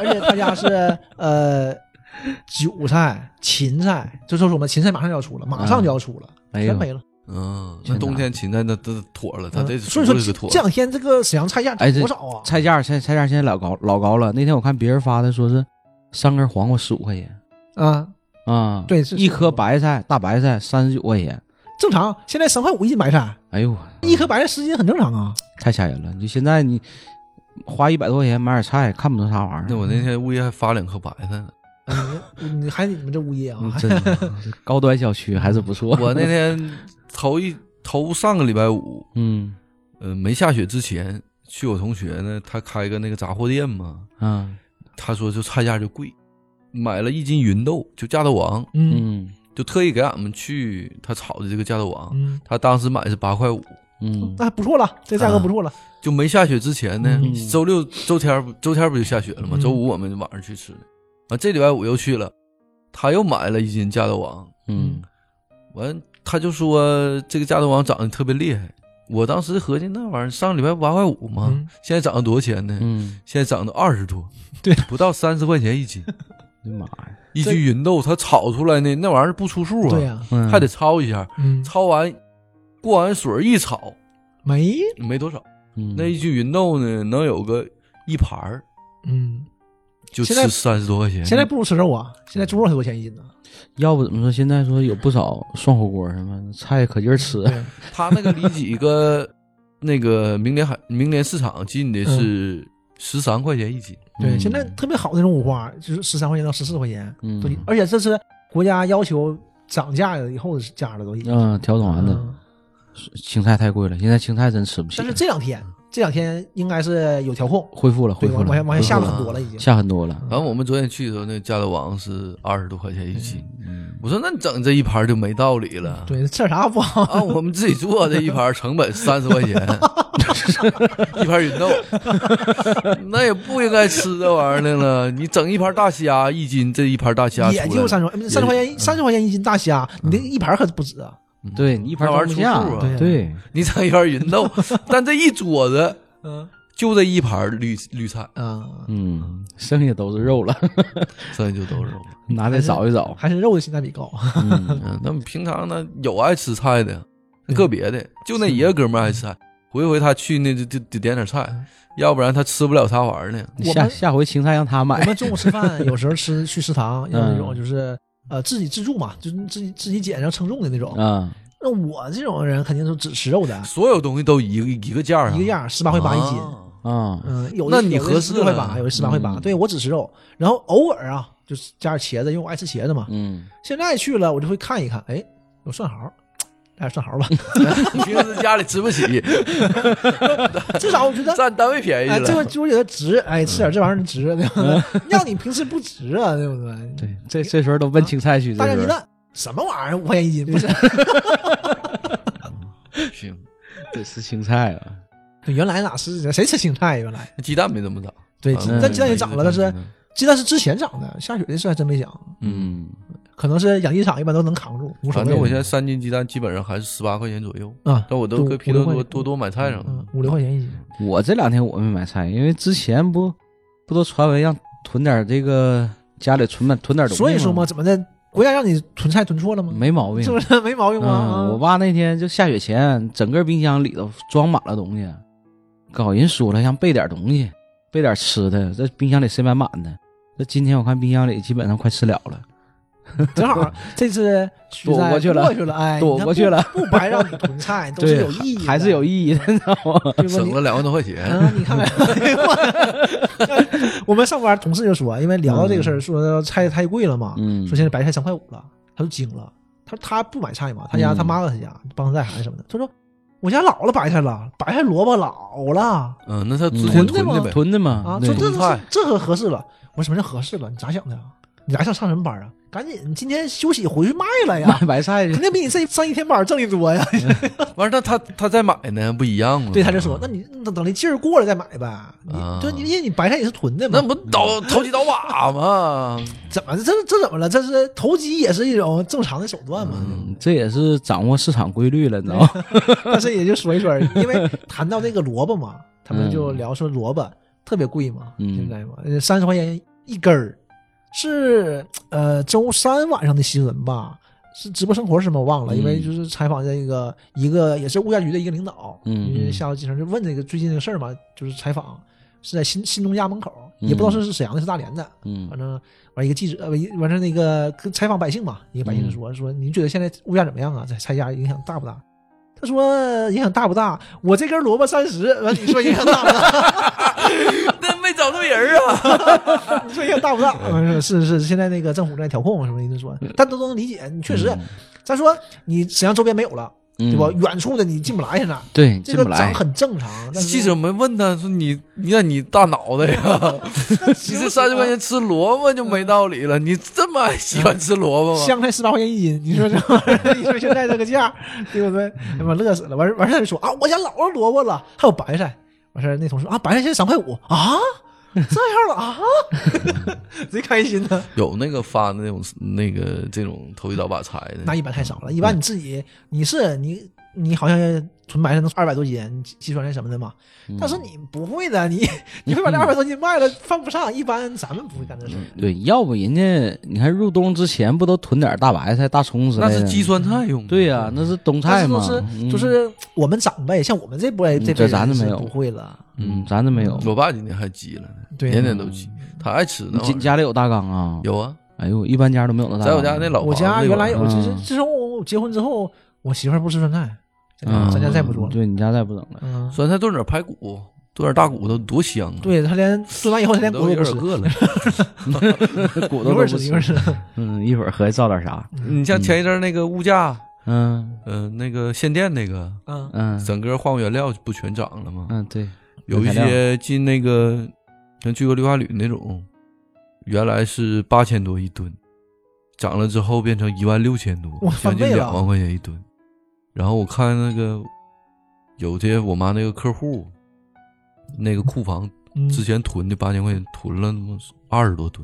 Speaker 3: 而且他家是呃韭菜、芹菜，就说什么芹菜马上就要出了，马上就要出了，
Speaker 2: 哎呦
Speaker 3: 全没了。
Speaker 4: 嗯，
Speaker 2: 真
Speaker 4: 那
Speaker 2: 的
Speaker 4: 冬天芹菜那都妥了，它这
Speaker 3: 嗯所以
Speaker 4: 熟了就
Speaker 3: 说
Speaker 4: 妥
Speaker 3: 这
Speaker 4: 了。
Speaker 3: 两天这个沈阳菜价
Speaker 2: 哎这
Speaker 3: 多少啊？
Speaker 2: 菜价菜菜价现在老高老高了。那天我看别人发的说是三根黄瓜十五块钱
Speaker 3: 啊，
Speaker 2: 啊，
Speaker 3: 对是
Speaker 2: 一颗白菜大白菜三十九块钱。
Speaker 3: 正常，现在三块五一斤白菜，
Speaker 2: 哎呦，
Speaker 3: 一颗白菜十斤很正常啊。
Speaker 2: 太吓人了！你现在你花一百多块钱买点菜，看不着啥玩意儿。
Speaker 4: 那我那天物业还发两颗白菜 (laughs) 呢。
Speaker 3: 哎你你还你们这物业啊，
Speaker 2: 嗯真 (laughs) 的高端小区还是不错。
Speaker 4: 我那天头一头上个礼拜五，
Speaker 2: 嗯
Speaker 4: 呃，没下雪之前，去我同学呢，他开个那个杂货店嘛，
Speaker 2: 啊
Speaker 4: 他说就菜价就贵，买了一斤芸豆，就架豆王，
Speaker 3: 嗯
Speaker 2: 嗯
Speaker 4: 就特意给俺们去他炒的这个架豆王，
Speaker 3: 嗯，
Speaker 4: 他当时买是八块五，
Speaker 2: 嗯
Speaker 3: 那还不错了，这价格不错了。
Speaker 4: 就没下雪之前呢，
Speaker 2: 嗯
Speaker 4: 周六、周天儿不周天儿不就下雪了吗？
Speaker 3: 嗯
Speaker 4: 周五我们晚上去吃的，完这礼拜五又去了，他又买了一斤加德王，
Speaker 2: 嗯
Speaker 4: 完他就说这个加德王涨得特别厉害。我当时合计那玩意儿上礼拜八块五嘛，
Speaker 3: 嗯
Speaker 4: 现在涨到多少钱呢？
Speaker 2: 嗯，
Speaker 4: 现在涨到二十多，
Speaker 3: (laughs) 对，
Speaker 4: 不到三十块钱一
Speaker 3: (laughs)
Speaker 4: 斤，
Speaker 2: 我的妈哎呀！
Speaker 4: 一斤芸豆它炒出来呢，那玩意儿不出数啊，
Speaker 3: 对呀、
Speaker 2: 嗯
Speaker 4: 还得焯一下，
Speaker 3: 嗯，
Speaker 4: 焯完过完水一炒
Speaker 3: 没，
Speaker 4: 没多少，
Speaker 2: 嗯
Speaker 4: 那一斤芸豆呢能有个一盘儿。
Speaker 3: 嗯，
Speaker 4: 就
Speaker 3: 现在
Speaker 4: 吃三十多块钱。
Speaker 3: 现在不如吃肉啊，现在猪肉才多钱一斤呢。
Speaker 2: 要不怎么说现在说有不少涮火锅什么的菜可劲儿吃。
Speaker 3: 对，
Speaker 4: (laughs) 他那个离几个那个明联海明联市场近的是十三块钱一斤，
Speaker 3: 对，
Speaker 2: 嗯
Speaker 3: 现在特别好的那种五花，就是十三块钱到十四块钱，
Speaker 2: 嗯
Speaker 3: 都而且这是国家要求涨价了以后的价了，都已经。
Speaker 2: 嗯调整完的
Speaker 3: 嗯
Speaker 2: 青菜太贵了，现在青菜真吃不起
Speaker 3: 但
Speaker 2: 了
Speaker 3: 是。这两天这两天应该是有调控，
Speaker 2: 恢复了，恢
Speaker 3: 对，
Speaker 2: 复
Speaker 3: 往
Speaker 2: 了，
Speaker 3: 下往下
Speaker 2: 恢复
Speaker 3: 下了
Speaker 4: 了
Speaker 3: 很多了，已经。
Speaker 2: 下很多了。
Speaker 4: 反正我们昨天去的时候，那家乐王是二十多块钱一斤。我说那你整这一盘就没道理了。
Speaker 3: 对，吃点啥不好？
Speaker 4: (laughs) 啊，我们自己做的一盘成本三十块钱，一盘芸豆，那也不应该吃这玩意儿的了。你整一盘大虾一斤，这一盘大虾
Speaker 3: 也
Speaker 4: 出来
Speaker 3: 就
Speaker 4: 了
Speaker 3: 三十块，三十块钱一，三十块钱一斤大虾，
Speaker 4: 嗯
Speaker 3: 你那一盘可不止啊。
Speaker 2: 对你一盘
Speaker 4: 那玩意儿
Speaker 2: 装不下
Speaker 4: 出数
Speaker 3: 啊
Speaker 2: 对，
Speaker 4: 你整一盘芸
Speaker 3: (laughs)
Speaker 4: 豆，但这一桌子
Speaker 3: 嗯
Speaker 4: 就这一盘绿绿菜，
Speaker 3: 啊，
Speaker 2: 嗯，剩下都是肉了， (laughs)
Speaker 4: 剩下就都是
Speaker 3: 哦
Speaker 4: 肉。
Speaker 2: 拿来找一找。
Speaker 3: 还是肉的性价比
Speaker 4: (laughs)
Speaker 3: 高。
Speaker 2: (laughs) 嗯
Speaker 4: 嗯，那么平常呢，有爱吃菜的，
Speaker 3: 嗯
Speaker 4: 个别的，就那一个哥们儿爱吃菜，回回他去那就就得点点菜，
Speaker 3: 嗯
Speaker 4: 要不然他吃不了啥玩意儿呢。
Speaker 3: 我
Speaker 2: 下
Speaker 3: 们
Speaker 2: 下回青菜让他
Speaker 3: 我
Speaker 2: 买。
Speaker 3: 们中午吃饭有时候吃去食堂，有那种
Speaker 2: 嗯
Speaker 3: 就是呃自己自助嘛，就是自己自己减然后称重的那种。
Speaker 4: 嗯
Speaker 2: 啊，
Speaker 3: 那我这种人肯定是只吃肉的，
Speaker 4: 所有东西都一个一个价儿啊，
Speaker 3: 一个样十八块八一斤。
Speaker 4: 啊
Speaker 2: 啊，
Speaker 3: 嗯，有
Speaker 4: 那
Speaker 3: 的
Speaker 4: 你合适
Speaker 3: 六块
Speaker 4: 了
Speaker 3: 八，有的十八块八。
Speaker 2: 嗯
Speaker 3: 对我只吃肉，然后偶尔啊就是加点茄子，因为我爱吃茄子嘛。
Speaker 2: 嗯，
Speaker 3: 现在去了我就会看一看，哎，有蒜毫。来点蒜
Speaker 4: (laughs)
Speaker 3: 毫吧，
Speaker 4: 平时家里吃
Speaker 3: (laughs)
Speaker 4: 不起，
Speaker 3: 至少我觉得，
Speaker 4: 占单位便宜
Speaker 3: 哎，这
Speaker 4: 了。
Speaker 3: 个猪觉得值，哎，吃点
Speaker 2: 嗯
Speaker 3: 这玩意儿值，对不
Speaker 2: (laughs)
Speaker 3: 对？让你平时不值啊，对不对？
Speaker 2: 对，这这时候都奔青菜去。
Speaker 3: 大酱
Speaker 2: 这
Speaker 3: 鸡
Speaker 2: 时候
Speaker 3: 蛋什么玩意儿，五块钱一斤，
Speaker 2: (laughs)
Speaker 3: 不是？
Speaker 4: 行，
Speaker 2: (laughs) 得吃青菜啊。
Speaker 3: 原来哪是谁吃青菜？原来
Speaker 4: 鸡蛋没怎么涨，
Speaker 3: 对，
Speaker 4: 啊
Speaker 3: 鸡
Speaker 2: 嗯
Speaker 3: 蛋鸡蛋也涨了，但是
Speaker 4: 嗯
Speaker 3: 鸡蛋是之前涨的，下雪的事还真没涨，
Speaker 4: 嗯，
Speaker 3: 可能是养鸡场一般都能扛住，无所
Speaker 4: 反正
Speaker 3: 谓
Speaker 4: 我现在三斤鸡蛋基本上还是十八块钱左右，
Speaker 3: 啊。
Speaker 4: 但我都搁拼多
Speaker 3: 五
Speaker 4: 多
Speaker 3: 六块
Speaker 4: 多多买菜上了
Speaker 3: 嗯，。五六块钱一斤，
Speaker 2: 我这两天我没买菜，因为之前不不都传闻让囤点这个家里存点囤点东西，
Speaker 3: 所以说嘛，，怎么的？国家让你囤菜囤错了吗？
Speaker 2: 没毛病
Speaker 3: 是。不是没毛病吗？啊
Speaker 2: 嗯，我爸那天就下雪前，整个冰箱里头装满了东西，搞人说了，想备点东西，备点吃的，这冰箱里塞满满的。这今天我看冰箱里基本上快吃了了，(laughs)
Speaker 3: 正好这次
Speaker 2: 躲过去
Speaker 3: 去
Speaker 2: 了
Speaker 3: 过去了，哎，
Speaker 2: 躲
Speaker 3: 你看
Speaker 2: 过去了
Speaker 3: 不，不白让你囤菜，
Speaker 2: (laughs)
Speaker 3: 都是
Speaker 2: 对
Speaker 3: 有意义的，
Speaker 2: 还是有意
Speaker 3: 义，
Speaker 2: 义的，你知道吗？
Speaker 3: (laughs) 对吧？
Speaker 4: 省
Speaker 3: 你
Speaker 4: 了两万多块钱。
Speaker 3: 啊，你看看， (laughs) 我们上班同事就说，因为聊到这个事儿，说菜太贵了嘛，
Speaker 2: 嗯
Speaker 3: 说现在白菜三块五了，他就惊了。他说他不买菜嘛，他家
Speaker 2: 嗯
Speaker 3: 他妈搁他家帮他带孩子什么的。他说我家老了白菜了，白菜萝卜老了
Speaker 4: 嗯，那他之
Speaker 2: 囤
Speaker 4: 前
Speaker 3: 的
Speaker 4: 囤
Speaker 3: 吗
Speaker 4: 的呗，
Speaker 2: (laughs) 囤的嘛
Speaker 3: 啊，，
Speaker 2: 对
Speaker 3: 说这
Speaker 4: 种菜
Speaker 3: 这可合适了。我说什么叫合适了？你咋想的呀？啊你还想上什么班啊？赶紧，你今天休息回去卖了呀
Speaker 2: (laughs) 卖，白菜去
Speaker 3: 肯定比你上上一天班挣的多呀。
Speaker 4: 完事儿他他他再买呢，不一样吗？
Speaker 3: (laughs) 对，他就说，那你等等那劲儿过了再买呗。你
Speaker 4: 啊
Speaker 3: 对，因为你白菜也是囤的嘛，
Speaker 4: 那不倒投机倒把吗？
Speaker 3: 怎么这这怎么了？这是投机也是一种正常的手段嘛？
Speaker 2: 嗯这也是掌握市场规律了，你知道吗？
Speaker 3: (laughs) 但是也就说一说而已。
Speaker 2: (laughs)
Speaker 3: 因为谈到那个萝卜嘛，他们就聊说萝卜特别贵嘛，
Speaker 2: 嗯
Speaker 3: 现在嘛，三呃十块钱一根儿，是呃周三晚上的新闻吧？是直播生活是吗？我忘了，因为
Speaker 2: 嗯
Speaker 3: 就是采访这个一个也是物价局的一个领导，
Speaker 2: 嗯
Speaker 3: 因为下午经常就问这个最近这个事儿嘛，就是采访是在新新农家门口，
Speaker 2: 嗯
Speaker 3: 也不知道是是沈阳的是大连的，
Speaker 2: (laughs) 嗯
Speaker 3: 反正完一个记者，呃完一完事儿那个跟采访百姓嘛，一个
Speaker 2: 嗯
Speaker 3: 百姓说、说您觉得现在物价怎么样啊？在菜价影响大不大？他说影响大不大？我这根萝卜三十，完你说影响大不大？ (laughs)
Speaker 4: 那没找对人啊。 (laughs)
Speaker 3: 你说影响大不大？完事儿是是是，现在那个政府在调控啊什么的，
Speaker 2: 嗯
Speaker 3: 说，但都都能理解。你确实，咱说你沈阳周边没有了， (laughs) 对
Speaker 2: 对
Speaker 3: 吧？远处的你进不来，现在
Speaker 2: 嗯对，
Speaker 3: 这
Speaker 2: 进
Speaker 3: 个
Speaker 2: 不
Speaker 3: 涨
Speaker 2: 来。
Speaker 3: 很正常。但是
Speaker 4: 记者们问他说：“你，你看你大脑袋呀，你这三十块钱吃萝卜就没道理了。你这么爱喜欢吃萝卜吗？
Speaker 3: 香菜十八块钱一斤，你说这 (laughs) 玩意儿，你说现在这
Speaker 2: (laughs)
Speaker 3: 个价，对不对？他妈乐死了。完事完事儿说啊，我家老了萝卜了，还有白菜。完事儿那同事啊，白菜现在三块五啊，这样了啊， (laughs) 贼开心呢。
Speaker 4: 有那个发那种那个这种投机倒把财
Speaker 3: 那
Speaker 4: 的，
Speaker 3: 一般太少了，一般你自己你是你你好像纯白菜能二百多斤，你计计算那什么的嘛。
Speaker 2: 嗯
Speaker 3: 但是你不会的，你你会把这二百多斤卖了，犯不上。一般咱们不会干这事儿。
Speaker 2: 对，要不人家你看入冬之前不都囤点大白菜、大葱之类
Speaker 4: 那
Speaker 2: 的？
Speaker 4: 是鸡酸菜用的。
Speaker 2: 对呀，那是冬
Speaker 3: 但
Speaker 2: 菜
Speaker 3: 是都
Speaker 2: 嘛。
Speaker 3: 是
Speaker 2: 嗯
Speaker 3: 就是我们长辈，像我们这波
Speaker 2: 嗯
Speaker 3: 这
Speaker 2: 这
Speaker 3: 辈
Speaker 2: 咱
Speaker 3: 人
Speaker 2: 都没
Speaker 3: 是
Speaker 2: 有
Speaker 3: 不会了。
Speaker 2: 嗯，咱这没有。
Speaker 4: 我爸今年还鸡了呢，
Speaker 3: 对，
Speaker 4: 年年都鸡，他爱吃那玩意
Speaker 2: 家
Speaker 4: 儿
Speaker 2: 家里有大缸啊？。
Speaker 4: 有啊，
Speaker 2: 哎呦，一般家都没有那大缸。
Speaker 4: 在我家那老
Speaker 3: 我
Speaker 4: 房子
Speaker 3: 家
Speaker 4: 里
Speaker 3: 原来有，
Speaker 2: 嗯
Speaker 3: 就是自从我结婚之后，我媳妇儿不吃酸菜，咱家
Speaker 2: 嗯，
Speaker 3: 咱家再不做了。
Speaker 2: 对你家再不整
Speaker 3: (laughs)
Speaker 2: 了。
Speaker 3: 嗯，
Speaker 4: 酸菜炖点排骨，炖点大骨头，多香啊！
Speaker 3: 对她连炖完以后，她连
Speaker 4: 我
Speaker 3: 骨头
Speaker 4: 都有
Speaker 3: 不吃，
Speaker 4: 点饿了。
Speaker 3: (laughs)
Speaker 2: 骨
Speaker 3: 一
Speaker 2: 头
Speaker 3: 会
Speaker 2: 都
Speaker 3: 儿
Speaker 2: 不
Speaker 3: 吃一会儿 (laughs) 吃。
Speaker 2: 嗯，一会儿合计造点啥？
Speaker 4: 你像前一阵儿那个物价，
Speaker 2: 嗯
Speaker 4: 嗯、那个限电那个，
Speaker 3: 嗯，
Speaker 2: 嗯
Speaker 4: 整个化工原料不全涨了吗？
Speaker 2: 嗯，对，
Speaker 4: 有一
Speaker 2: 原材
Speaker 4: 些进那个像聚合氯化铝那种，原来是八千多一吨，涨了之后变成一万六千多
Speaker 3: 哇，
Speaker 4: 将
Speaker 3: 翻
Speaker 4: 近
Speaker 3: 倍了
Speaker 4: 两万块钱一吨。然后我看那个有些我妈那个客户，那个库房
Speaker 3: 嗯
Speaker 4: 之前囤的八千块钱囤了他妈二十多吨，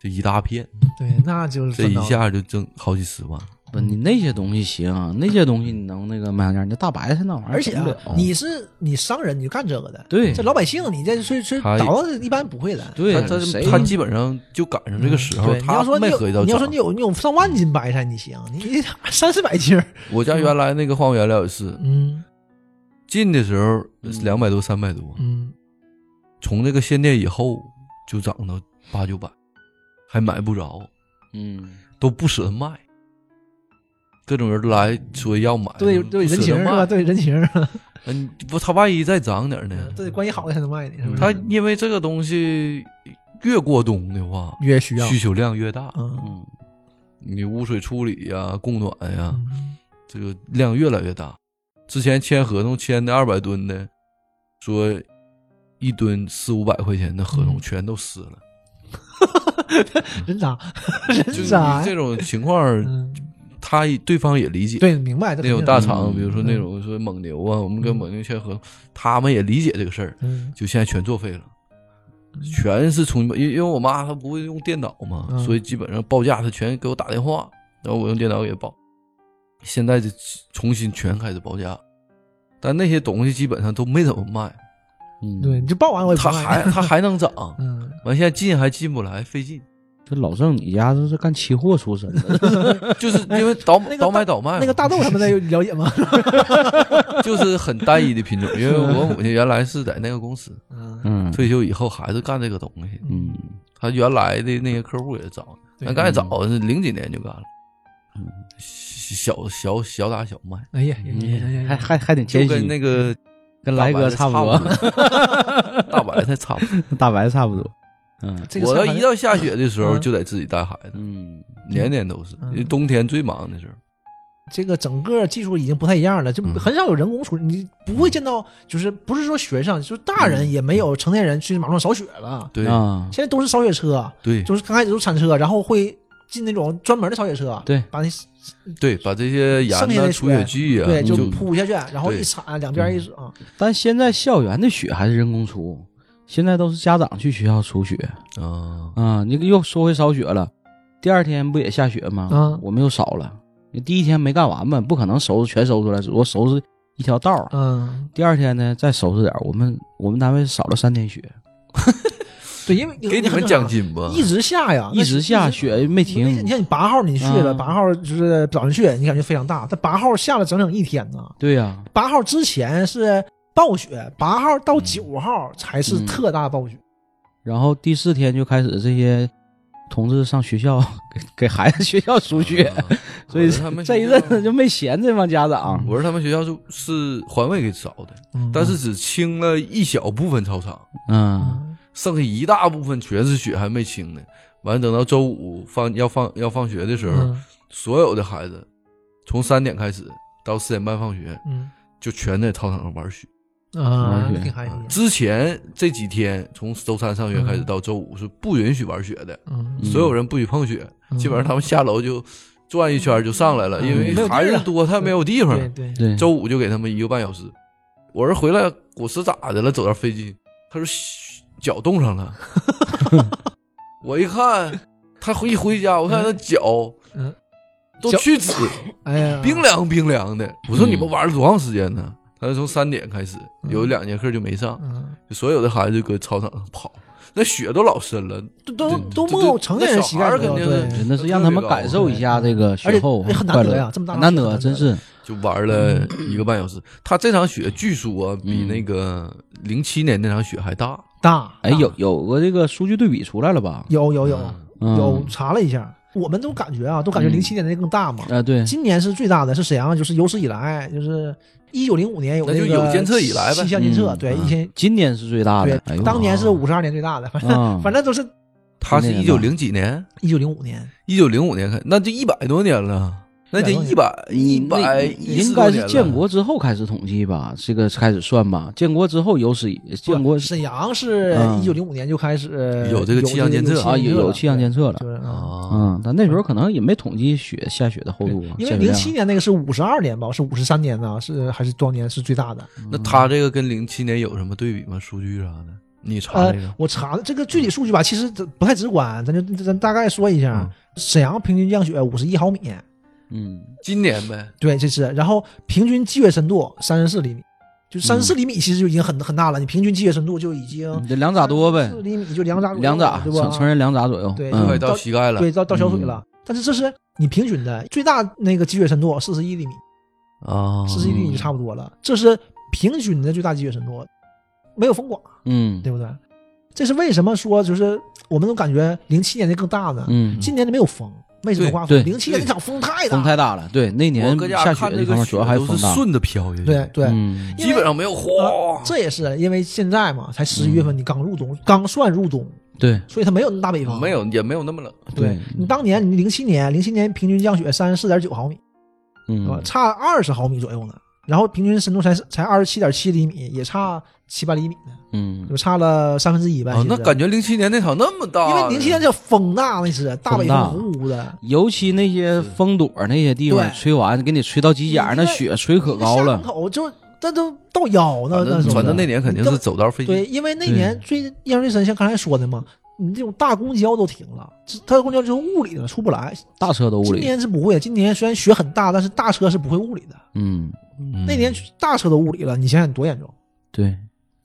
Speaker 4: 这一大片，
Speaker 3: 对，那就是
Speaker 4: 这
Speaker 3: 烦
Speaker 4: 一
Speaker 3: 恼了。
Speaker 4: 下就挣好几十万。
Speaker 2: 不，你那些东西行，那些东西你能那个卖上价，你这大白菜那玩意儿
Speaker 3: 而且
Speaker 2: 整
Speaker 3: 啊
Speaker 2: 不了。
Speaker 3: 你是你商人，你就干这个的。
Speaker 2: 对
Speaker 3: 这老百姓，你这是是
Speaker 4: 他
Speaker 3: 倒腾一般不会的。嗯
Speaker 2: 对
Speaker 4: 他他
Speaker 2: 谁
Speaker 4: 他基本上就赶上这个时候，
Speaker 3: 对，你要
Speaker 4: 他
Speaker 3: 说你
Speaker 4: 没
Speaker 3: 有
Speaker 4: 合计到
Speaker 3: 你要说
Speaker 4: 涨
Speaker 3: 你有你有上万斤白菜，你行，你你三四百
Speaker 4: (laughs)
Speaker 3: 斤儿，
Speaker 4: 我家原来那个化工原料也是
Speaker 3: 嗯
Speaker 4: 进的时候
Speaker 2: 嗯
Speaker 4: 两百多三百多，
Speaker 3: 嗯，
Speaker 4: 从这个限电以后就涨到八九百，还买不着，
Speaker 2: 嗯，
Speaker 4: 都不舍得卖。各种人来说要买，
Speaker 3: 对对，人
Speaker 4: 哎不舍
Speaker 3: 情
Speaker 4: 得
Speaker 3: 是吧？
Speaker 4: 卖。
Speaker 3: 对人情儿，
Speaker 4: 嗯，不，他万一再涨点呢？
Speaker 3: 对关系好的才能卖你，是不是？
Speaker 4: 嗯他因为这个东西越过冬的话，
Speaker 3: 越需要，
Speaker 4: 需求量越大，
Speaker 3: 啊嗯
Speaker 2: 嗯
Speaker 4: 你污水处理呀、供暖呀、
Speaker 3: 嗯
Speaker 4: 这个量越来越大。之前签合同签的二百吨的，说一吨四五百块钱的合同
Speaker 3: 嗯
Speaker 4: 全都撕了。
Speaker 3: 人渣，
Speaker 4: (laughs) 就
Speaker 3: 人
Speaker 4: 是
Speaker 3: 渣
Speaker 4: 你
Speaker 3: 呀
Speaker 4: 这。种情况，
Speaker 3: 嗯，
Speaker 4: 他对方也理解。
Speaker 3: 对，明白这
Speaker 4: 那种
Speaker 3: 肯定
Speaker 4: 大
Speaker 3: 是
Speaker 4: 厂，
Speaker 2: 嗯
Speaker 4: 比如说那种说蒙牛啊，我们跟
Speaker 3: 嗯
Speaker 4: 蒙牛签合同，他们也理解这个事儿。
Speaker 3: 嗯
Speaker 4: 就现在全作废了，全是从因为因为我妈她不会用电脑嘛，
Speaker 3: 嗯
Speaker 4: 所以基本上报价她全给我打电话，然后我用电脑给报。现在就重新全开始报价，但那些东西基本上都没怎么
Speaker 3: (laughs)
Speaker 4: 卖，
Speaker 2: 嗯，
Speaker 3: 对，，你就报完我也不
Speaker 4: 它
Speaker 3: 卖
Speaker 4: 还它还
Speaker 3: (laughs)
Speaker 4: 能涨，
Speaker 3: 嗯，
Speaker 4: 完现在进还进不来，费劲，
Speaker 2: 这老郑，你家这是干期货出身的，
Speaker 4: 就是
Speaker 3: (laughs)
Speaker 4: 因为倒
Speaker 3: 那个
Speaker 4: 倒买倒卖嘛，
Speaker 3: 那个大豆他们的有了解吗？
Speaker 4: (laughs) 就是很单一的品种，因
Speaker 3: (laughs)
Speaker 4: 为我母亲原来是在那个公司
Speaker 3: 嗯，
Speaker 2: 嗯，
Speaker 4: 退休以后还是干这个东西，
Speaker 2: 嗯，
Speaker 4: 他原来的那些客户也早，
Speaker 3: 对
Speaker 4: 咱刚才早是零几年就干了
Speaker 2: 嗯，
Speaker 4: 小小小打小卖，
Speaker 3: 哎呀，
Speaker 2: 你还还还挺
Speaker 4: 就
Speaker 2: 谦
Speaker 4: 跟
Speaker 2: 虚，
Speaker 4: 那个
Speaker 2: 嗯跟来哥差
Speaker 4: 差
Speaker 2: 不多，
Speaker 4: 多，大白菜差不多。
Speaker 2: 大白差不多，嗯
Speaker 3: 这
Speaker 4: 我
Speaker 3: 个
Speaker 4: 要一到下雪的时候
Speaker 3: 嗯
Speaker 4: 就得自己带孩子，
Speaker 2: 嗯，
Speaker 4: 年年都是，
Speaker 3: 嗯
Speaker 4: 因为冬天最忙的时候。
Speaker 3: 这个整个技术已经不太一样了，就
Speaker 4: 嗯
Speaker 3: 很少有人工处理，你不会见到，就是不是说学生，就是大
Speaker 4: 嗯
Speaker 3: 人也没有成年人去马路上扫雪了，
Speaker 4: 对
Speaker 2: 啊，
Speaker 3: 现在都是扫雪车，
Speaker 4: 对
Speaker 3: 就是刚开始都是铲车，然后会进那种专门的扫雪车，
Speaker 2: 对
Speaker 3: 把那
Speaker 4: 对，把这些盐
Speaker 3: 剩下
Speaker 4: 呐、
Speaker 3: 的
Speaker 4: 除雪剂啊，
Speaker 3: 对就
Speaker 4: 就
Speaker 3: 铺下去，然后一
Speaker 4: 对嗯
Speaker 3: 铲两边一啊，
Speaker 2: 但现在校园的雪还是人工除，现在都是家长去学校除雪
Speaker 4: 啊，
Speaker 2: 啊。你又说回扫雪了，第二天不也下雪吗？
Speaker 3: 嗯
Speaker 2: 我们又扫了。你第一天没干完嘛，不可能收拾全收拾出来，只不过收拾一条道儿。
Speaker 3: 嗯，
Speaker 2: 第二天呢，再收拾点儿。我们我们单位扫了三天雪，
Speaker 3: 对，因为
Speaker 4: 给你们奖，金不？
Speaker 3: 一直下呀，
Speaker 2: 一直下
Speaker 3: 那
Speaker 2: 雪没
Speaker 3: 你
Speaker 2: 停。
Speaker 3: 像你八号你去了，
Speaker 2: 嗯
Speaker 3: 八号就是早上去，你感觉非常大。但八号下了整整一天呢。
Speaker 2: 对呀、
Speaker 3: 八号之前是暴雪，八号到九号才是特大暴雪。
Speaker 2: 然后第四天就开始这些同志上学校 (laughs) 给给孩子学校输血，
Speaker 4: 啊
Speaker 2: (laughs) 所以
Speaker 4: 我是他们
Speaker 2: 这一
Speaker 4: 学校
Speaker 2: 阵子就没闲这帮家长。
Speaker 4: 我是他们学校是是环卫给凿的，
Speaker 3: 嗯
Speaker 4: 但是只清了一小部分操场，
Speaker 2: 嗯，
Speaker 4: 剩下一大部分全是雪还没清呢。完，等到周五放要放要放学的时候，
Speaker 3: 嗯
Speaker 4: 所有的孩子从三点开始到四点半放学，
Speaker 3: 嗯
Speaker 4: 就全在操场上玩雪。
Speaker 3: 啊
Speaker 2: 嗯，
Speaker 3: 挺嗨的。
Speaker 4: 之前这几天，从周三上学开始
Speaker 3: 嗯
Speaker 4: 到周五是不允许玩雪的，
Speaker 3: 嗯
Speaker 4: 所有人不许碰雪。
Speaker 3: 嗯
Speaker 4: 基本上他们下楼就转一圈就上来了，
Speaker 3: 嗯
Speaker 4: 因为
Speaker 3: 没有地
Speaker 4: 孩子
Speaker 3: 了
Speaker 4: 多，他没有地方。
Speaker 3: 对对，
Speaker 2: 对，
Speaker 4: 周五就给他们一个半小时。我说回来骨折咋的了？走到飞机，他说嘘脚冻
Speaker 2: (laughs)
Speaker 4: 上了。我一看，他一回家，我看他脚，
Speaker 3: 嗯
Speaker 4: 都
Speaker 3: 脚
Speaker 4: 去紫，
Speaker 3: 哎呀，
Speaker 4: 冰凉冰凉的。我说
Speaker 2: 嗯
Speaker 4: 你们玩了多长时间呢？他说从三点开始，有两节课就没上，
Speaker 3: 嗯，
Speaker 4: 所有的孩子就搁操场上跑，那雪都老深了，
Speaker 3: 都都
Speaker 4: 对
Speaker 3: 都没
Speaker 4: 这
Speaker 3: 有
Speaker 4: 这
Speaker 3: 成年人
Speaker 4: 这
Speaker 3: 膝
Speaker 4: 小
Speaker 3: 盖
Speaker 4: 孩
Speaker 3: 儿
Speaker 4: 儿
Speaker 3: 了
Speaker 4: 肯定
Speaker 3: 对
Speaker 4: 是
Speaker 2: 真的是让他们感受一下这个雪后
Speaker 3: 而且哎很难
Speaker 2: 快
Speaker 3: 得
Speaker 2: 乐
Speaker 3: 呀，这么大
Speaker 2: 难
Speaker 3: 雪
Speaker 2: 得，
Speaker 3: 难
Speaker 2: 真
Speaker 3: 得
Speaker 2: 是
Speaker 4: 就玩了一个半小时。他这场雪据说啊比
Speaker 2: 嗯
Speaker 4: 那个零七年那场雪还大，
Speaker 3: 大。
Speaker 2: 哎，有有个这个数据对比出来了吧？
Speaker 3: 有有有
Speaker 2: 嗯
Speaker 3: 有查了一下，我们都感觉啊，都感觉
Speaker 2: 嗯
Speaker 3: 零七年的更大嘛。
Speaker 2: 啊，
Speaker 4: 嗯
Speaker 2: 对，
Speaker 3: 今年是最大的，是沈阳，就是有史以来，就是一九零五年有
Speaker 4: 那
Speaker 3: 个
Speaker 4: 就有监测以来呗
Speaker 3: 气象监测，
Speaker 2: 嗯
Speaker 3: 对，一千
Speaker 2: 今年是最大的
Speaker 3: 对，，
Speaker 2: 哎呦
Speaker 3: 当年是五十二年最大的，反
Speaker 4: 嗯
Speaker 3: 正、
Speaker 2: 啊
Speaker 3: (laughs) 反正都是
Speaker 4: 他是
Speaker 2: 那
Speaker 4: 一
Speaker 2: 年
Speaker 4: 九
Speaker 2: 呢
Speaker 4: 零几年。
Speaker 3: 一九零五年，
Speaker 4: 一九零五年开，那就一百多年了，那得一百一
Speaker 2: 那
Speaker 4: 百
Speaker 2: 应该是建国之后开始统计吧，这个开始算吧。建国之后有史以建国
Speaker 3: 沈阳是
Speaker 2: 嗯
Speaker 3: 一九零五年就开始呃
Speaker 4: 有这个气象监测
Speaker 2: 啊，有有气象监
Speaker 3: 测
Speaker 2: 测
Speaker 3: 了
Speaker 2: 了，
Speaker 3: 就是嗯
Speaker 4: 啊，
Speaker 2: 嗯，但那时候可能也没统计雪下雪的厚度
Speaker 4: 哦
Speaker 2: 啊，
Speaker 3: 因
Speaker 2: 降
Speaker 3: 为
Speaker 2: 雪
Speaker 3: 零
Speaker 2: 量
Speaker 3: 七年那个是五十二年吧，是五十三年呢，是还是多少年是最大的？
Speaker 4: 那他这个跟零七年有什么对比吗？数据啥的，你查
Speaker 3: 呃
Speaker 4: 那个，
Speaker 3: 我查的这个具体数据吧，其实这不太直观，咱就咱大概说一
Speaker 4: 嗯
Speaker 3: 下，沈阳平均降雪五十一毫米，
Speaker 2: 嗯
Speaker 4: 今年呗，
Speaker 3: 对，这是，然后平均积雪深度三十四厘米，就三十四厘米其实就已经很很大了，你平均积雪深度就已经
Speaker 2: 你这嗯两拃多呗
Speaker 3: 四，厘米就两拃左右
Speaker 2: 两拃
Speaker 3: 对吧？
Speaker 2: 成成人嗯两拃左右，
Speaker 3: 对
Speaker 4: 快
Speaker 2: 嗯
Speaker 4: 到膝盖了，
Speaker 3: 对，到到小腿了。但是这是你平均的最大那个积雪深度四十一厘米，
Speaker 4: 啊，
Speaker 3: 四十一厘
Speaker 2: 嗯
Speaker 3: 米就差不多了。这是平均的最大积雪深度，没有风刮，
Speaker 2: 嗯
Speaker 3: 对不对？这是为什么说就是我们都感觉零七年的更大呢？
Speaker 2: 嗯，
Speaker 3: 今年的没啊有风，为什么
Speaker 4: 对
Speaker 3: 刮风？
Speaker 2: 对
Speaker 3: 零七年那场风太大
Speaker 2: 风
Speaker 3: 了，
Speaker 2: 太大了，对，那
Speaker 4: 我
Speaker 2: 年
Speaker 4: 搁家
Speaker 2: 下雪
Speaker 4: 看
Speaker 2: 的
Speaker 4: 这
Speaker 2: 地
Speaker 4: 个
Speaker 2: 方
Speaker 4: 雪
Speaker 2: 主要还
Speaker 4: 都
Speaker 2: 风
Speaker 4: 是
Speaker 2: 大，
Speaker 4: 顺着飘下去，
Speaker 3: 对，对。
Speaker 2: 嗯
Speaker 3: 因
Speaker 4: 基
Speaker 3: 为呃
Speaker 4: 本上没有哗，
Speaker 3: 这也是因为现在嘛，才十一
Speaker 4: 嗯
Speaker 3: 月份，你刚入冬，刚算入冬，
Speaker 2: 对
Speaker 3: 所以它没有那么大北风。
Speaker 4: 嗯没，有也没有那么冷，
Speaker 3: 对你当年你零七年，零七年平均降雪三十四点九毫米，
Speaker 2: 嗯
Speaker 3: 对吧？差二十毫米左右呢。然后平均深度才才二十七点七厘米，也差七八厘米呢，
Speaker 2: 嗯
Speaker 3: 就差了三分之一吧。其，
Speaker 4: 啊
Speaker 3: 实
Speaker 4: 那感觉零七年那场那么大，
Speaker 3: 因为零七年这风大，那是大北风呼呼的，
Speaker 2: 尤其那些风朵儿那些地方
Speaker 3: 对
Speaker 2: 吹完，给你吹到机甲，
Speaker 3: 你
Speaker 2: 那
Speaker 3: 这
Speaker 2: 雪吹可高
Speaker 3: 那下
Speaker 2: 了。
Speaker 3: 口就这都到腰那
Speaker 4: 反
Speaker 3: 那
Speaker 4: 正
Speaker 3: 时候
Speaker 4: 反哦正那年肯定是走道飞
Speaker 3: 对，
Speaker 4: 机，
Speaker 3: 因为那年最印象最深，像刚才说的嘛，你这种大公交都停了，这大公交就是物理的出不来。
Speaker 2: 大车都无
Speaker 3: 今
Speaker 2: 理，
Speaker 3: 年是不会的，今年虽然雪很大，但是大车是不会物理的。
Speaker 2: 嗯，
Speaker 4: 嗯
Speaker 3: 那年大车都物理了，你想想多严重？
Speaker 2: 对，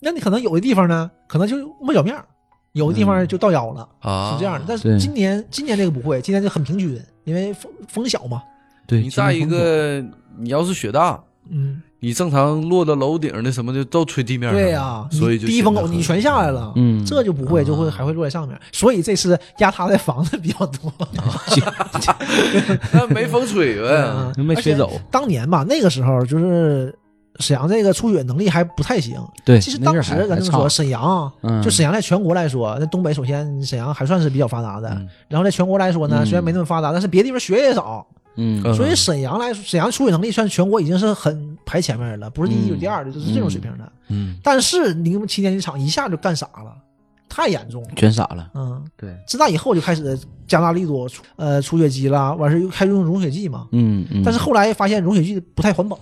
Speaker 3: 那你可能有的地方呢，可能就没脚面儿，有的地方
Speaker 2: 嗯
Speaker 3: 就到腰了，
Speaker 4: 啊
Speaker 3: 是这样的。但是
Speaker 2: 对
Speaker 3: 今年今年这个不会，今年就很平均，因为风风小嘛。
Speaker 2: 对，
Speaker 4: 你再一个，你要是雪大，
Speaker 3: 嗯，
Speaker 4: 你正常落到楼顶的什么的都吹地面上了
Speaker 3: 对呀，
Speaker 4: 所以就
Speaker 3: 你低
Speaker 4: 显
Speaker 3: 风
Speaker 4: 得
Speaker 3: 口
Speaker 4: 很
Speaker 3: 你全
Speaker 4: (laughs)
Speaker 3: 下来了，
Speaker 2: 嗯
Speaker 3: 这就不会，就会
Speaker 4: 啊
Speaker 3: 还会落在上面。所以这次压塌的房子比较
Speaker 4: (laughs)
Speaker 3: 多。
Speaker 2: (laughs)
Speaker 4: 那啊没风吹呗
Speaker 3: 嗯，
Speaker 2: 没吹走，
Speaker 3: 当年吧，那个时候就是沈阳这个出雪能力还不太行。
Speaker 2: 对，
Speaker 3: 其实
Speaker 2: 那阵
Speaker 3: 当
Speaker 2: 儿
Speaker 3: 时
Speaker 2: 还
Speaker 3: 咱
Speaker 2: 还
Speaker 3: 这么
Speaker 2: 差
Speaker 3: 说，沈阳
Speaker 2: 嗯
Speaker 3: 就沈阳在全国来说，那东北首先沈阳还算是比较发达的
Speaker 4: 嗯，
Speaker 3: 然后在全国来说呢，
Speaker 2: 嗯
Speaker 3: 虽然没那么发达，但是别地方雪也少，
Speaker 2: 嗯
Speaker 4: 嗯
Speaker 3: 所以沈阳来说，沈阳出雪能力算全国已经是很排前面了，不是第
Speaker 2: 嗯
Speaker 3: 一就是第二的，就是这种水平的。
Speaker 4: 嗯，
Speaker 3: 但是零七年一场一下就干傻了，太严重了。
Speaker 2: 全傻了，
Speaker 3: 嗯，
Speaker 2: 对，
Speaker 3: 自那以后就开始加大力度，呃，除雪机啦，完事儿又开始用融雪剂嘛。
Speaker 2: 嗯嗯，
Speaker 3: 但是后来发现融雪剂不太环保。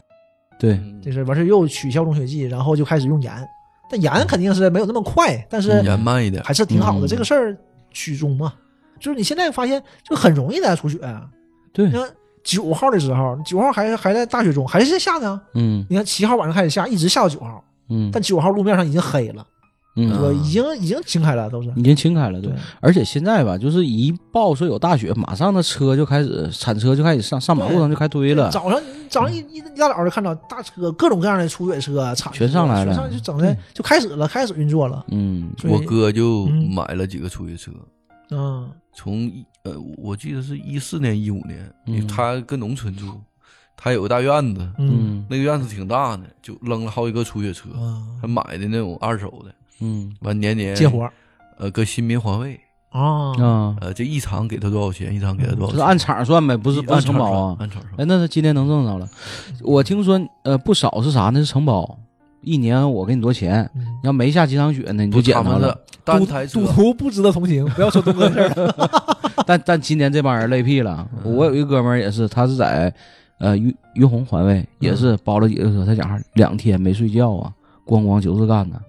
Speaker 2: 对，
Speaker 4: 嗯
Speaker 3: 这是完事儿又取消融雪剂，然后就开始用盐。但盐肯定是没有那么快，但是
Speaker 4: 盐慢一点，
Speaker 3: 还是挺好
Speaker 2: 嗯
Speaker 3: 的。这个事儿曲中嘛，就是你现在发现就很容易的出雪。
Speaker 2: 对
Speaker 3: 啊你，看九号的时候，九号还还在大雪中，还是在下呢。
Speaker 2: 嗯
Speaker 3: 你看七号晚上开始下，一直下到九号，
Speaker 2: 嗯，
Speaker 3: 但九号路面上已经黑了，
Speaker 2: 嗯，
Speaker 3: 我已经已经清开了，都是
Speaker 2: 已经清开了，对
Speaker 3: 对。
Speaker 2: 而且现在吧，就是一报说有大雪，马上那车就开始铲车就开始上上马路上就开堆了，
Speaker 3: 早上早上一一一大早就看到大车各种各样的出远车、铲
Speaker 2: 嗯全上来了
Speaker 3: 全上就整的就开始了，开始运作了。
Speaker 2: 嗯，
Speaker 3: 所以
Speaker 4: 我哥就
Speaker 3: 嗯
Speaker 4: 买了几个出租车，
Speaker 3: 嗯
Speaker 4: 从一呃，我记得是一四年一五年，因为
Speaker 2: 嗯
Speaker 4: 他跟农村住，他有个大院子，
Speaker 2: 嗯
Speaker 3: 嗯
Speaker 4: 那个院子挺大的，就扔了好几个出租车，
Speaker 3: 啊
Speaker 4: 他买的那种二手的，
Speaker 2: 嗯
Speaker 4: 完年年
Speaker 3: 接活儿
Speaker 4: 呃，搁新民环卫，
Speaker 3: 啊，
Speaker 2: 啊，
Speaker 4: 呃，这一场给他多少钱？一场给他多
Speaker 2: 就
Speaker 4: 少
Speaker 2: 是
Speaker 4: 钱？
Speaker 2: 按场算呗，不是
Speaker 4: 一
Speaker 2: 不是承包啊。
Speaker 4: 按场算按场算。
Speaker 2: 哎，那他今天能挣着了。我听说呃不少是啥呢？是承包，一年我给你多钱，
Speaker 3: 嗯
Speaker 2: 你要没下几场雪呢，你
Speaker 4: 不
Speaker 2: 就捡
Speaker 4: 他
Speaker 2: 着
Speaker 4: 们
Speaker 2: 了。
Speaker 4: 的单台车
Speaker 2: 啊
Speaker 3: 赌，徒不值得同情，不要说东哥 (laughs) 的事儿啊了。
Speaker 2: 但但今年这帮人累屁了。
Speaker 4: 嗯
Speaker 2: 我有一个哥们儿也是，他是在呃于于洪环卫也
Speaker 3: 嗯
Speaker 2: 是包了几个车，他讲话两天没睡觉啊，咣咣九字干呢，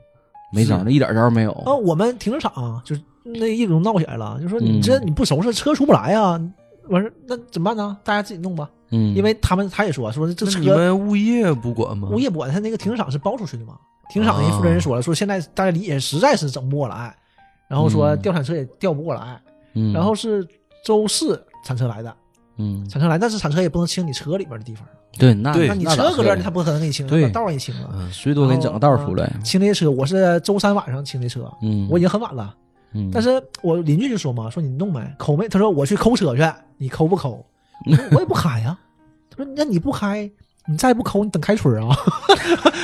Speaker 2: 没整
Speaker 4: 是
Speaker 2: 的一点招儿没有。
Speaker 3: 啊，我们停车场就是那业主闹起来了，就说你
Speaker 2: 嗯
Speaker 3: 这你不收拾车出不来呀。完事儿那怎么办呢？大家自己弄吧，
Speaker 2: 嗯，
Speaker 3: 因为他们他也说说这
Speaker 4: 那
Speaker 3: 车
Speaker 4: 你们物业不管吗？
Speaker 3: 物业不管，他那个停车场是包出去的嘛？停
Speaker 2: 啊
Speaker 3: 车场人负责人说了，说现在大家理解实在是整不过来，然后说
Speaker 2: 嗯
Speaker 3: 调铲车也调不过来，
Speaker 2: 嗯
Speaker 3: 然后是周四铲车来的，
Speaker 2: 嗯，
Speaker 3: 铲车来，但是铲车也不能清你车里边的地方，
Speaker 2: 对，那
Speaker 4: 对
Speaker 3: 那你
Speaker 2: 那咋
Speaker 3: 车搁这儿，
Speaker 2: 是
Speaker 3: 他不可能给你清，
Speaker 2: 对
Speaker 3: 把道儿给你清了。啊
Speaker 4: 嗯，
Speaker 2: 最多给你整个道儿出来。
Speaker 3: 清这些车，我是周三晚上清的车，
Speaker 2: 嗯，
Speaker 3: 我已经很晚了，
Speaker 2: 嗯，
Speaker 3: 但是我邻居就说嘛，说你弄呗，抠没？他说我去抠车去，你抠不抠？我说我也不开呀、他说那你不开，你再不抠，你等开春啊。 (laughs)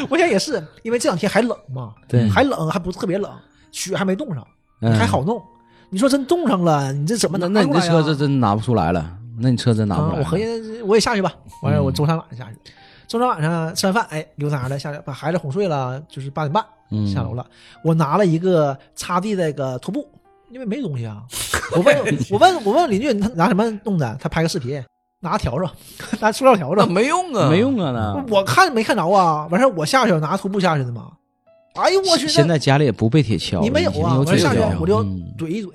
Speaker 3: 我想也是，因为这两天还冷嘛，
Speaker 2: 对
Speaker 3: 还冷，还不是特别冷，雪还没冻上，
Speaker 2: 嗯
Speaker 3: 还好弄。你说真冻上了，你这怎么
Speaker 2: 那
Speaker 3: 能、
Speaker 2: 那你这车这真拿不出来了，那你车真拿不出
Speaker 3: 啊
Speaker 2: 来、，了。
Speaker 3: 我合计我也下去吧。完事儿我
Speaker 2: 嗯
Speaker 3: 周三晚上下去，周三晚上吃完饭，哎，溜达了下来，把孩子哄睡了，就是八点半
Speaker 2: 嗯
Speaker 3: 下楼了。我拿了一个擦地的一个拖布，因为没东西啊。我问
Speaker 2: (laughs)
Speaker 3: 我问我问邻居，他拿什么弄的？他拍个视频，拿笤帚，拿塑料笤
Speaker 4: 那
Speaker 3: 帚。
Speaker 4: 没用啊，
Speaker 2: 没用啊呢。
Speaker 3: 我看没看着啊？完事儿我下去拿拖布下去的嘛。哎呦我去！
Speaker 2: 现
Speaker 3: 那
Speaker 2: 在家里也不被铁锹了，
Speaker 3: 你没有啊？
Speaker 2: 以
Speaker 3: 完
Speaker 2: 前
Speaker 3: 事儿下
Speaker 2: 有
Speaker 3: 去
Speaker 2: 铁锹，
Speaker 3: 我就
Speaker 2: 嗯
Speaker 3: 怼一怼，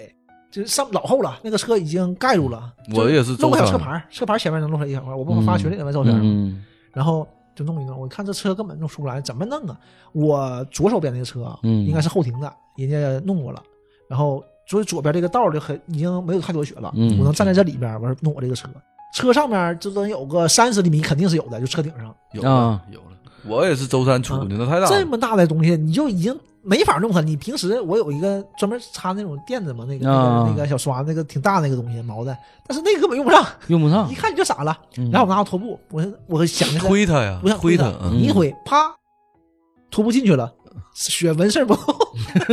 Speaker 3: 就是上老厚了，那个车已经盖住了。
Speaker 4: 我也是
Speaker 3: 露
Speaker 4: 周
Speaker 3: 个小
Speaker 4: 三
Speaker 3: 车牌儿，车牌儿前面能露出来一小块儿，我不我发群里那照片儿吗。
Speaker 2: 嗯
Speaker 3: 然后就弄一弄。我看这车根本弄出不来，怎么弄啊？我左手边那个车啊，
Speaker 2: 嗯
Speaker 3: 应该是后停的，人家弄过了。然后所以左边这个道儿就很已经没有太多雪了，
Speaker 2: 嗯
Speaker 3: 我能站在这里边儿，完事儿弄我这个车。车上面就能有个三十厘米，肯定是有的，就车顶上
Speaker 4: 有
Speaker 2: 啊
Speaker 4: 了有了，我也是周三出的，那太大
Speaker 3: 啊这
Speaker 4: 了。
Speaker 3: 么大的东西，你就已经没法弄它。你平时我有一个专门插那种垫子嘛，那个、那
Speaker 2: 啊
Speaker 3: 个那个小刷，那个挺大那个东西毛的，但是那个根本用不上，
Speaker 2: 用不上
Speaker 3: 一。看你就傻了。
Speaker 2: 啊嗯
Speaker 3: 然后我拿个拖布，我我想那个
Speaker 4: 推他呀
Speaker 3: 我，想
Speaker 4: 推
Speaker 3: 他
Speaker 4: 他，，
Speaker 2: 嗯
Speaker 4: 嗯
Speaker 3: 你一挥，啪，徒步进去了，雪纹丝儿不动， (laughs)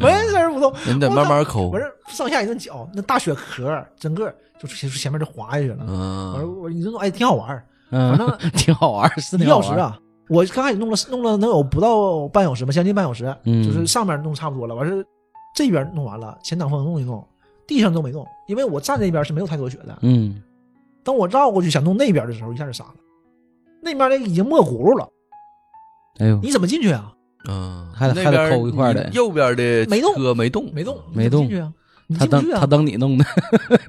Speaker 3: 纹丝儿不动，
Speaker 4: 你得慢慢抠
Speaker 3: 完。事儿上下一顿搅，那大雪壳儿整个就前前面就滑下去了。完事儿
Speaker 4: 嗯，
Speaker 3: 我一顿弄，哎，挺好玩儿，
Speaker 2: 嗯
Speaker 3: 反，正
Speaker 2: (laughs) 挺好玩儿，是
Speaker 3: 一
Speaker 2: 挺
Speaker 3: 个
Speaker 2: 好
Speaker 3: 小时
Speaker 2: 玩儿。
Speaker 3: 啊。我刚开始弄了弄了能有不到半小时吧，将近半小时，
Speaker 2: 嗯
Speaker 3: 就是上面弄差不多了，完事儿这边弄完了，前挡风弄一弄，地上都没弄，因为我站那边是没有太多雪的。
Speaker 2: 嗯
Speaker 3: 等我绕过去想弄那边的时候，一下就傻了，那边的已经没轱辘了，
Speaker 2: 哎呦，
Speaker 3: 你怎么进去啊？
Speaker 4: 嗯，
Speaker 2: 还得
Speaker 4: 那
Speaker 2: 还得
Speaker 4: 边
Speaker 2: 抠一块儿的
Speaker 4: 你右边的
Speaker 3: 没动
Speaker 4: 车没动，
Speaker 3: 没动，你
Speaker 2: 没
Speaker 3: 怎么
Speaker 2: 动
Speaker 3: 进去啊。你
Speaker 2: 他
Speaker 3: 进不
Speaker 2: 等
Speaker 3: 去啊
Speaker 2: 他等你弄的，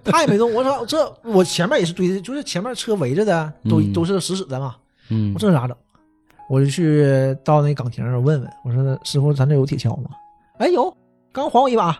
Speaker 3: 他也没动。我操，这我前面也是堆，就是前面车围着的，都、
Speaker 2: 嗯
Speaker 3: 都是死死的嘛。
Speaker 2: 嗯
Speaker 3: 我，这咋整？我就去到那岗亭上问问，我说师傅，咱这有铁锹吗？哎，有，刚还我一
Speaker 4: (laughs)
Speaker 3: 把。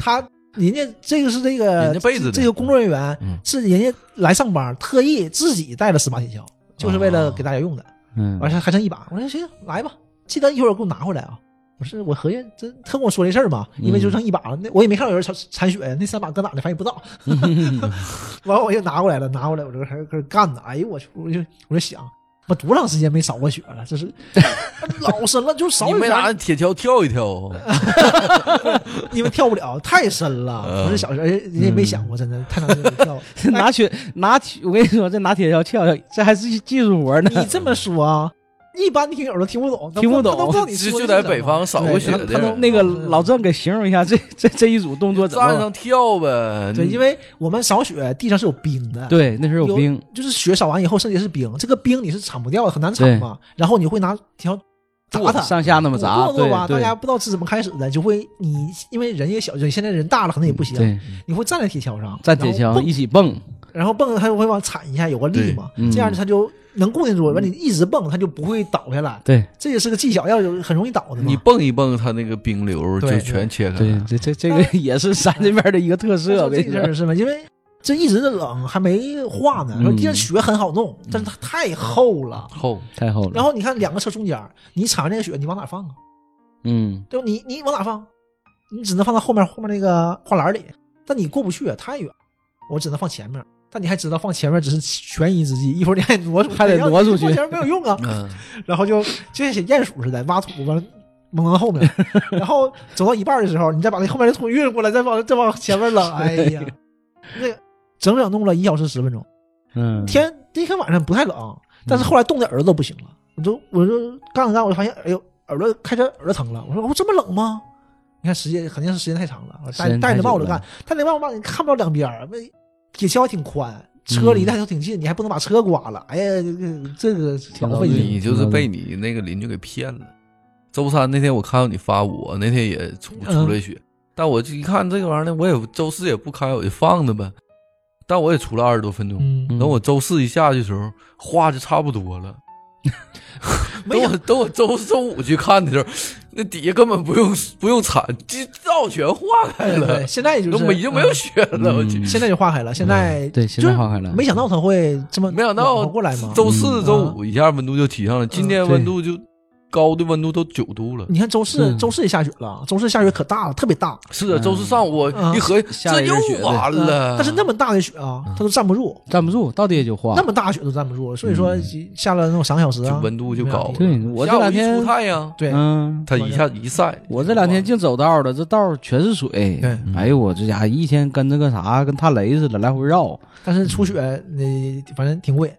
Speaker 3: 他人家这个是这个
Speaker 4: 人家被子的
Speaker 3: 这个工作人员、
Speaker 4: 嗯
Speaker 3: 是人家来上班，特意自己带了十把铁锹，就是为
Speaker 4: 哦
Speaker 3: 了给大家用的。
Speaker 2: 嗯
Speaker 3: 完事、还剩一把，我说行，来吧，记得一会儿给我拿回来啊。我是我合计，这他跟我说这事儿嘛，因为就
Speaker 4: 嗯
Speaker 3: 剩一把了，那我也没看到有人铲铲雪，那三把搁哪呢？反正也不知道。
Speaker 4: (laughs)
Speaker 3: (laughs) 完我就拿过来了，拿过来，我这还搁这干呢。哎呦我去，我就我就想，我多长时间没扫过雪了？
Speaker 4: (laughs)
Speaker 3: 这是老深了，就扫
Speaker 4: 你
Speaker 3: 雪
Speaker 4: 没拿铁锹跳一跳啊？
Speaker 3: 因为跳不了，太深了。
Speaker 4: 嗯
Speaker 3: 我是小时候，哎人家没想过，真的太难了没跳。
Speaker 2: 拿铁拿铁，我跟你说，这拿铁锹撬撬，这还是技技术活儿呢。
Speaker 3: 你这么说啊，一般听友都听不懂，
Speaker 2: 听不懂
Speaker 3: 他都不知道你
Speaker 4: 就
Speaker 3: 说
Speaker 4: 就
Speaker 3: 的是
Speaker 4: 在
Speaker 3: 什
Speaker 4: 北
Speaker 3: 么
Speaker 4: 方扫过雪
Speaker 2: 他
Speaker 4: 的
Speaker 2: 他
Speaker 4: 人，
Speaker 2: 那个老郑给形容一下这这这一组动作怎
Speaker 4: 站
Speaker 2: 么？
Speaker 4: 上跳呗。
Speaker 3: 对，
Speaker 4: 你
Speaker 3: 因为我们扫雪地上是有冰的，
Speaker 2: 对，那时候有冰，
Speaker 3: 就是雪扫完以后剩下是冰，这个冰你是铲不掉的，很难铲嘛。然后你会拿条砸它，
Speaker 2: 上下那么砸，
Speaker 3: 剁剁
Speaker 2: 对
Speaker 3: 吧，大
Speaker 2: 对
Speaker 3: 家不知道是怎么开始的，就会你因为人也小，就现在人大了可能也不行，
Speaker 2: 嗯对，
Speaker 3: 你会站在铁锹上，
Speaker 2: 站铁
Speaker 3: 然后
Speaker 2: 锹
Speaker 3: 蹦
Speaker 2: 一起蹦，
Speaker 3: 然后蹦它就会往铲一下，有个力嘛，
Speaker 2: 对嗯
Speaker 3: 这样它就能固定住，完你一直蹦，它就不会倒下来。
Speaker 2: 对
Speaker 3: 这也是个技巧，要有很容易倒的嘛。
Speaker 4: 你蹦一蹦，它那个冰流就
Speaker 3: 嗯对
Speaker 4: 全切开
Speaker 2: 对
Speaker 4: 了，。
Speaker 2: 这这这个也是山这边的一个特色，
Speaker 3: 说
Speaker 2: 我跟
Speaker 3: 这
Speaker 2: 你
Speaker 3: 事
Speaker 2: 说，
Speaker 3: 儿是吗？因为这一直的冷还没化呢，说
Speaker 2: 嗯
Speaker 3: 地上雪很好弄，但是它太厚了。
Speaker 4: 厚，
Speaker 2: 太厚了。
Speaker 3: 然后你看两个车中间儿，你铲完那个雪，你往哪放啊？
Speaker 2: 嗯，
Speaker 3: 对吧？你你往哪放？你只能放到后面后面那个跨栏里，但你过不去，啊太远，我只能放前面。但你还知道放前面只是权宜之计，一会儿你还挪出去，
Speaker 2: 还得挪出去
Speaker 3: 放前面没有用啊。
Speaker 4: 嗯，
Speaker 3: 然后就就像写鼹鼠似的，挖土往蒙到
Speaker 2: (laughs)
Speaker 3: 后面，然后走到一半的时候，你再把那后面的土运过来，再往再往前
Speaker 2: (laughs)
Speaker 3: 面扔，哎呀，那个整整弄了一小时十分钟。
Speaker 2: 嗯，
Speaker 3: 天第一天晚上不太冷，但是后来冻的耳朵都不行了，我就我就干着干，我就发现哎呦耳朵开始耳朵疼了，我说哦这么冷吗？你看时间肯定是时间太长了，我
Speaker 2: 时
Speaker 3: 戴
Speaker 2: 间太
Speaker 3: 戴着帽
Speaker 2: 久
Speaker 3: 子
Speaker 2: 了
Speaker 3: 干，戴着帽子干你看不到两边儿，那铁锹还挺宽。车离得还都挺近，你还不能把车刮了。哎呀，这个这个挺
Speaker 2: 挺
Speaker 3: 费劲。
Speaker 4: 你就是被你那个邻居给骗了。周三那天我看到你发我，那天也出
Speaker 3: 嗯
Speaker 4: 出了雪，但我一看这个玩意儿呢，我也周四也不开，我就放着呗。但我也出了二十多分钟，
Speaker 3: 嗯，
Speaker 2: 嗯
Speaker 4: 等我周四一下去的时候，花就差不多了。
Speaker 3: 没
Speaker 4: 等
Speaker 3: 有
Speaker 4: 我等我周周五去看的时候，那底下根本不用不用铲，这道全化开
Speaker 3: 对
Speaker 4: 了
Speaker 3: 对，，现在就是
Speaker 4: 都没已经没有
Speaker 3: 嗯
Speaker 4: 雪了。我去
Speaker 2: 嗯，
Speaker 3: 现在就化开了，现在
Speaker 2: 对啊
Speaker 3: 就
Speaker 2: 现在化开了
Speaker 3: 没想到它会这么
Speaker 4: 没想到
Speaker 3: 暖和过来嘛。嗯啊
Speaker 4: 周四周五一下温度就提上了，今天温度就高的温度都九度了。
Speaker 3: 你看周四
Speaker 2: 嗯
Speaker 3: 周四也下雪了，周四下雪可大了，特别大，
Speaker 4: 是啊，
Speaker 2: 嗯
Speaker 4: 周四上午我一合计，
Speaker 2: 下
Speaker 4: 这
Speaker 2: 一
Speaker 4: 又
Speaker 2: 阵雪
Speaker 4: 完
Speaker 3: 嗯
Speaker 4: 了。嗯
Speaker 3: 但是那么大的雪啊，它都站不住，
Speaker 2: 站不住，到底也就化
Speaker 3: 那。么大雪都站不住，所以说下了那种三个小时啊
Speaker 4: 嗯就，温度就高了
Speaker 3: 对
Speaker 2: 对我这
Speaker 4: 下午
Speaker 2: 两
Speaker 4: 一
Speaker 2: 天
Speaker 4: 出，太阳，
Speaker 3: 对，
Speaker 2: 嗯，
Speaker 4: 它一下一晒。
Speaker 2: 我这两天净走道了，这道全是水。
Speaker 3: 对
Speaker 2: 哎呦，我这家伙一天跟那个啥，跟踏雷似的来回绕。
Speaker 3: 但是初雪你反正挺贵。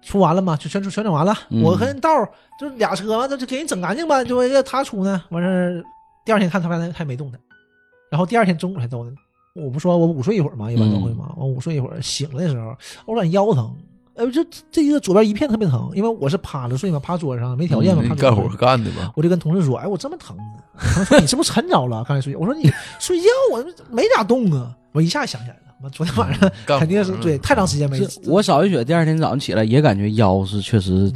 Speaker 3: 出完了嘛，就全出全整完了。
Speaker 2: 嗯
Speaker 3: 我跟道儿就俩车嘛，那就给人整干净吧。就为他出呢，完事儿第二天看他还还没动呢，然后第二天中午才动呢。我不说我午睡一会儿嘛，一般都会
Speaker 4: 嗯
Speaker 3: 嘛。我午睡一会儿，醒了的时候，我有点腰疼，呃，就这一个左边一片特别疼，因为我是趴着睡嘛，趴桌子上没条件嘛，
Speaker 4: 嗯
Speaker 3: 趴桌
Speaker 4: 干
Speaker 3: 子
Speaker 4: 活
Speaker 3: 上
Speaker 4: 干的吧，
Speaker 3: 我就跟同事说：“哎，我这么疼呢。”他说：“你是不是沉着了？刚才睡觉。”我说：“你睡觉我没咋动啊。”我一下想起来了，我昨天晚上
Speaker 4: 嗯干活
Speaker 3: 肯定是对，太长时间没
Speaker 2: 这我扫完雪，第二天早上起来也感觉腰是确实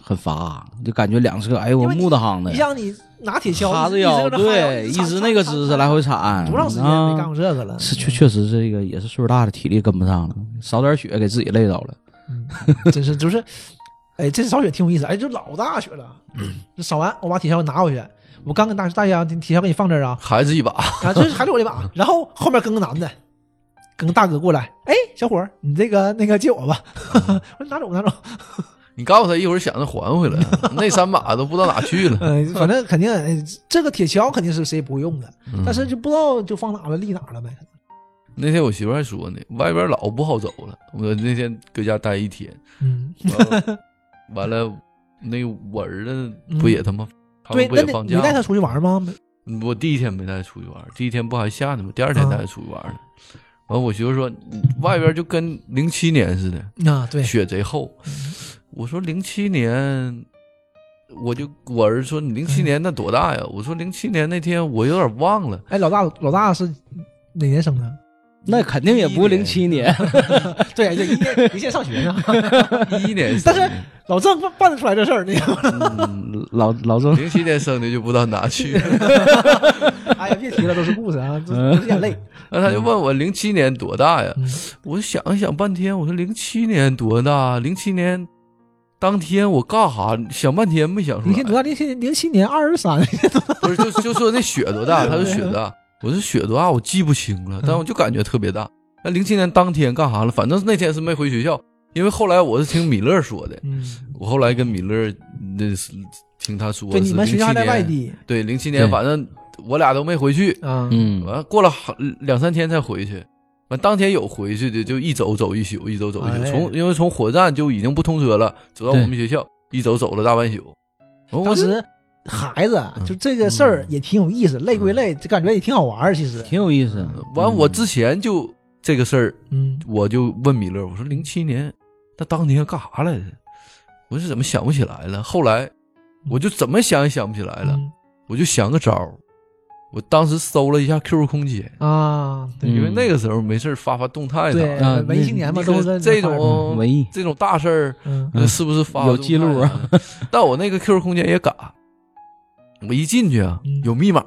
Speaker 2: 很乏，就感觉两侧哎呦我
Speaker 3: 因为你
Speaker 2: 木得夯的
Speaker 3: 你，像你拿铁锹，
Speaker 2: 趴着
Speaker 3: 一直
Speaker 2: 腰，
Speaker 3: 搁那哈腰
Speaker 2: 对，
Speaker 3: 一
Speaker 2: 一
Speaker 3: 直
Speaker 2: 直那个姿势来回铲。
Speaker 3: 多长时间没干
Speaker 2: 啊
Speaker 3: 过这个了？
Speaker 2: 是确确实这个也是岁数大了，体力跟不上了，少点雪给自己累着了。
Speaker 3: 嗯，真是就是，哎，这次扫雪挺有意思，哎，就老大雪了。
Speaker 2: 嗯
Speaker 3: 就扫完，我把铁锹拿回去，我刚跟大大家铁锹给你放这儿啊，
Speaker 4: 孩子一把，
Speaker 3: (laughs) 啊，就是还是我这把。然后后面跟个男的，跟个大哥过来，哎，小伙儿，你这个那个借我吧， (laughs) 我说拿走拿走。
Speaker 4: 你告诉他一会儿想着还
Speaker 3: (laughs)
Speaker 4: 回来，那三把都不知道哪去了。
Speaker 3: 嗯，反正肯定哎这个铁锹肯定是谁也不会用的，嗯但是就不知道就放哪了，立哪了呗。
Speaker 4: 嗯那天我媳妇还说呢，外边老不好走了。我那天搁家待一天，
Speaker 3: 嗯，(laughs)
Speaker 4: 完了完了，那我儿子不也他妈他
Speaker 3: 嗯对
Speaker 4: 们，不
Speaker 3: 那
Speaker 4: 也
Speaker 3: 你
Speaker 4: 放
Speaker 3: 你带
Speaker 4: 假
Speaker 3: 他
Speaker 4: 吗？
Speaker 3: 出去玩吗？
Speaker 4: 我第一天没带他出去玩，第一天不还下呢吗？第二天带
Speaker 2: 嗯
Speaker 4: 他出去玩了。完，我媳妇说你外边就跟零七年似的，
Speaker 3: 啊，对，
Speaker 4: 雪贼厚。
Speaker 2: 嗯
Speaker 4: 我说零七年，我就我儿子说你零七年那多大呀？我说零七年那天我有点忘了，
Speaker 3: 哎，老大老大是哪年生的？
Speaker 2: 那肯定也不是零七年，
Speaker 3: (laughs) 对，就一年一线上学呢。
Speaker 4: 一一年
Speaker 2: (laughs)
Speaker 4: 生
Speaker 3: 但
Speaker 4: 的，
Speaker 3: 是 (laughs) 老郑办办得出来这事儿，你 (laughs) 知道吗？
Speaker 2: 嗯老老郑
Speaker 4: 零七年生的就不知道哪去了。
Speaker 3: 哎呀，别提了，都是故事啊，这都是眼 (laughs) 泪。
Speaker 4: 然后他就问我零七年多大呀？
Speaker 3: 嗯
Speaker 4: 我想了想半天，我说零七年多大？零七年当天我干啥？想半天没想出
Speaker 3: 零七
Speaker 4: 来。
Speaker 3: 多大？零七零七年二十三，
Speaker 4: 不是，就就说那雪
Speaker 3: (laughs)
Speaker 4: 多大？他说雪多大？我说雪多大？我记不清了，
Speaker 3: 嗯
Speaker 4: 但我就感觉特别大。那零七年当天干啥了？反正那天是没回学校，因为后来我是听米勒说的。
Speaker 3: 嗯，
Speaker 4: 我后来跟米勒那是听他说的
Speaker 3: 对，
Speaker 4: 是，
Speaker 3: 你们学校还在外。地
Speaker 4: 对，零七年
Speaker 2: 对
Speaker 4: 反正我俩都没回去。
Speaker 3: 啊？
Speaker 2: 嗯
Speaker 4: 完了过了好两三天才回去，完当天有回去的就一走走一宿，一走走一宿，
Speaker 3: 哎
Speaker 4: 从因为从火车站就已经不通车了，走到我
Speaker 2: 对
Speaker 4: 们学校一走走了大半宿。完我
Speaker 3: 当
Speaker 4: 就
Speaker 3: 时孩子啊
Speaker 4: 嗯
Speaker 3: 就这个事儿也挺有意思，累归累，这感觉也挺好玩儿，其实。
Speaker 2: 挺有意思。嗯
Speaker 4: 完我之前就这个事儿，
Speaker 3: 嗯，
Speaker 4: 我就问米勒，我说零七年那当年干啥来着？我是怎么想不起来了？后来我就怎么想也想不起来了，
Speaker 3: 嗯
Speaker 4: 我就想个招儿，我当时搜了一下 QQ 空间，
Speaker 3: 啊，对
Speaker 4: 因为
Speaker 2: 嗯
Speaker 4: 那个时候没事儿发发动态
Speaker 3: 对
Speaker 4: 啥。
Speaker 2: 啊
Speaker 3: 文艺青年嘛，都
Speaker 4: 这
Speaker 3: 是
Speaker 4: 这
Speaker 2: 嗯
Speaker 4: 种
Speaker 2: 文艺
Speaker 4: 这种大事儿，
Speaker 3: 嗯
Speaker 4: 那是不是发
Speaker 2: 有
Speaker 4: 动态
Speaker 2: 记录啊
Speaker 4: 啥的？ (laughs) 但我那个 QQ 空间也嘎，我一进去啊
Speaker 3: 嗯，
Speaker 4: 有密码，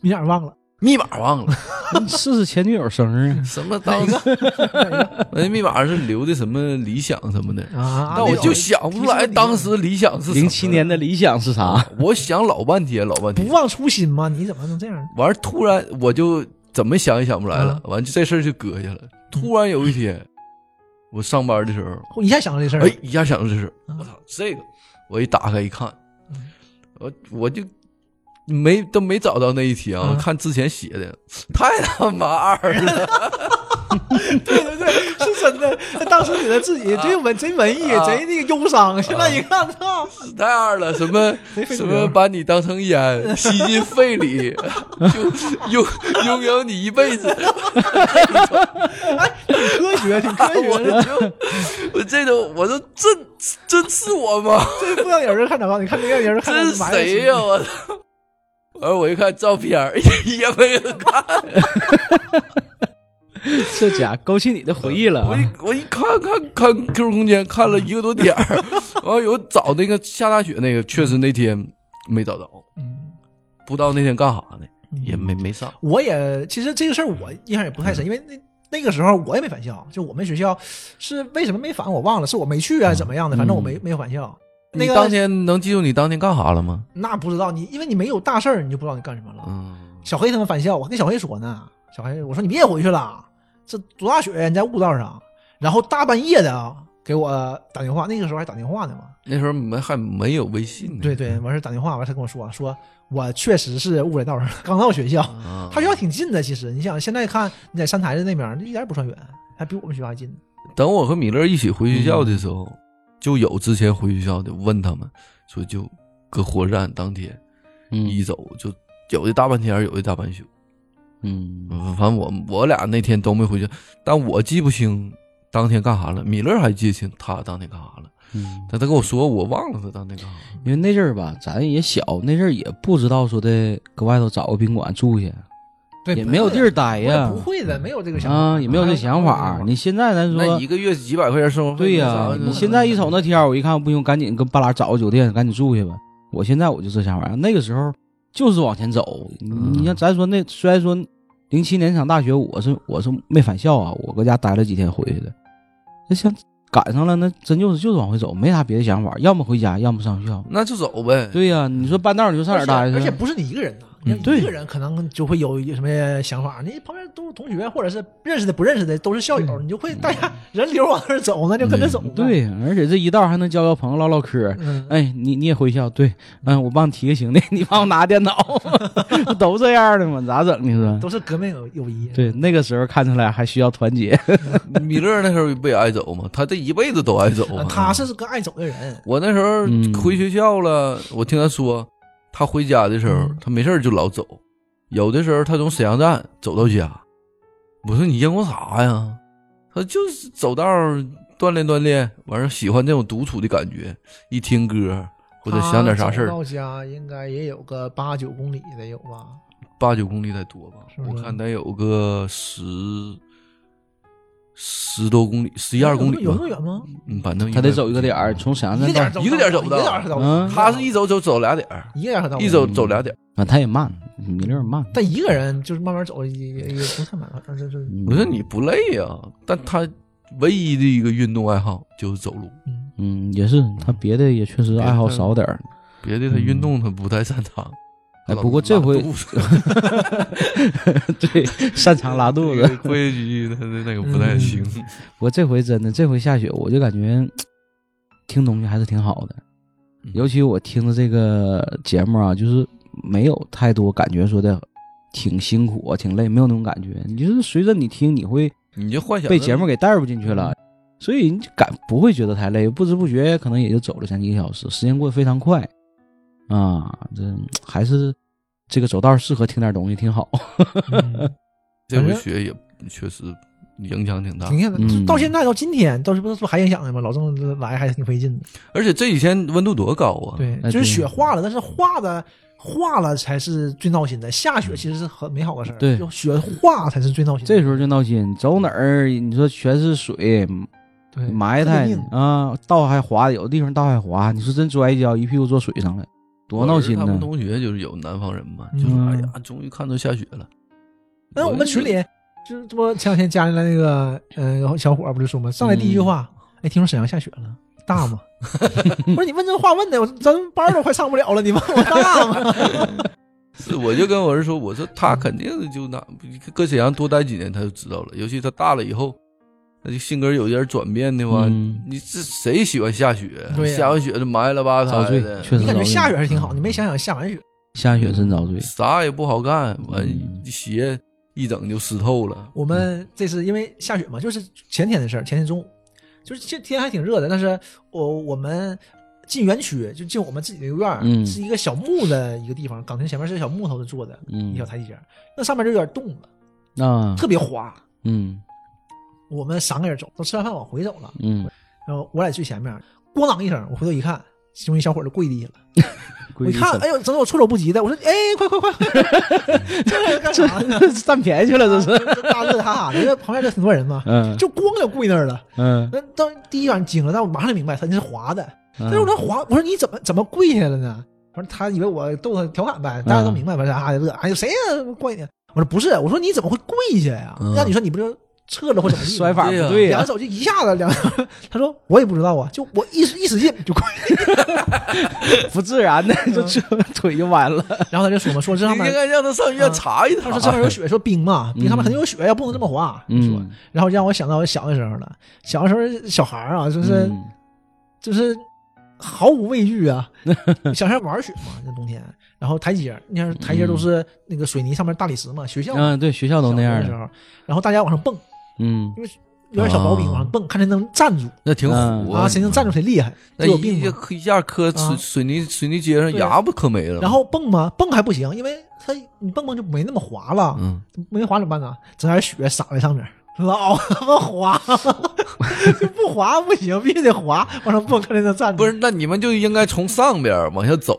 Speaker 3: 你俩忘了
Speaker 4: 密码忘了，
Speaker 2: (laughs) 试试前女友生日，啊
Speaker 4: 什么当时我 (laughs) 那密码是留的什么理想什么的，
Speaker 3: 啊？
Speaker 4: 但我就想不出来当时理想是什么
Speaker 2: 零七年的理想是啥？
Speaker 4: 我想老半天，老半
Speaker 3: 不
Speaker 4: 天，
Speaker 3: 忘初心嘛，你怎么能这样呢？
Speaker 4: 完事儿突然我就怎么想也想不来
Speaker 3: 嗯
Speaker 4: 了，完就这事儿就搁下了。突然有一天，我上班的时候，
Speaker 3: 我一下想到这 (laughs) 事儿了，
Speaker 4: 哎，一下想到这事儿，
Speaker 3: 嗯
Speaker 4: 我操，这个我一打开一看，我我就没都没找到那一题啊，
Speaker 3: 嗯
Speaker 4: 看之前写的太他妈二
Speaker 3: (laughs)
Speaker 4: 了，
Speaker 3: 是真的。当时觉得自己这文贼文艺，
Speaker 4: 啊
Speaker 3: 贼那个忧伤，现在一看，操，
Speaker 4: 太二了，什么
Speaker 3: 贼非主
Speaker 4: 什
Speaker 3: 流
Speaker 4: 么把你当成烟吸进
Speaker 3: (laughs)
Speaker 4: 肺里，就拥拥有你一辈子。
Speaker 3: 科学挺科
Speaker 4: (laughs) 我
Speaker 3: 学
Speaker 4: 就
Speaker 3: 的。
Speaker 4: 我这种，我说这真是我吗？
Speaker 3: 这不让有人看找到，你看这让有人 (laughs) 看
Speaker 4: 这是谁呀、？我操！完了我一看照片儿， (laughs) 也没人看，
Speaker 2: (laughs) 这家勾起你的回忆了啊
Speaker 4: 我一我一看看看 QQ 空间看了一个多点 (laughs) 儿，完了有找那个下大雪那个，确实那天没找到，
Speaker 3: 嗯
Speaker 4: 不知道那天干啥呢，也没没上。
Speaker 3: 我也其实这个事儿我印象也不太
Speaker 4: 嗯
Speaker 3: 深，因为那那个时候我也没返校，就我们学校是为什么没返我忘了，是我没去啊，怎么样的？反正我没没有返校。那
Speaker 4: 嗯你
Speaker 3: 个
Speaker 4: 当天能记住你当天干啥了吗？
Speaker 3: 那不知道你，因为你没有大事儿，你就不知道你干什么了。
Speaker 4: 嗯，
Speaker 3: 小黑他们返校，我跟小黑说呢，小黑我说你别回去了，这多大雪呀，你在悟道上，然后大半夜的啊给我打电话，那个时候还打电话呢嘛。
Speaker 4: 那时候没还没有微信呢。
Speaker 3: 对对，
Speaker 2: 嗯
Speaker 3: 完事儿打电话，完事儿跟我说啊说，我确实是误在道上了， (laughs) 刚到学校，
Speaker 4: 啊，
Speaker 3: 他学校挺近的，其实你想现在看你在三台子那边儿，一点儿也不算远，还比我们学校还近呢。
Speaker 4: 等我和米勒一起回学校的时候，就有之前回学校的问他们说，就搁火车站当天
Speaker 2: 嗯
Speaker 4: 一走，就有的大半天，有的大半宿。
Speaker 2: 嗯，
Speaker 4: 嗯反正我我俩那天都没回去，但我记不清当天干啥了。米勒还记清他当天干啥了，
Speaker 2: 嗯
Speaker 4: 但他跟我说我忘了他当天干啥了。
Speaker 2: 因为那阵儿吧，咱也小，那阵儿也不知道说的搁外头找个宾馆住去，
Speaker 3: 对
Speaker 2: 也没有地儿待呀
Speaker 3: 不，会的，没有这个想法
Speaker 2: 啊，也没有这想法
Speaker 3: 啊。
Speaker 2: 你现在咱
Speaker 4: 那
Speaker 2: 说
Speaker 4: 一，个月几百块钱生活费，
Speaker 2: 对呀、
Speaker 4: 那啥
Speaker 2: 你现在一瞅那天儿，我一看不行，赶紧跟半拉找个酒店，赶紧住去吧。我现在我就这想法，那个时候就是往前走。你
Speaker 4: 嗯
Speaker 2: 你像咱说那，虽然说零七年上大学，我是我是没返校啊，我搁家待了几天回去的。那像赶上了，那真就是就是往回走，没啥别的想法，要么回家，要么上学校。
Speaker 4: 那就走呗。
Speaker 2: 对呀、你说半道儿你就上哪
Speaker 3: 而
Speaker 2: 儿
Speaker 3: 且
Speaker 2: 待啊去？
Speaker 3: 而且不是你一个人呐，你
Speaker 4: 嗯
Speaker 3: 看
Speaker 2: 对
Speaker 3: 一个人可能就会有什么想法，你旁边都是同学，或者是认识的不认识的，都是校友，
Speaker 2: 嗯
Speaker 3: 你就会大家人流往那儿走，那就跟着走呗。
Speaker 2: 对呀，而且这一道还能交交朋友、唠唠嗑。
Speaker 3: (laughs) 嗯，
Speaker 2: 哎，你你也回校？对，嗯，我帮你提个行李，你 (laughs) 帮我拿电脑，不都这样的吗？咋整？你说？
Speaker 3: 都是革命友友谊。
Speaker 2: 对，那个时候看出来还需要团结。
Speaker 4: 米勒那时候不也爱走吗？他这一辈子都爱走
Speaker 2: (laughs)
Speaker 3: 啊，
Speaker 4: 啊。
Speaker 3: 他是个爱走的人，
Speaker 4: 我那时候
Speaker 2: 嗯
Speaker 4: 回学校了，我听他说，他回家的时候
Speaker 3: 嗯，
Speaker 4: 他没事儿就老走，有的时候他从沈阳站走到家。我说你烟过啥呀？他就是走道儿锻炼锻炼，完事儿喜欢这种独处的感觉，一听歌或者想点啥事
Speaker 3: 他
Speaker 4: 儿
Speaker 3: 走，到家应该也有个八九公里得有吧？
Speaker 4: 八九公里得多吧？
Speaker 3: 是不是
Speaker 4: 我看得有个十十多公里，十一二公里
Speaker 3: 有
Speaker 4: 吧
Speaker 3: 那。么远吗？
Speaker 4: 嗯，反正应
Speaker 2: 他
Speaker 4: 该
Speaker 2: 得走一个点儿，从沈阳
Speaker 3: 一
Speaker 2: 站
Speaker 3: 个点儿
Speaker 2: 到，
Speaker 3: 走
Speaker 4: 一个点儿走不
Speaker 3: 一
Speaker 4: 到
Speaker 3: 个点儿走不到
Speaker 2: 嗯
Speaker 4: 他是一走就走俩点儿，
Speaker 3: 一个点儿走不到
Speaker 4: 一走走俩点儿。
Speaker 2: 啊，他也慢，米勒慢。
Speaker 3: 但一个人就是慢慢走，也也也不太慢，反正
Speaker 4: (laughs)
Speaker 3: 就是
Speaker 2: 嗯
Speaker 4: 我说你，不累呀、但他唯一的一个运动爱好就是走路，
Speaker 3: 嗯
Speaker 2: 嗯，也是，他别的也确实爱好少点儿。
Speaker 4: 别的他运动他不太擅长。
Speaker 2: 哎不过这回
Speaker 4: 拉肚子
Speaker 2: 对，擅长拉肚 (laughs) 子。不
Speaker 4: 规矩他的那个不太行。
Speaker 2: 过这回真的，这回下雪，我就感觉听东西还是挺好的。尤其我听的这个节目啊，就是没有太多感觉说的挺辛苦啊、挺累，没有那种感觉。你就是随着你听，你会
Speaker 4: 你就幻想
Speaker 2: 被节目给带入进去了，所以你就感不会觉得太累，不知不觉可能也就走了将近一个小时，时间过得非常快啊！这还是这个走道适合听点东西挺好。
Speaker 3: 嗯
Speaker 4: 这回学也确实影响挺大。
Speaker 3: 你看，
Speaker 2: 嗯
Speaker 3: 到现在到今天，到这不不还影响呢吗？老郑来还挺费劲的。
Speaker 4: 而且这几天温度多高啊！，
Speaker 3: 对，
Speaker 2: 哎
Speaker 3: 就是
Speaker 2: 对
Speaker 3: 雪化了，但是化的化了才是最闹心的。下
Speaker 4: 嗯
Speaker 3: 雪其实是很美好的事儿，
Speaker 2: 对
Speaker 3: 就雪化才是最闹心的。
Speaker 2: (laughs) 这时候就闹心，走哪儿你说全是水，
Speaker 3: 对
Speaker 2: 埋
Speaker 3: 特
Speaker 2: 汰
Speaker 3: 别
Speaker 2: 你
Speaker 3: 硬
Speaker 2: 啊，道还滑，有的地方道还滑，你说真摔一跤，一屁股坐水上了，多闹心
Speaker 4: 他
Speaker 2: 呢
Speaker 4: 们！同学就是有南方人嘛，就说
Speaker 3: 嗯
Speaker 4: 哎呀，终于看到下雪了。
Speaker 3: 哎
Speaker 2: 哎
Speaker 3: 那我们群里就是这不前两天加进来那个呃小伙儿不就说吗？上来第一句话，哎，听说沈阳下雪了，大吗？ (laughs) 不是你问这话问的，我咱们班儿都快上不了了，你问我大吗？
Speaker 4: 是， (laughs) 我就跟我儿子说，我说他肯定就那搁沈阳多待几年，他就知道了。尤其他大了以后，那就性格有点转变的话，
Speaker 2: 嗯
Speaker 4: 你这谁喜欢下雪？
Speaker 3: 对呀
Speaker 4: 下完雪就埋了吧
Speaker 2: 遭
Speaker 4: 嗒
Speaker 2: 罪
Speaker 4: 的，
Speaker 2: 确
Speaker 3: (laughs) 你
Speaker 2: 实
Speaker 3: 感觉下雪还是挺好，
Speaker 2: 嗯
Speaker 3: 你没想想下完雪，
Speaker 2: 下雪真遭罪。
Speaker 4: 啥也不好干，完
Speaker 2: 嗯
Speaker 4: 鞋一整就湿透了。
Speaker 3: 我们这次因为下雪嘛，就是前天的事儿，前天中午，就是这天还挺热的，但是我我们进园区就进我们自己的院儿，
Speaker 2: 嗯
Speaker 3: 是一个小木的一个地方，岗亭前面是小木头的做的
Speaker 2: 嗯
Speaker 3: 一小台阶儿，那上面就有点冻了，
Speaker 2: 啊，
Speaker 3: 特别滑。
Speaker 2: 嗯
Speaker 3: 我们三个人走，都吃完饭往回走了，
Speaker 2: 嗯，
Speaker 3: 然后我俩最前面，咣当一声，我回头一看，其中一小伙儿就跪地下了。我
Speaker 2: 跪
Speaker 3: 一
Speaker 2: 地
Speaker 3: 看，
Speaker 2: 上
Speaker 3: 哎呦，整的我措手不及的，我说，哎，快快快，
Speaker 2: (laughs)
Speaker 3: 这是干啥呢？啊
Speaker 2: 占便宜去了，这是。
Speaker 3: 大乐哈哈的，因为旁边 (laughs) 就挺多人嘛，
Speaker 2: 嗯
Speaker 3: 就咣就跪那儿了。
Speaker 2: 嗯，
Speaker 3: 那当第一眼惊了，但我马上就明白他那是滑的。
Speaker 2: 但
Speaker 3: 但是我说滑，我说你怎么怎么跪下了呢？我说他以为我逗他调侃呗，大家
Speaker 2: 嗯
Speaker 3: 都明白吧？啊乐，哎呦谁呀、跪呢？我说不是，我说你怎么会跪下呀？
Speaker 4: 嗯
Speaker 3: 那你说你不就撤了或怎么地吗？
Speaker 2: 摔法不
Speaker 4: 对呀
Speaker 2: 对
Speaker 3: 两
Speaker 2: 呀
Speaker 3: 个，手就 (laughs) 一下子两个，他说我也不知道啊，就我一使一使劲就跪，
Speaker 2: 不自然的
Speaker 3: 嗯
Speaker 2: 就这 (laughs) 腿就崴了。
Speaker 3: (laughs) 然后他就说嘛，说这上
Speaker 4: 你应
Speaker 3: 面
Speaker 4: 该让他上医院查一
Speaker 3: 啊他
Speaker 4: 查。
Speaker 3: 说这上面有雪，说冰嘛，冰上面肯定有雪，要不能这么滑。说，
Speaker 2: 嗯，
Speaker 3: 然后让我想到我小的时候了，小的时候小孩儿啊，就是、
Speaker 2: 嗯
Speaker 3: 就是毫无畏惧 (laughs) 啊，小孩玩雪嘛，那冬天，然后台阶儿，你看台阶儿都是那个水泥上面大理石嘛，学校嘛
Speaker 2: 啊，对，学校都那
Speaker 3: 小
Speaker 2: 样
Speaker 3: 的时
Speaker 2: 的。
Speaker 3: 候，然后大家往上蹦，
Speaker 2: 嗯，
Speaker 3: 有点小薄饼
Speaker 4: 啊
Speaker 3: 往上蹦，看谁能站住
Speaker 4: 那挺
Speaker 2: 嗯
Speaker 4: 虎
Speaker 3: 啊，谁能站住谁厉害，
Speaker 4: 那
Speaker 3: 这有病
Speaker 4: 一
Speaker 3: 吗？
Speaker 4: 下一下磕
Speaker 3: 啊
Speaker 4: 水水泥水泥街上
Speaker 3: 对
Speaker 4: 牙不磕没了吗。
Speaker 3: 然后蹦嘛，蹦还不行，因为它你蹦蹦就没那么滑了，
Speaker 4: 嗯，
Speaker 3: 没滑怎么办呢？整点雪撒在上面，老 (laughs) 他妈滑，就不滑不行，必须得滑，往上蹦，看谁能站住。
Speaker 4: 不是，那你们就应该从上边儿往下走，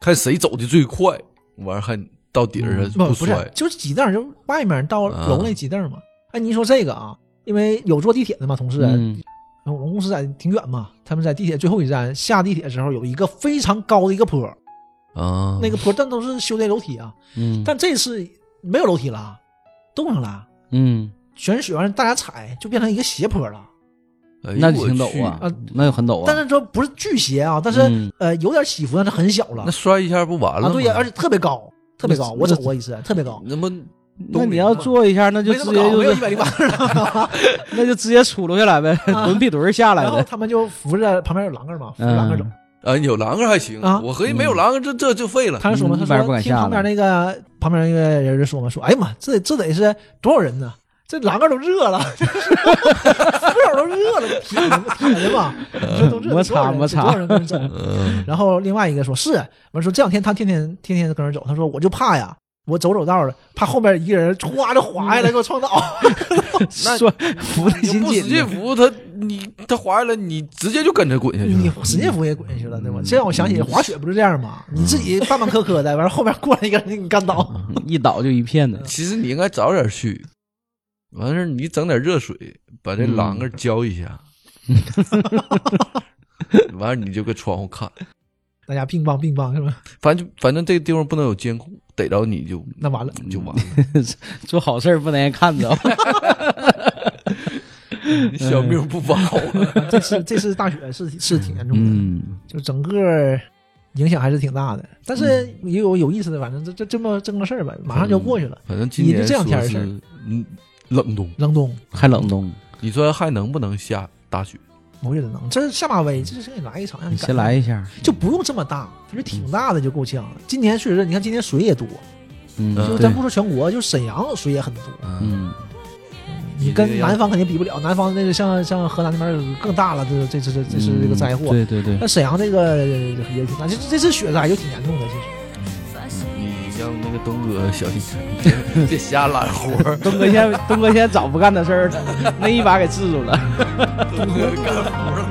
Speaker 4: 看谁走的最快，完还到底儿
Speaker 3: 嗯不
Speaker 4: 上
Speaker 3: 不是
Speaker 4: 摔，。
Speaker 3: 就是挤凳儿，就是外面到
Speaker 4: 啊
Speaker 3: 楼内挤凳儿嘛。哎，你说这个啊，因为有坐地铁的嘛，同事，
Speaker 2: 嗯
Speaker 3: 我们公司在挺远嘛，他们在地铁最后一站下地铁的时候有一个非常高的一个坡，
Speaker 4: 啊，
Speaker 3: 那个坡但都是修的楼梯啊，
Speaker 2: 嗯，
Speaker 3: 但这次没有楼梯了啊，冻上了，
Speaker 2: 嗯，
Speaker 3: 全是雪让大家踩，就变成一个斜坡了。
Speaker 4: 哎呦
Speaker 2: 那挺陡啊
Speaker 3: 啊，
Speaker 2: 那很陡啊。
Speaker 3: 但是说不是巨斜啊，但是、
Speaker 2: 嗯
Speaker 3: 呃有点起伏，但是很小
Speaker 4: 我去
Speaker 3: 了
Speaker 4: 那摔一下不完了
Speaker 3: 啊，
Speaker 4: 吗？
Speaker 3: 对呀、而且特别高，特别高，
Speaker 2: 那
Speaker 3: 我走过一次，特别高，
Speaker 4: 那不
Speaker 2: 那
Speaker 4: 弄
Speaker 2: 你
Speaker 4: 你
Speaker 2: 要
Speaker 4: 吗
Speaker 2: 坐一下，那就
Speaker 3: 没
Speaker 2: 直
Speaker 3: 那么
Speaker 2: 接
Speaker 3: 高，
Speaker 2: 就
Speaker 3: 没有
Speaker 2: 是
Speaker 3: 一 (laughs) 百零八了。
Speaker 2: (laughs) 那就直接杵噜下来呗， (laughs) 滚屁墩儿下来
Speaker 3: 啊然后
Speaker 2: 的。
Speaker 3: 他们就扶着旁边有栏杆嘛，扶着栏杆走。
Speaker 2: 嗯
Speaker 4: 啊，有栏杆还行
Speaker 3: 啊
Speaker 4: 我合计没有栏杆，这这就废了。
Speaker 3: 他就说嘛，
Speaker 2: 嗯
Speaker 3: 他
Speaker 2: 一般人不
Speaker 3: 说
Speaker 2: 敢
Speaker 3: 听
Speaker 2: 下
Speaker 3: 旁边
Speaker 2: 了
Speaker 3: 那个旁边那个人就说嘛，说哎呀妈，这这得是多少人呢？这栏杆都热了， (laughs) 扶手都热了，铁的铁的嘛，这都热了
Speaker 2: 摩擦摩擦
Speaker 3: 多少人跟着走。 (laughs)
Speaker 4: 嗯，
Speaker 3: 然后另外一个说是，完说这两天他天天天天跟着走，他说我就怕呀，我走走道儿了，怕后边一个人歘就滑下来给我撞倒。
Speaker 4: 那
Speaker 2: 说扶的
Speaker 4: 你
Speaker 2: 紧
Speaker 4: 不使
Speaker 2: 紧
Speaker 4: 劲
Speaker 2: 的，
Speaker 4: 扶他，你他滑下来，你直接就跟着滚下去
Speaker 3: 你
Speaker 4: 了。
Speaker 3: 使劲扶也滚下去了，
Speaker 2: 嗯
Speaker 3: 对吧？这让我想起滑雪不是这样吗？你自己慢慢磕磕的，完后面过来一个人给你干倒。 (laughs)
Speaker 2: 一倒就一片
Speaker 3: 嗯
Speaker 2: 的。
Speaker 4: 其实你应该早点去，完事儿你整点热水，把这
Speaker 3: 嗯
Speaker 4: 栏杆浇一
Speaker 3: (laughs)
Speaker 4: 下，完事儿你就搁窗户看，
Speaker 3: 大家并棒并棒是吧？
Speaker 4: 反正反正这个地方不能有监控，逮着你就
Speaker 3: 那
Speaker 2: (laughs)
Speaker 3: 完了。
Speaker 4: 你就
Speaker 3: (laughs)
Speaker 4: 完了。
Speaker 2: 做好事儿不能让人看着。
Speaker 4: 你小命不
Speaker 3: (laughs)
Speaker 4: 保啊！
Speaker 3: 这次这次大雪是是挺严重的，
Speaker 2: 嗯，
Speaker 3: 就整个影响还是挺大的。但是
Speaker 2: 嗯
Speaker 3: 也有有意思的，反正这这这么这么个事儿吧，马上就过去了。
Speaker 4: (laughs) 反正今年
Speaker 3: 你这两天的
Speaker 4: 说
Speaker 3: 事儿
Speaker 4: 是嗯冷冻，
Speaker 3: 冷冻，
Speaker 2: 还冷冻，
Speaker 4: 你说还能不能下大雪？
Speaker 3: 我觉得能。这是下马威，这是给你来一场，让
Speaker 2: 你
Speaker 3: 你感
Speaker 2: 先
Speaker 3: 受
Speaker 2: 来一下。
Speaker 3: 就不用这么大，其实挺大的就够呛了。今年确实，你看今年水也多，
Speaker 2: 嗯，
Speaker 3: 就
Speaker 2: 对，
Speaker 3: 咱不说全国，就沈阳水也很多。
Speaker 4: 嗯，
Speaker 2: 嗯，
Speaker 3: 你跟南方肯定比不了，南方那个像像河南那边更大了，这这这这这是这个灾祸。
Speaker 2: 嗯对对对，
Speaker 3: 那，沈阳这个也挺大，这这次雪灾就挺严重的，其实。
Speaker 4: 你像那个个东哥小心点儿， (laughs) 别别瞎揽活儿
Speaker 2: (laughs) 东哥现在东哥现在早不干的事儿了，那一把给制住了。
Speaker 4: 东哥干活了。